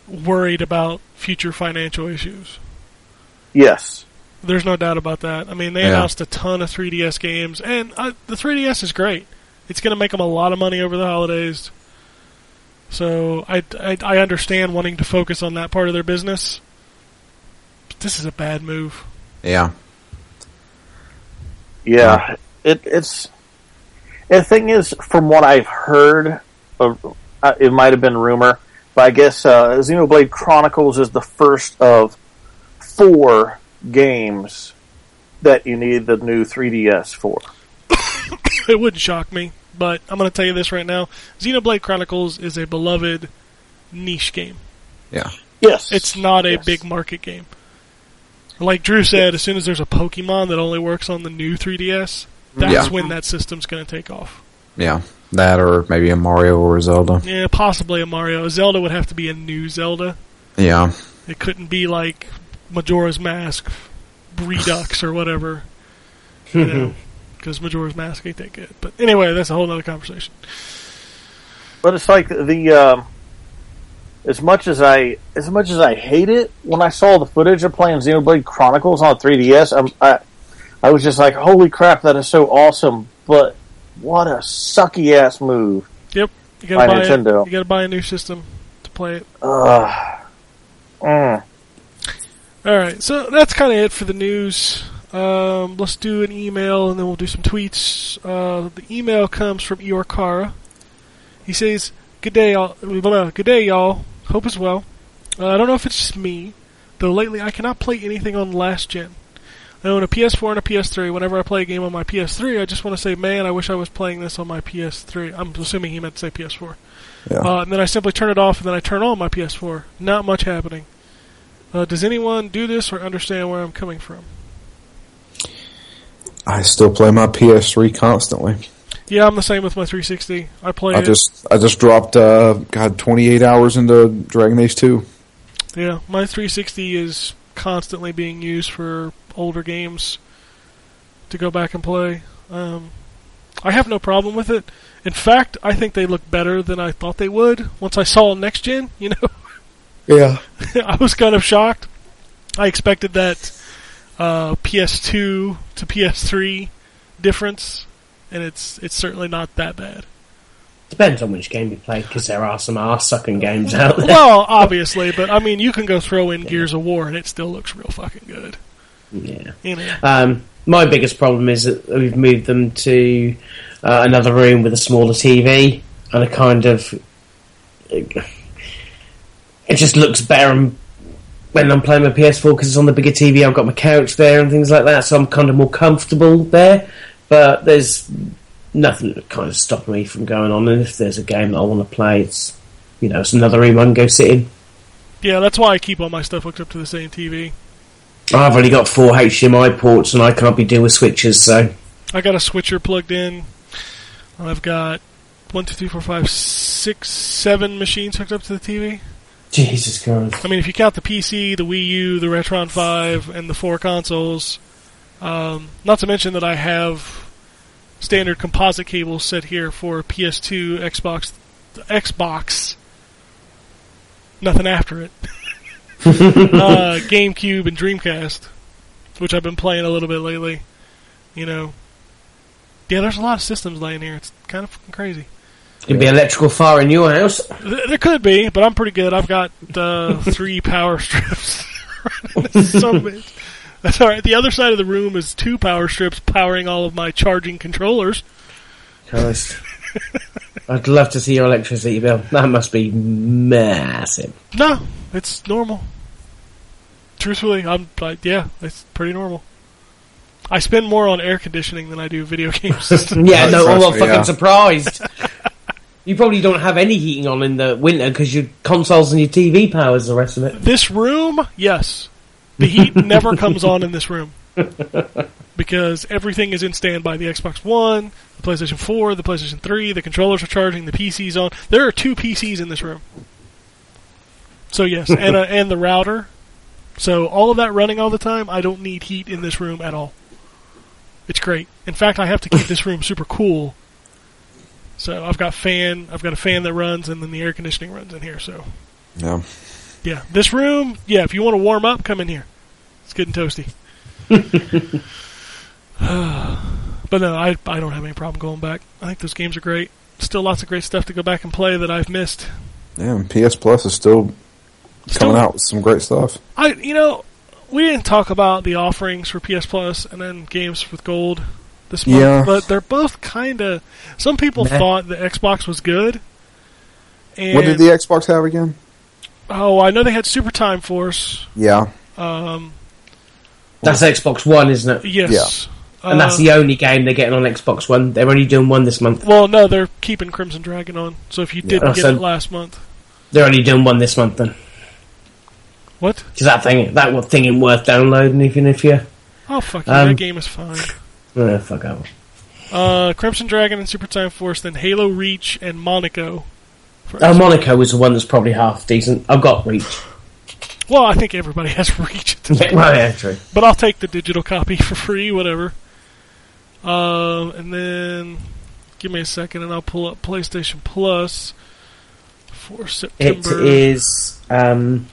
[SPEAKER 3] worried about future financial issues.
[SPEAKER 5] Yes.
[SPEAKER 3] There's no doubt about that. I mean, they
[SPEAKER 4] Yeah.
[SPEAKER 3] announced a ton of 3DS games, and uh, the 3DS is great. It's going to make them a lot of money over the holidays. So I, I, I understand wanting to focus on that part of their business. But this is a bad move.
[SPEAKER 4] Yeah.
[SPEAKER 5] Yeah, it, it's the thing is, from what I've heard, of, uh, it might have been rumor, but I guess uh, Xenoblade Chronicles is the first of four games that you need the new 3DS for.
[SPEAKER 3] It wouldn't shock me, but I'm going to tell you this right now: Xenoblade Chronicles is a beloved niche game.
[SPEAKER 4] Yeah.
[SPEAKER 5] Yes,
[SPEAKER 3] It's not a
[SPEAKER 5] Yes.
[SPEAKER 3] big market game. Like Drew said, as soon as there's a Pokemon that only works on the new 3DS, that's
[SPEAKER 4] Yeah.
[SPEAKER 3] when that system's going to take off.
[SPEAKER 4] Yeah. That or maybe a Mario or a Zelda.
[SPEAKER 3] Yeah, possibly a Mario. Zelda would have to be a new Zelda.
[SPEAKER 4] Yeah.
[SPEAKER 3] It couldn't be like Majora's Mask Redux or whatever. Because Majora's Mask ain't that good. But anyway, that's a whole other conversation.
[SPEAKER 5] but it's like the um, as much as I as much as I hate it, when I saw the footage of playing Xenoblade Chronicles on 3DS, I'm, I I was just like, "Holy crap, that is so awesome!" But what a sucky ass move.
[SPEAKER 3] Yep. You gotta
[SPEAKER 5] By
[SPEAKER 3] buy it.
[SPEAKER 5] Nintendo.
[SPEAKER 3] You gotta buy a new system to play it.
[SPEAKER 5] Mm.
[SPEAKER 3] All right, so that's kind of it for the news. Um, let's do an email and then we'll do some tweets. Uh, the email comes from Iorkara. He says, "Good day, all. Blah, blah, good day, y'all. Hope is well. Uh, I don't know if it's just me, though. Lately, I cannot play anything on last gen. I own a PS4 and a PS3. Whenever I play a game on my PS3, I just want to say, man, I wish I was playing this on my PS3. I'm assuming he meant to say PS4.
[SPEAKER 4] Yeah.
[SPEAKER 3] Uh, and then I simply turn it off and then I turn on my PS4. Not much happening." Uh, does anyone do this or understand where I'm coming from?
[SPEAKER 4] I still play my PS3 constantly.
[SPEAKER 3] Yeah, I'm the same with my 360. I play
[SPEAKER 4] I
[SPEAKER 3] it.
[SPEAKER 4] just I just dropped uh god 28 hours into Dragon Age 2.
[SPEAKER 3] yeah, my 360 is constantly being used for older games to go back and play. Um, I have no problem with it. In fact, I think they look better than I thought they would once I saw next gen. You know,
[SPEAKER 4] Yeah.
[SPEAKER 3] I was kind of shocked. I expected that uh, PS2 to PS3 difference, and it's it's certainly not that bad.
[SPEAKER 6] Depends on which game you play, because there are some ass sucking games out there.
[SPEAKER 3] well, obviously, but I mean, you can go throw in Gears of War and it still looks real fucking good.
[SPEAKER 6] Yeah.
[SPEAKER 3] You know,
[SPEAKER 6] Um, my biggest problem is that we've moved them to uh, another room with a smaller TV and a kind of. It just looks better and- when I'm playing my PS4 because it's on the bigger TV. I've got my couch there and things like that, so I'm kind of more comfortable there. But there's nothing that kind of stop me from going on. And if there's a game that I want to play, it's you know it's another room I can go sit in.
[SPEAKER 3] yeah, that's why I keep all my stuff hooked up to the same TV.
[SPEAKER 6] I've only got four HDMI ports and I can't be dealing with switches, so
[SPEAKER 3] I got a switcher plugged in. I've got one, two, three, four, five, six, seven machines hooked up to the TV.
[SPEAKER 6] Jesus Christ.
[SPEAKER 3] I mean, if you count the PC, the Wii U, the Retron 5, and the four consoles, um, not to mention that I have standard composite cables set here for PS2, Xbox, Xbox, nothing after it, uh, GameCube, and Dreamcast, which I've been playing a little bit lately. You know, yeah, there's a lot of systems laying here. It's kind of fucking crazy.
[SPEAKER 6] Could be electrical fire in your house.
[SPEAKER 3] Th- There could be, but I'm pretty good. I've got uh, three power strips. so much. That's all right. The other side of the room is two power strips powering all of my charging controllers.
[SPEAKER 6] Christ. I'd love to see your electricity bill. That must be massive.
[SPEAKER 3] No, it's normal. Truthfully, I'm like, yeah, it's pretty normal. I spend more on air conditioning than I do video games.
[SPEAKER 6] Yeah, no, I'm not
[SPEAKER 4] Christ,
[SPEAKER 6] fucking
[SPEAKER 4] yeah.
[SPEAKER 6] surprised. you probably don't have any heating on in the winter because your consoles and your TV powers the rest of it.
[SPEAKER 3] this room, yes, the heat never comes on in this room because everything is in standby. The Xbox One, the PlayStation Four, the PlayStation Three, the controllers are charging, the PCs on. There are two PCs in this room. So yes, and uh, and the router. So all of that running all the time. I don't need heat in this room at all. It's great. In fact, I have to keep this room super cool. So I've got fan, I've got a fan that runs, and then the air conditioning runs in here. So
[SPEAKER 4] Yeah.
[SPEAKER 3] yeah, this room. Yeah, if you want to warm up, come in here. It's good and toasty. but no, I I don't have any problem going back. I think those games are great. Still, lots of great stuff to go back and play that I've missed.
[SPEAKER 4] Yeah, and PS Plus is still
[SPEAKER 3] Still,
[SPEAKER 4] coming out with some great stuff.
[SPEAKER 3] I you know we didn't talk about the offerings for PS Plus and then games with gold this month,
[SPEAKER 4] Yeah.
[SPEAKER 3] but they're both kind of. Some people
[SPEAKER 6] Meh.
[SPEAKER 3] thought the Xbox was good. And,
[SPEAKER 4] What did the Xbox have again?
[SPEAKER 3] oh, I know they had Super Time Force.
[SPEAKER 4] Yeah.
[SPEAKER 3] Um,
[SPEAKER 6] That's Xbox One, isn't it?
[SPEAKER 3] yes,
[SPEAKER 6] And that's
[SPEAKER 3] Uh,
[SPEAKER 6] the only game they're getting on Xbox One. They're only doing one this month.
[SPEAKER 3] Well, no, they're keeping Crimson Dragon on. So if you didn't
[SPEAKER 6] I
[SPEAKER 3] get
[SPEAKER 6] said-
[SPEAKER 3] it last month,
[SPEAKER 6] They're only doing one this month then.
[SPEAKER 3] what?
[SPEAKER 6] Because that thing, that one thing ain't worth downloading even if you.
[SPEAKER 3] Oh fuck,
[SPEAKER 6] Um,
[SPEAKER 3] that game is fine.
[SPEAKER 6] Oh, fuck out.
[SPEAKER 3] Uh, Crimson Dragon and Super Time Force, then Halo Reach and Monaco. for
[SPEAKER 6] Oh,
[SPEAKER 3] Xbox.
[SPEAKER 6] Monaco is the one that's probably half decent. I've got Reach.
[SPEAKER 3] well, I think everybody has Reach, at this-
[SPEAKER 6] well, yeah, true.
[SPEAKER 3] but I'll take the digital copy for free, whatever. Uh, Um, and then give me a second, and I'll pull up PlayStation Plus. for
[SPEAKER 8] It
[SPEAKER 3] September.
[SPEAKER 8] is um,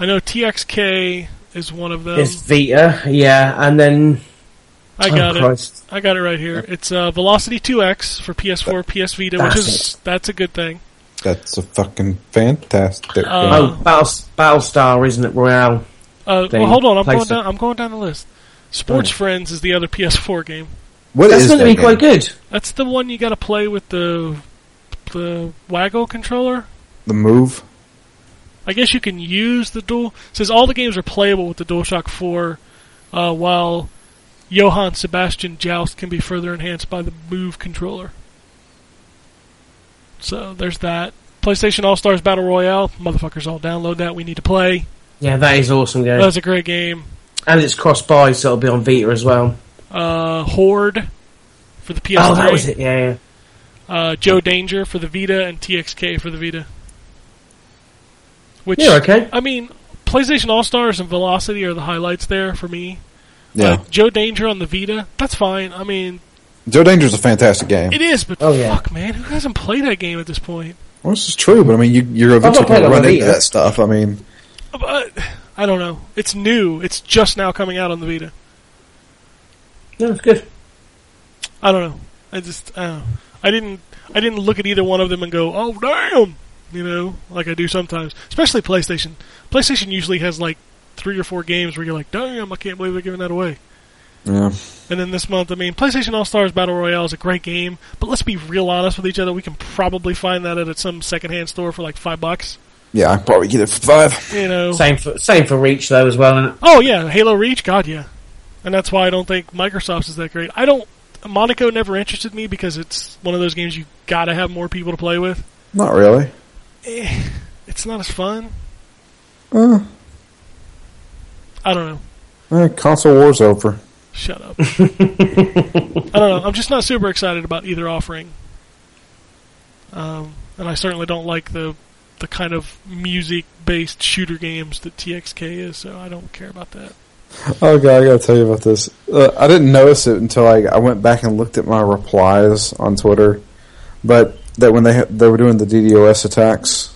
[SPEAKER 3] I know TXK is one of them.
[SPEAKER 8] is Vita, yeah, and then
[SPEAKER 3] Oh. I
[SPEAKER 8] oh,
[SPEAKER 3] got it.
[SPEAKER 8] Christ.
[SPEAKER 3] I got it right here. It's uh, Velocity 2X for PS4, PS Vita, which
[SPEAKER 8] That's
[SPEAKER 3] is that's a good thing.
[SPEAKER 4] That's a fucking fantastic
[SPEAKER 3] Uh,
[SPEAKER 8] Oh, Battle, Battlestar, isn't it Royale?
[SPEAKER 3] Uh,
[SPEAKER 8] They
[SPEAKER 3] well, hold on. I'm
[SPEAKER 8] place
[SPEAKER 3] going
[SPEAKER 8] it-
[SPEAKER 3] down. I'm going down the list. Sports Friends is the other PS4 game.
[SPEAKER 4] What
[SPEAKER 8] That's
[SPEAKER 4] is
[SPEAKER 8] going to
[SPEAKER 4] that
[SPEAKER 8] be
[SPEAKER 4] game?
[SPEAKER 8] quite good.
[SPEAKER 3] That's the one you got to play with the the waggle controller.
[SPEAKER 4] The move.
[SPEAKER 3] I guess you can use the dual. it Says all the games are playable with the DualShock 4, uh, while Johann Sebastian Joust can be further enhanced by the Move controller. So there's that. PlayStation All Stars Battle Royale, motherfuckers, all download that. We need to play.
[SPEAKER 8] Yeah, that is awesome game,
[SPEAKER 3] That's a great game.
[SPEAKER 8] and it's cross buy, so it'll be on Vita as well.
[SPEAKER 3] Uh, Horde for the PS3.
[SPEAKER 8] Oh, that was it. Yeah, yeah.
[SPEAKER 3] Uh, Joe Danger for the Vita and TXK for the Vita. Which
[SPEAKER 8] Yeah, okay.
[SPEAKER 3] I mean, PlayStation All Stars and Velocity are the highlights there for me.
[SPEAKER 4] Yeah.
[SPEAKER 3] Like, Joe Danger on the Vita, that's fine. I mean,
[SPEAKER 4] Joe Danger's a fantastic game.
[SPEAKER 3] it is, but
[SPEAKER 8] Oh, yeah.
[SPEAKER 3] fuck, man, who hasn't played that game at this point?
[SPEAKER 4] Well, this is true, but I mean, you, you're eventually
[SPEAKER 8] not playing
[SPEAKER 4] going to
[SPEAKER 8] on
[SPEAKER 4] run
[SPEAKER 8] my
[SPEAKER 4] into
[SPEAKER 8] Vita.
[SPEAKER 4] that stuff. I mean,
[SPEAKER 3] But Uh, I don't know. It's new. It's just now coming out on the Vita.
[SPEAKER 8] No, it's good.
[SPEAKER 3] I don't know. I just I, don't know. I didn't I didn't look at either one of them and go, "Oh damn," you know, like I do sometimes, especially PlayStation. PlayStation usually has like three or four games where you're like, "Damn, I can't believe they're giving that away."
[SPEAKER 4] yeah.
[SPEAKER 3] And then this month, I mean, PlayStation All Stars Battle Royale is a great game, but let's be real honest with each other. We can probably find that at some secondhand store for like five bucks.
[SPEAKER 4] Yeah, I probably get it for five.
[SPEAKER 3] You know?
[SPEAKER 8] Same for same for Reach though as well. And
[SPEAKER 3] Oh yeah, Halo Reach, God yeah, and that's why I don't think Microsoft's is that great. I don't. Monaco never interested me because it's one of those games you gotta have more people to play with.
[SPEAKER 4] Not really.
[SPEAKER 3] eh, it's not as fun. I don't know.
[SPEAKER 4] Eh, console war's over.
[SPEAKER 3] Shut up. I don't know. I'm just not super excited about either offering. Um, and I certainly don't like the the kind of music based shooter games that TXK is, so I don't care about that.
[SPEAKER 4] Oh god, I gotta tell you about this. Uh, I didn't notice it until I, I went back and looked at my replies on Twitter. But that when they ha- they were doing the DDoS attacks,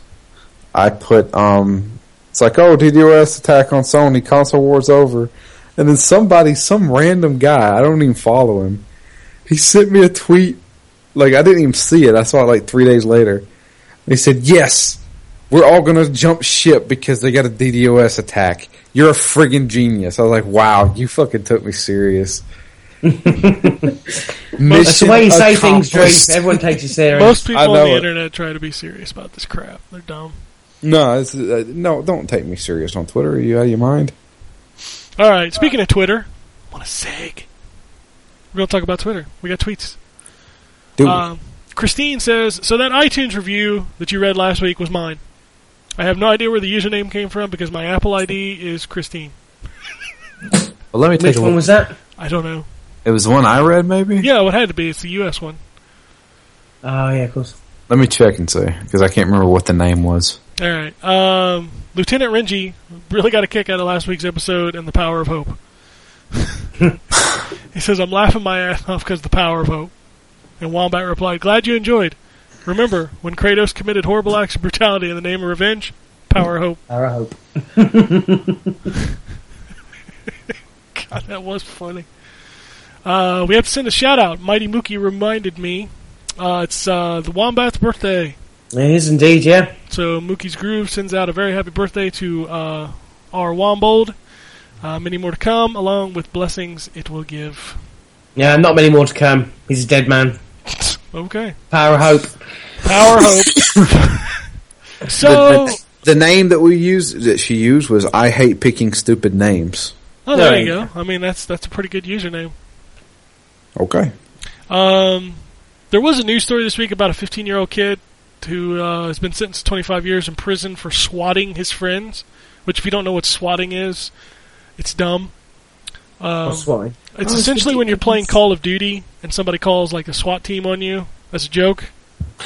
[SPEAKER 4] I put um, it's like oh DDoS attack on Sony console wars over, and then somebody some random guy I don't even follow him, he sent me a tweet like I didn't even see it. I saw it like three days later. And he said yes. We're all gonna jump ship because they got a DDoS attack. You're a friggin' genius. I was like, wow, you fucking took me serious.
[SPEAKER 8] that's the way you say things, Drew.
[SPEAKER 4] accomplished.
[SPEAKER 8] Everyone takes you serious.
[SPEAKER 3] Most people
[SPEAKER 4] I
[SPEAKER 3] on
[SPEAKER 4] know
[SPEAKER 3] the
[SPEAKER 4] it.
[SPEAKER 3] internet try to be serious about this crap. They're dumb.
[SPEAKER 4] No, it's, uh, no, don't take me serious on Twitter. Are you out of your mind?
[SPEAKER 3] All right. Speaking of Twitter, want to seg? We're gonna talk about Twitter. We got tweets.
[SPEAKER 4] Dude,
[SPEAKER 8] Uh,
[SPEAKER 3] Um, Christine says, "So that iTunes review that you read last week was mine. I have no idea where the username came from because my Apple ID is Christine.
[SPEAKER 9] Well, let me take
[SPEAKER 8] Which
[SPEAKER 9] a
[SPEAKER 8] one
[SPEAKER 9] look.
[SPEAKER 8] was that?
[SPEAKER 3] I don't know.
[SPEAKER 9] It was the one I read, maybe.
[SPEAKER 3] Yeah, well, it had to be. It's the U.S. one.
[SPEAKER 8] Oh yeah, of course.
[SPEAKER 4] let me check and see because I can't remember what the name was.
[SPEAKER 3] All right. Um, Lieutenant Renji really got a kick out of last week's episode and the power of hope. he says, I'm laughing my ass off because the power of hope. And Wombat replied, Glad you enjoyed. Remember, when Kratos committed horrible acts of brutality in the name of revenge, power of hope.
[SPEAKER 8] Power of Hope.
[SPEAKER 3] God, that was funny. Uh, we have to send a shout out. Mighty Mookie reminded me. Uh, it's uh, the Wombat's birthday.
[SPEAKER 8] It is indeed, yeah.
[SPEAKER 3] So Mookie's Groove sends out a very happy birthday to uh, our Wombold. Uh, many more to come, along with blessings it will give.
[SPEAKER 8] Yeah, not many more to come. He's a dead man.
[SPEAKER 3] Okay.
[SPEAKER 8] Power of Hope.
[SPEAKER 3] Power hope. so,
[SPEAKER 4] the, the name that we used, that she used, was "I hate picking stupid names."
[SPEAKER 3] oh, there you go. I mean, that's that's a pretty good username.
[SPEAKER 4] Okay,
[SPEAKER 3] Um, there was a news story this week about a 15 year old kid who uh, has been sentenced to 25 years in prison for swatting his friends. Which, if you don't know what swatting is, it's dumb. Um,
[SPEAKER 8] That's why.
[SPEAKER 3] It's
[SPEAKER 7] Oh,
[SPEAKER 3] essentially
[SPEAKER 7] it's
[SPEAKER 3] when you're playing
[SPEAKER 7] ridiculous.
[SPEAKER 3] Call of Duty and somebody calls like a SWAT team on you as a joke.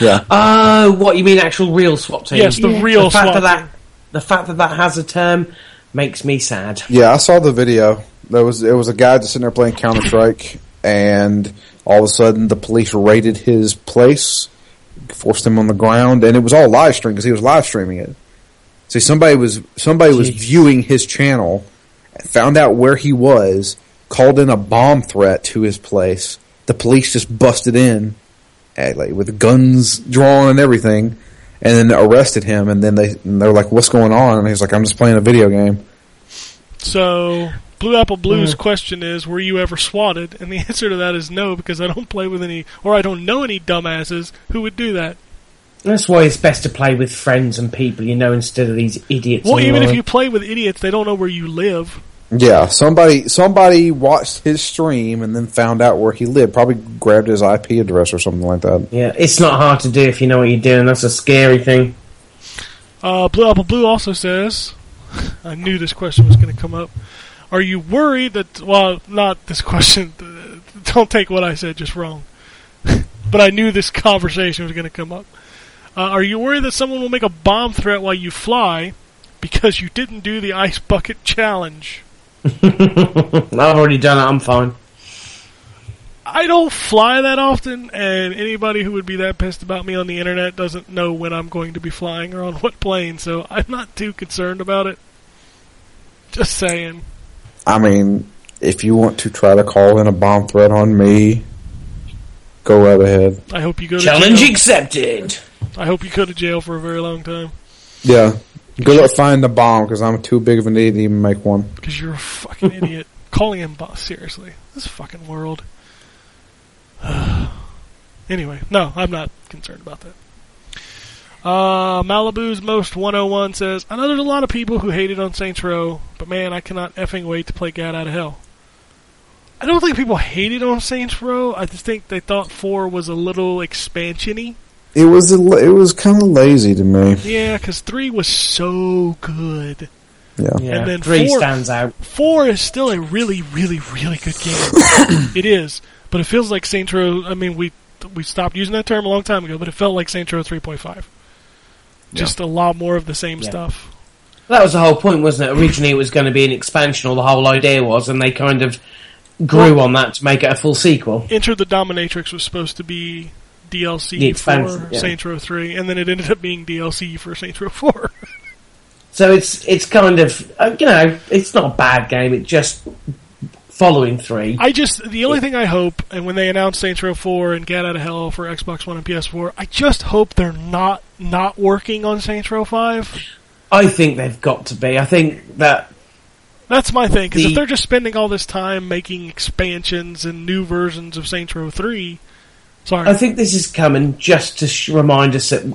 [SPEAKER 4] yeah,
[SPEAKER 8] Oh, what you mean? Actual real SWAT team?
[SPEAKER 3] Yes, the
[SPEAKER 7] Yeah.
[SPEAKER 3] real
[SPEAKER 8] the fact
[SPEAKER 3] SWAT.
[SPEAKER 8] that, that
[SPEAKER 3] team.
[SPEAKER 8] the fact that that has a term makes me sad.
[SPEAKER 4] yeah. I saw the video. There was it was a guy just sitting there playing Counter Strike, and all of a sudden the police raided his place, forced him on the ground, and it was all live stream because he was live streaming it. See, somebody was somebody was viewing his channel, found out where he was, called in a bomb threat to his place. The police just busted in, eh, like with guns drawn and everything, and then arrested him. And then they and they're like, "What's going on?" And he's like, "I'm just playing a video game."
[SPEAKER 3] So, Blue Apple Blues'
[SPEAKER 7] Uh-huh.
[SPEAKER 3] question is, were you ever swatted? And the answer to that is no, because I don't play with any, or I don't know any dumbasses who would do that.
[SPEAKER 6] That's why it's best to play with friends and people you know instead of these idiots.
[SPEAKER 3] Well, even if
[SPEAKER 6] online.
[SPEAKER 3] you play with idiots, they don't know where you live.
[SPEAKER 4] Yeah, somebody somebody watched his stream and then found out where he lived. Probably grabbed his IP address or something like that.
[SPEAKER 6] Yeah, it's not hard to do if you know what you're doing. That's a scary thing.
[SPEAKER 3] Uh, Blue Apple Blue also says, I knew this question was going to come up. Are you worried that, well, not this question, don't take what I said just wrong, but I knew this conversation was going to come up. Uh, are you worried that someone will make a bomb threat while you fly because you didn't do the ice bucket challenge?
[SPEAKER 6] I've already done it. I'm fine.
[SPEAKER 3] I don't fly that often, and anybody who would be that pissed about me on the internet doesn't know when I'm going to be flying or on what plane, so I'm not too concerned about it. Just saying.
[SPEAKER 4] I mean, if you want to try to call in a bomb threat on me, go right ahead.
[SPEAKER 3] I hope you go to
[SPEAKER 6] Challenge
[SPEAKER 3] jail.
[SPEAKER 6] accepted.
[SPEAKER 3] I hope you go to jail for a very long time
[SPEAKER 4] Yeah. Good luck finding a bomb because I'm too big of an idiot to even make one.
[SPEAKER 3] because you're a fucking idiot. Calling him boss, seriously. This fucking world. anyway, no, I'm not concerned about that. Uh, Malibu's Most 101 says, I know there's a lot of people who hated on Saints Row, but man, I cannot effing wait to play God Out of Hell. I don't think people hated on Saints Row. I just think they thought 4 was a little expansion-y.
[SPEAKER 4] It was a, la- it was kind of lazy to me.
[SPEAKER 3] Yeah, because 3 was so good.
[SPEAKER 4] Yeah.
[SPEAKER 6] Yeah,
[SPEAKER 3] And then
[SPEAKER 6] three
[SPEAKER 3] four-
[SPEAKER 6] stands out.
[SPEAKER 3] Four is still a really, really, really good game. it is, but it feels like Saints Row. I mean, we we stopped using that term a long time ago, but it felt like Saints Row 3.5. Just a lot more of the same
[SPEAKER 6] Yeah.
[SPEAKER 3] stuff.
[SPEAKER 6] That was the whole point, wasn't it? Originally, it was going to be an expansion, or the whole idea was, and they kind of grew on that to make it a full sequel.
[SPEAKER 3] Enter the Dominatrix was supposed to be
[SPEAKER 6] The
[SPEAKER 3] DLC
[SPEAKER 6] expansion,
[SPEAKER 3] for
[SPEAKER 6] yeah.
[SPEAKER 3] Saints Row 3, and then it ended up being DLC for Saints Row 4.
[SPEAKER 6] So it's it's kind of uh, you know it's not a bad game. It just following three.
[SPEAKER 3] I just the only thing I hope, and when they announce Saints Row 4 and Get Out of Hell for Xbox One and PS4, I just hope they're not not working on Saints Row 5.
[SPEAKER 6] I think they've got to be. I think that
[SPEAKER 3] That's my thing, because
[SPEAKER 6] The-
[SPEAKER 3] if they're just spending all this time making expansions and new versions of Saints Row 3, sorry.
[SPEAKER 6] I think this is coming just to sh- remind us that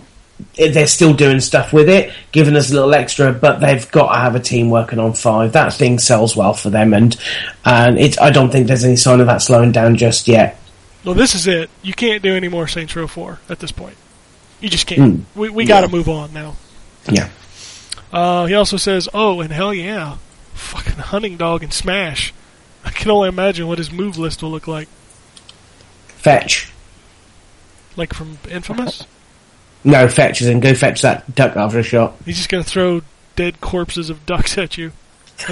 [SPEAKER 6] they're still doing stuff with it, giving us a little extra. But they've got to have a team working on five. That thing sells well for them, and and it. I don't think there's any sign of that slowing down just yet.
[SPEAKER 3] well, this is it. You can't do any more Saints Row 4 at this point. You just can't. we we got to move on now.
[SPEAKER 6] Yeah.
[SPEAKER 3] Uh, he also says, oh, and hell yeah. Fucking Hunting Dog and Smash. I can only imagine what his move list will look like.
[SPEAKER 6] Fetch.
[SPEAKER 3] Like from Infamous?
[SPEAKER 6] No, fetch is in. Go fetch that duck after a shot.
[SPEAKER 3] He's just going to throw dead corpses of ducks at you.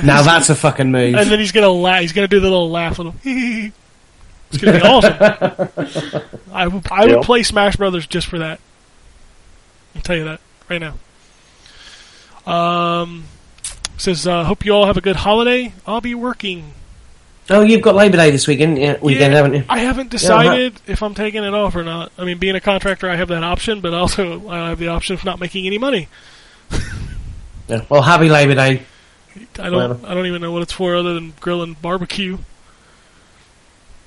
[SPEAKER 6] Now that's a fucking move.
[SPEAKER 3] And then he's gonna laugh. He's gonna do the little laugh, little. it's gonna be awesome. I would, I would
[SPEAKER 5] Yep.
[SPEAKER 3] play Smash Brothers just for that. I'll tell you that right now. Um, says, uh, hope you all have a good holiday. I'll be working.
[SPEAKER 6] Oh, you've got Labor Day this weekend, yeah, weekend,
[SPEAKER 3] Yeah,
[SPEAKER 6] haven't you?
[SPEAKER 3] I haven't decided if I'm taking it off or not. I mean, being a contractor, I have that option, but also I have the option of not making any money.
[SPEAKER 6] Yeah. Well, happy Labor Day.
[SPEAKER 3] I don't. I don't even know what it's for other than grilling barbecue.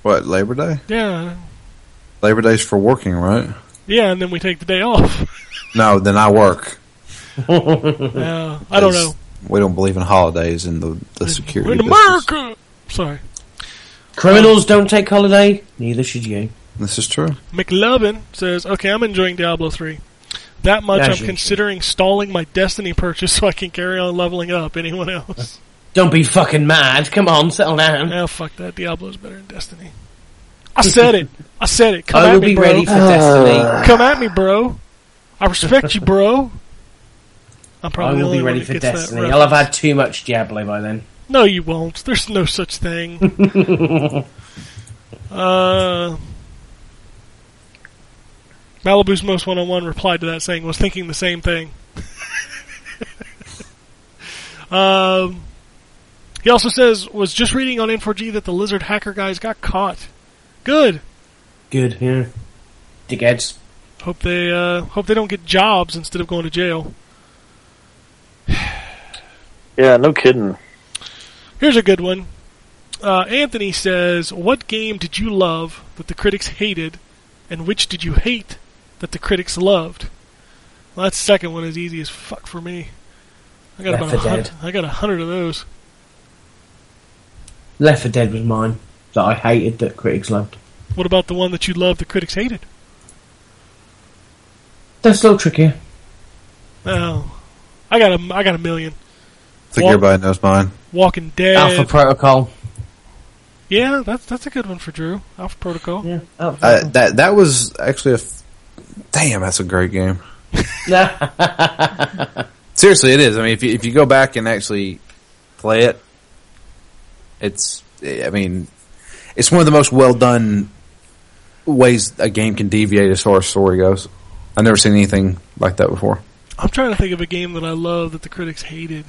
[SPEAKER 4] What Labor Day?
[SPEAKER 3] Yeah,
[SPEAKER 4] Labor Day's for working, right?
[SPEAKER 3] yeah, and then we take the day off.
[SPEAKER 4] No, then I work.
[SPEAKER 3] Yeah, I don't know.
[SPEAKER 4] We don't believe in holidays in the the security.
[SPEAKER 3] in
[SPEAKER 4] business.
[SPEAKER 3] America. Sorry,
[SPEAKER 6] Criminals don't take holiday. Neither should you.
[SPEAKER 4] This is true.
[SPEAKER 3] McLovin says, "Okay, I'm enjoying Diablo three. That much,
[SPEAKER 6] Yeah,
[SPEAKER 3] I'm
[SPEAKER 6] sure,
[SPEAKER 3] considering stalling my Destiny purchase so I can carry on leveling up. Anyone else?
[SPEAKER 6] Don't be fucking mad. Come on, settle down.
[SPEAKER 3] now, fuck that. Diablo's better than Destiny. I said it. I said it. Come
[SPEAKER 6] I
[SPEAKER 3] at
[SPEAKER 6] will
[SPEAKER 3] me,
[SPEAKER 6] be
[SPEAKER 3] bro.
[SPEAKER 6] ready for Destiny.
[SPEAKER 3] Come at me, bro. I respect you, bro. I'm
[SPEAKER 6] I
[SPEAKER 3] probably the
[SPEAKER 6] will
[SPEAKER 3] only
[SPEAKER 6] be
[SPEAKER 3] one
[SPEAKER 6] ready
[SPEAKER 3] that
[SPEAKER 6] for
[SPEAKER 3] gets that
[SPEAKER 6] Destiny.
[SPEAKER 3] reference.
[SPEAKER 6] I'll have had too much Diablo by then.
[SPEAKER 3] No, you won't. There's no such thing. uh, Malibu's Most 101 replied to that saying, was thinking the same thing. um, he also says, was just reading on N4G that the lizard hacker guys got caught. Good.
[SPEAKER 6] Good, yeah. Dickheads.
[SPEAKER 3] Hope they uh, hope they don't get jobs instead of going to jail.
[SPEAKER 5] Yeah, no kidding.
[SPEAKER 3] Here's a good one. Uh, Anthony says, "What game did you love that the critics hated, and which did you hate that the critics loved?" Well, that second one is easy as fuck for me. I got
[SPEAKER 6] Left
[SPEAKER 3] about a
[SPEAKER 6] 4 Dead.
[SPEAKER 3] hundred. I got a hundred of those.
[SPEAKER 6] Left 4 Dead was mine that I hated that critics loved.
[SPEAKER 3] What about the one that you loved the critics hated?
[SPEAKER 6] That's a little trickier.
[SPEAKER 3] Oh, I got a I got a million.
[SPEAKER 4] I think
[SPEAKER 3] Well-
[SPEAKER 4] everybody knows mine.
[SPEAKER 3] Walking Dead.
[SPEAKER 6] Alpha Protocol.
[SPEAKER 3] Yeah, that's that's a good one for Drew. Alpha Protocol.
[SPEAKER 6] Yeah. Alpha.
[SPEAKER 4] Uh, that that was actually a. F- Damn, that's a great game. Seriously, it is. I mean, if you, if you go back and actually play it, it's. I mean, it's one of the most well done ways a game can deviate as far as story goes. I've never seen anything like that before.
[SPEAKER 3] I'm trying to think of a game that I love that the critics hated.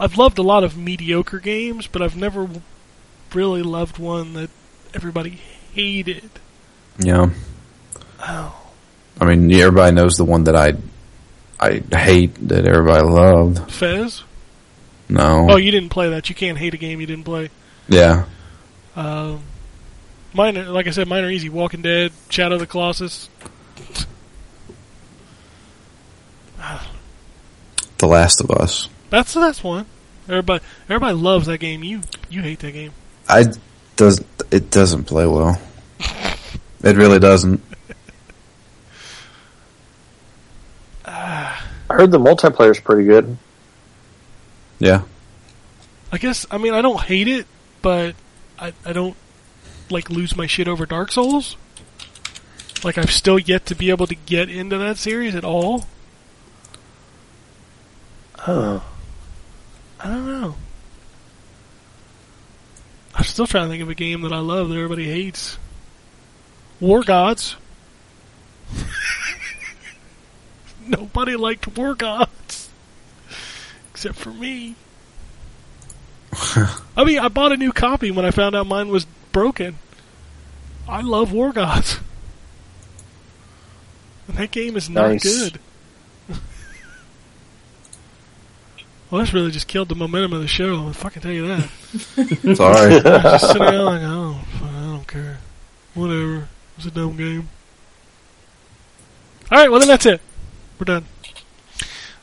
[SPEAKER 3] I've loved a lot of mediocre games, but I've never w- really loved one that everybody hated.
[SPEAKER 4] You know,
[SPEAKER 3] Oh,
[SPEAKER 4] I mean, everybody knows the one that I, I hate that everybody loved.
[SPEAKER 3] Fez?
[SPEAKER 4] No,
[SPEAKER 3] Oh, you didn't play that. You can't hate a game you didn't play.
[SPEAKER 4] yeah,
[SPEAKER 3] Um, mine, are, like I said, mine are easy. Walking Dead, Shadow of the Colossus.
[SPEAKER 4] The Last of Us.
[SPEAKER 3] That's that's one. Everybody, everybody loves that game. You you hate that game.
[SPEAKER 4] I does it doesn't play well. It really doesn't.
[SPEAKER 5] I heard the multiplayer's pretty good.
[SPEAKER 4] Yeah,
[SPEAKER 3] I guess I mean I don't hate it, but I I don't like lose my shit over Dark Souls. Like I've still yet to be able to get into that series at all. Oh. I don't know. I'm still trying to think of a game that I love that everybody hates. War Gods. Nobody liked War Gods. Except for me. I mean, I bought a new copy when I found out mine was broken. I love War Gods. And that game is not
[SPEAKER 5] Nice.
[SPEAKER 3] good. well, that's really just killed the momentum of the show. I'll fucking tell you that.
[SPEAKER 4] sorry.
[SPEAKER 3] I was just sitting there like, oh, fuck, I don't care. Whatever. It's a dumb game. All right, well then that's it. We're done.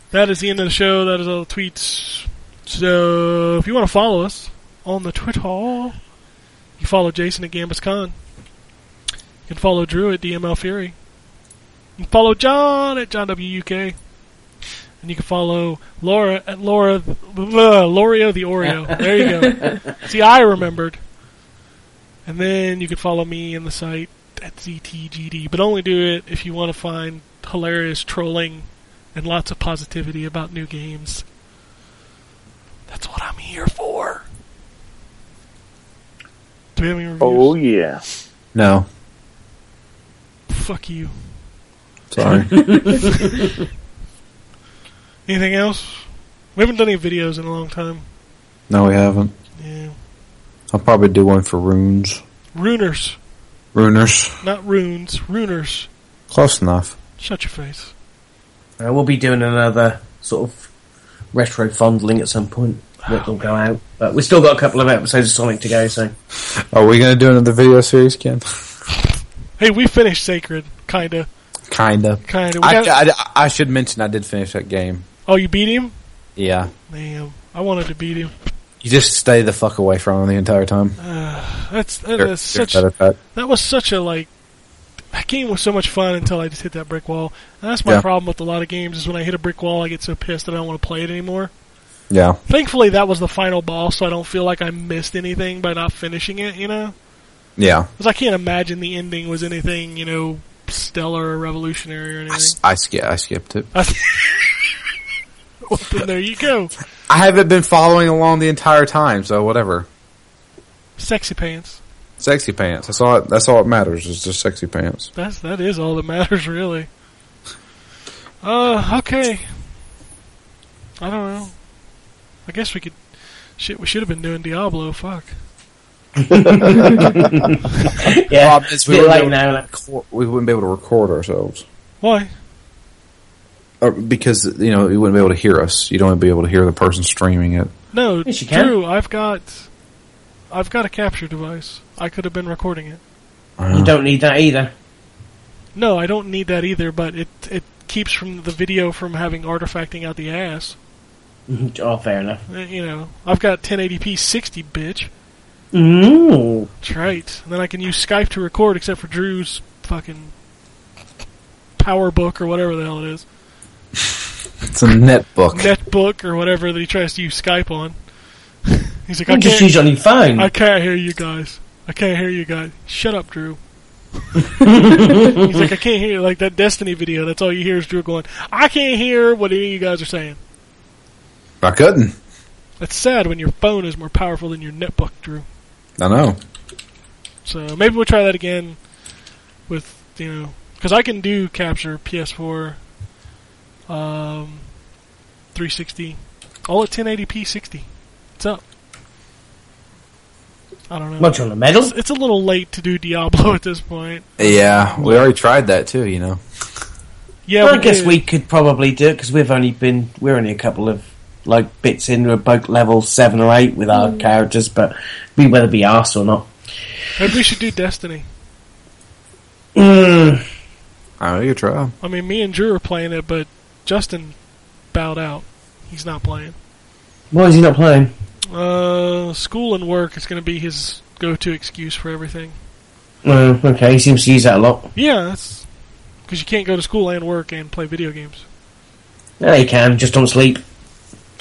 [SPEAKER 3] That is the end of the show. That is all the tweets. So if you want to follow us on the Twitter, you follow Jason at Gambus Con. You can follow Drew at DML Fury. You can follow John at John WUK. And you can follow Laura at Laura blah, Lorio the Oreo. There you go. See, I remembered. And then you can follow me in the site at ZTGD, but only do it if you want to find hilarious trolling and lots of positivity about new games. That's what I'm here for. Do we have any reviews?
[SPEAKER 5] Oh yeah.
[SPEAKER 4] No,
[SPEAKER 3] Fuck you.
[SPEAKER 4] sorry.
[SPEAKER 3] Anything else? We haven't done any videos in a long time.
[SPEAKER 4] No, we haven't.
[SPEAKER 3] Yeah.
[SPEAKER 4] I'll probably do one for runes.
[SPEAKER 3] Runers,
[SPEAKER 4] Runers,
[SPEAKER 3] not runes. Runers.
[SPEAKER 4] close enough.
[SPEAKER 3] Shut your face.
[SPEAKER 6] I will be doing another sort of retro fondling at some point. That will go out. But we've still got a couple of episodes of Sonic to go, so.
[SPEAKER 4] Are we gonna do another video series, Ken?
[SPEAKER 3] Hey, we finished Sacred. Kinda.
[SPEAKER 4] Kinda.
[SPEAKER 3] Kinda. We
[SPEAKER 4] I,
[SPEAKER 3] got-
[SPEAKER 4] I, I should mention I did finish that game.
[SPEAKER 3] oh, you beat him?
[SPEAKER 4] Yeah,
[SPEAKER 3] Damn. I wanted to beat him.
[SPEAKER 4] you just stay the fuck away from him the entire time.
[SPEAKER 3] That's that
[SPEAKER 4] You're-
[SPEAKER 3] is
[SPEAKER 4] you're
[SPEAKER 3] such
[SPEAKER 4] better at that.
[SPEAKER 3] that was such a like that game was so much fun until I just hit that brick wall. And that's my
[SPEAKER 4] Yeah.
[SPEAKER 3] problem with a lot of games is when I hit a brick wall, I get so pissed that I don't want to play it anymore.
[SPEAKER 4] Yeah,
[SPEAKER 3] Thankfully, that was the final boss, so I don't feel like I missed anything by not finishing it. You know,
[SPEAKER 4] yeah.
[SPEAKER 3] because I can't imagine the ending was anything you know stellar or revolutionary or
[SPEAKER 4] I,
[SPEAKER 3] anything.
[SPEAKER 4] s- I, skip, I skipped it.
[SPEAKER 3] well, then there you go,
[SPEAKER 4] I haven't been following along the entire time, so whatever.
[SPEAKER 3] sexy pants.
[SPEAKER 4] Sexy pants. That's all. That's all it matters. Is just sexy pants.
[SPEAKER 3] That's that is all that matters, really. Uh, okay. I don't know. I guess we could. Shit, we should have been doing Diablo. Fuck.
[SPEAKER 6] Yeah,
[SPEAKER 4] Problem is
[SPEAKER 6] it's
[SPEAKER 4] we
[SPEAKER 6] a bit
[SPEAKER 4] wouldn't
[SPEAKER 6] late
[SPEAKER 4] be
[SPEAKER 6] now. like,
[SPEAKER 4] able- We wouldn't be able to record ourselves
[SPEAKER 3] Why?
[SPEAKER 4] or because you know you wouldn't be able to hear us. You'd only be able to hear the person streaming it.
[SPEAKER 3] No,
[SPEAKER 6] Yes, you can.
[SPEAKER 3] Drew. I've got. I've got a capture device. I could have been recording it.
[SPEAKER 6] You don't need that either.
[SPEAKER 3] No, I don't need that either. But it it keeps from the video from having artifacting out the ass.
[SPEAKER 6] Oh, fair enough.
[SPEAKER 3] Uh, You know, I've got 1080p 60, bitch.
[SPEAKER 6] Mm.
[SPEAKER 3] That's right. And then I can use Skype to record, except for Drew's fucking power book or whatever the hell it is,
[SPEAKER 4] It's a netbook.
[SPEAKER 3] netbook or whatever that he tries to use Skype on. He's like,
[SPEAKER 6] You
[SPEAKER 3] I
[SPEAKER 6] can just
[SPEAKER 3] can't,
[SPEAKER 6] use it on your phone.
[SPEAKER 3] I can't hear you guys. I can't hear you guys. Shut up, Drew. He's like, I can't hear you." like that Destiny video. That's all you hear is Drew going, I can't hear what any of you guys are saying.
[SPEAKER 4] I couldn't.
[SPEAKER 3] That's sad when your phone is more powerful than your netbook, Drew.
[SPEAKER 4] I know.
[SPEAKER 3] So maybe we'll try that again with you know because I can do capture PS4, um, 360, all at 1080p 60. It's up. I don't know.
[SPEAKER 6] What, you on a medal?
[SPEAKER 3] It's, it's a little late to do Diablo at this point.
[SPEAKER 4] Yeah, we already tried that too. You know.
[SPEAKER 3] Yeah,
[SPEAKER 6] Well,
[SPEAKER 3] we
[SPEAKER 6] I guess
[SPEAKER 3] did.
[SPEAKER 6] we could probably do it because we've only been we're only a couple of like bits in we're both level seven or eight with our characters, but we whether be asked or not.
[SPEAKER 3] maybe we should do Destiny.
[SPEAKER 6] Mm.
[SPEAKER 4] I know you try.
[SPEAKER 3] I mean, me and Drew are playing it, but Justin bowed out. He's not playing.
[SPEAKER 6] Why is he not playing?
[SPEAKER 3] Uh, school and work is going to be his go-to excuse for everything.
[SPEAKER 6] Oh, okay, he seems to use that a lot.
[SPEAKER 3] Yeah, that's because you can't go to school and work and play video games.
[SPEAKER 6] Yeah, he can just don't sleep.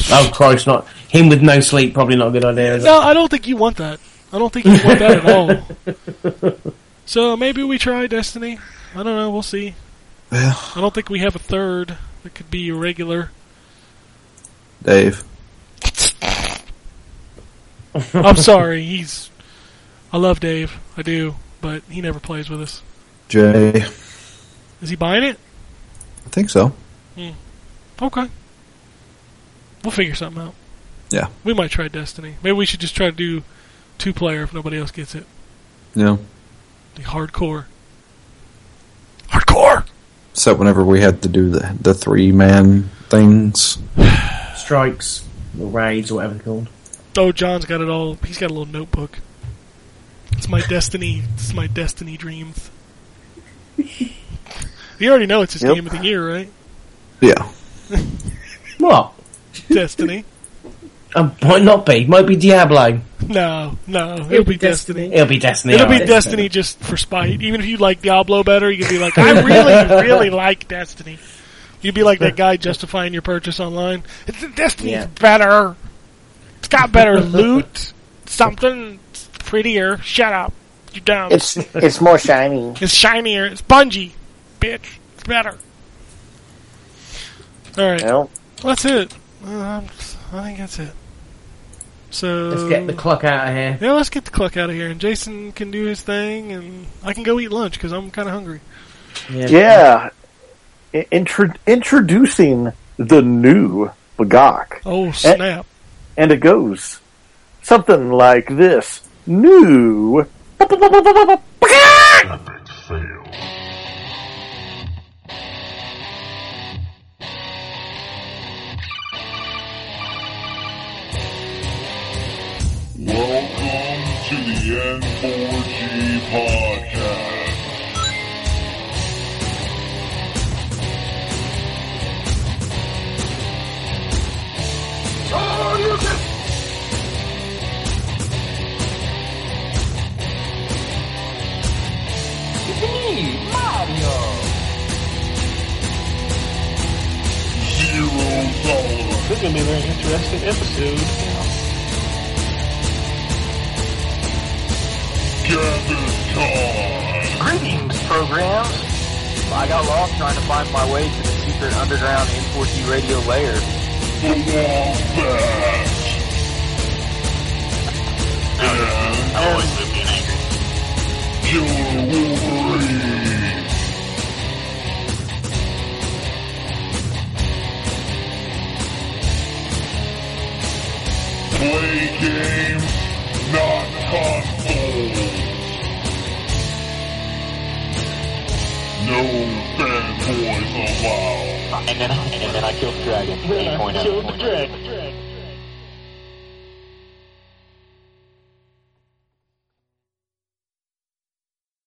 [SPEAKER 6] Oh Christ, not him with no sleep. Probably not a good idea. Is it?
[SPEAKER 3] No, I don't think you want that. I don't think you want that at all. So maybe we try Destiny. I don't know. We'll see.
[SPEAKER 4] Well,
[SPEAKER 3] I don't think we have a third that could be regular.
[SPEAKER 4] Dave.
[SPEAKER 3] I'm sorry. He's. I love Dave. I do, but he never plays with us.
[SPEAKER 4] Jay. I
[SPEAKER 3] Is he buying it?
[SPEAKER 4] think so.
[SPEAKER 3] Okay. We'll figure something out.
[SPEAKER 4] Yeah.
[SPEAKER 3] We might try Destiny. Maybe we should just try to do two player if nobody else gets it.
[SPEAKER 4] Yeah.
[SPEAKER 3] The hardcore. Hardcore.
[SPEAKER 4] Except whenever we had to do the the three man things.
[SPEAKER 6] Strikes or raids or whatever they're called.
[SPEAKER 3] Oh, John's got it all. He's got a little notebook. It's my destiny. It's my destiny dreams. you already know it's his
[SPEAKER 5] Yep.
[SPEAKER 3] game of the year, right?
[SPEAKER 4] Yeah.
[SPEAKER 6] What?
[SPEAKER 3] Destiny.
[SPEAKER 6] Um, might not be. Might be Diablo.
[SPEAKER 3] No, no. It'll, be Destiny.
[SPEAKER 6] It'll be Destiny.
[SPEAKER 3] It'll be
[SPEAKER 6] alright.
[SPEAKER 3] Destiny just for spite. Even if you like Diablo better, you could be like, I really, really like Destiny. You'd be like that guy justifying your purchase online. It's, Destiny's
[SPEAKER 6] Yeah.
[SPEAKER 3] better. It's got better loot. Something prettier. Shut up. You're dumb.
[SPEAKER 5] It's it's more shiny.
[SPEAKER 3] It's shinier. It's Bungie, bitch. It's better. All right,
[SPEAKER 5] You know?
[SPEAKER 3] that's it. Um, I think that's it. So
[SPEAKER 6] Let's get the clock out of here.
[SPEAKER 3] yeah, let's get the clock out of here, and Jason can do his thing, and I can go eat lunch because I'm kind of hungry.
[SPEAKER 5] Yeah. I- Intro- introducing the new Bagok.
[SPEAKER 3] Oh snap!
[SPEAKER 5] And it goes something like this. New.
[SPEAKER 1] Welcome to the N4G podcast. Zero dollars.
[SPEAKER 10] This is gonna be a very interesting episode.
[SPEAKER 11] Greetings, programs. I got lost trying to find my way to the secret underground N4G radio layer.
[SPEAKER 10] I always live being angry.
[SPEAKER 1] Yo, Wolverine! Play games, not consoles. No fanboys allowed.
[SPEAKER 11] And then, and then I killed the dragon.
[SPEAKER 1] Then I killed the dragon.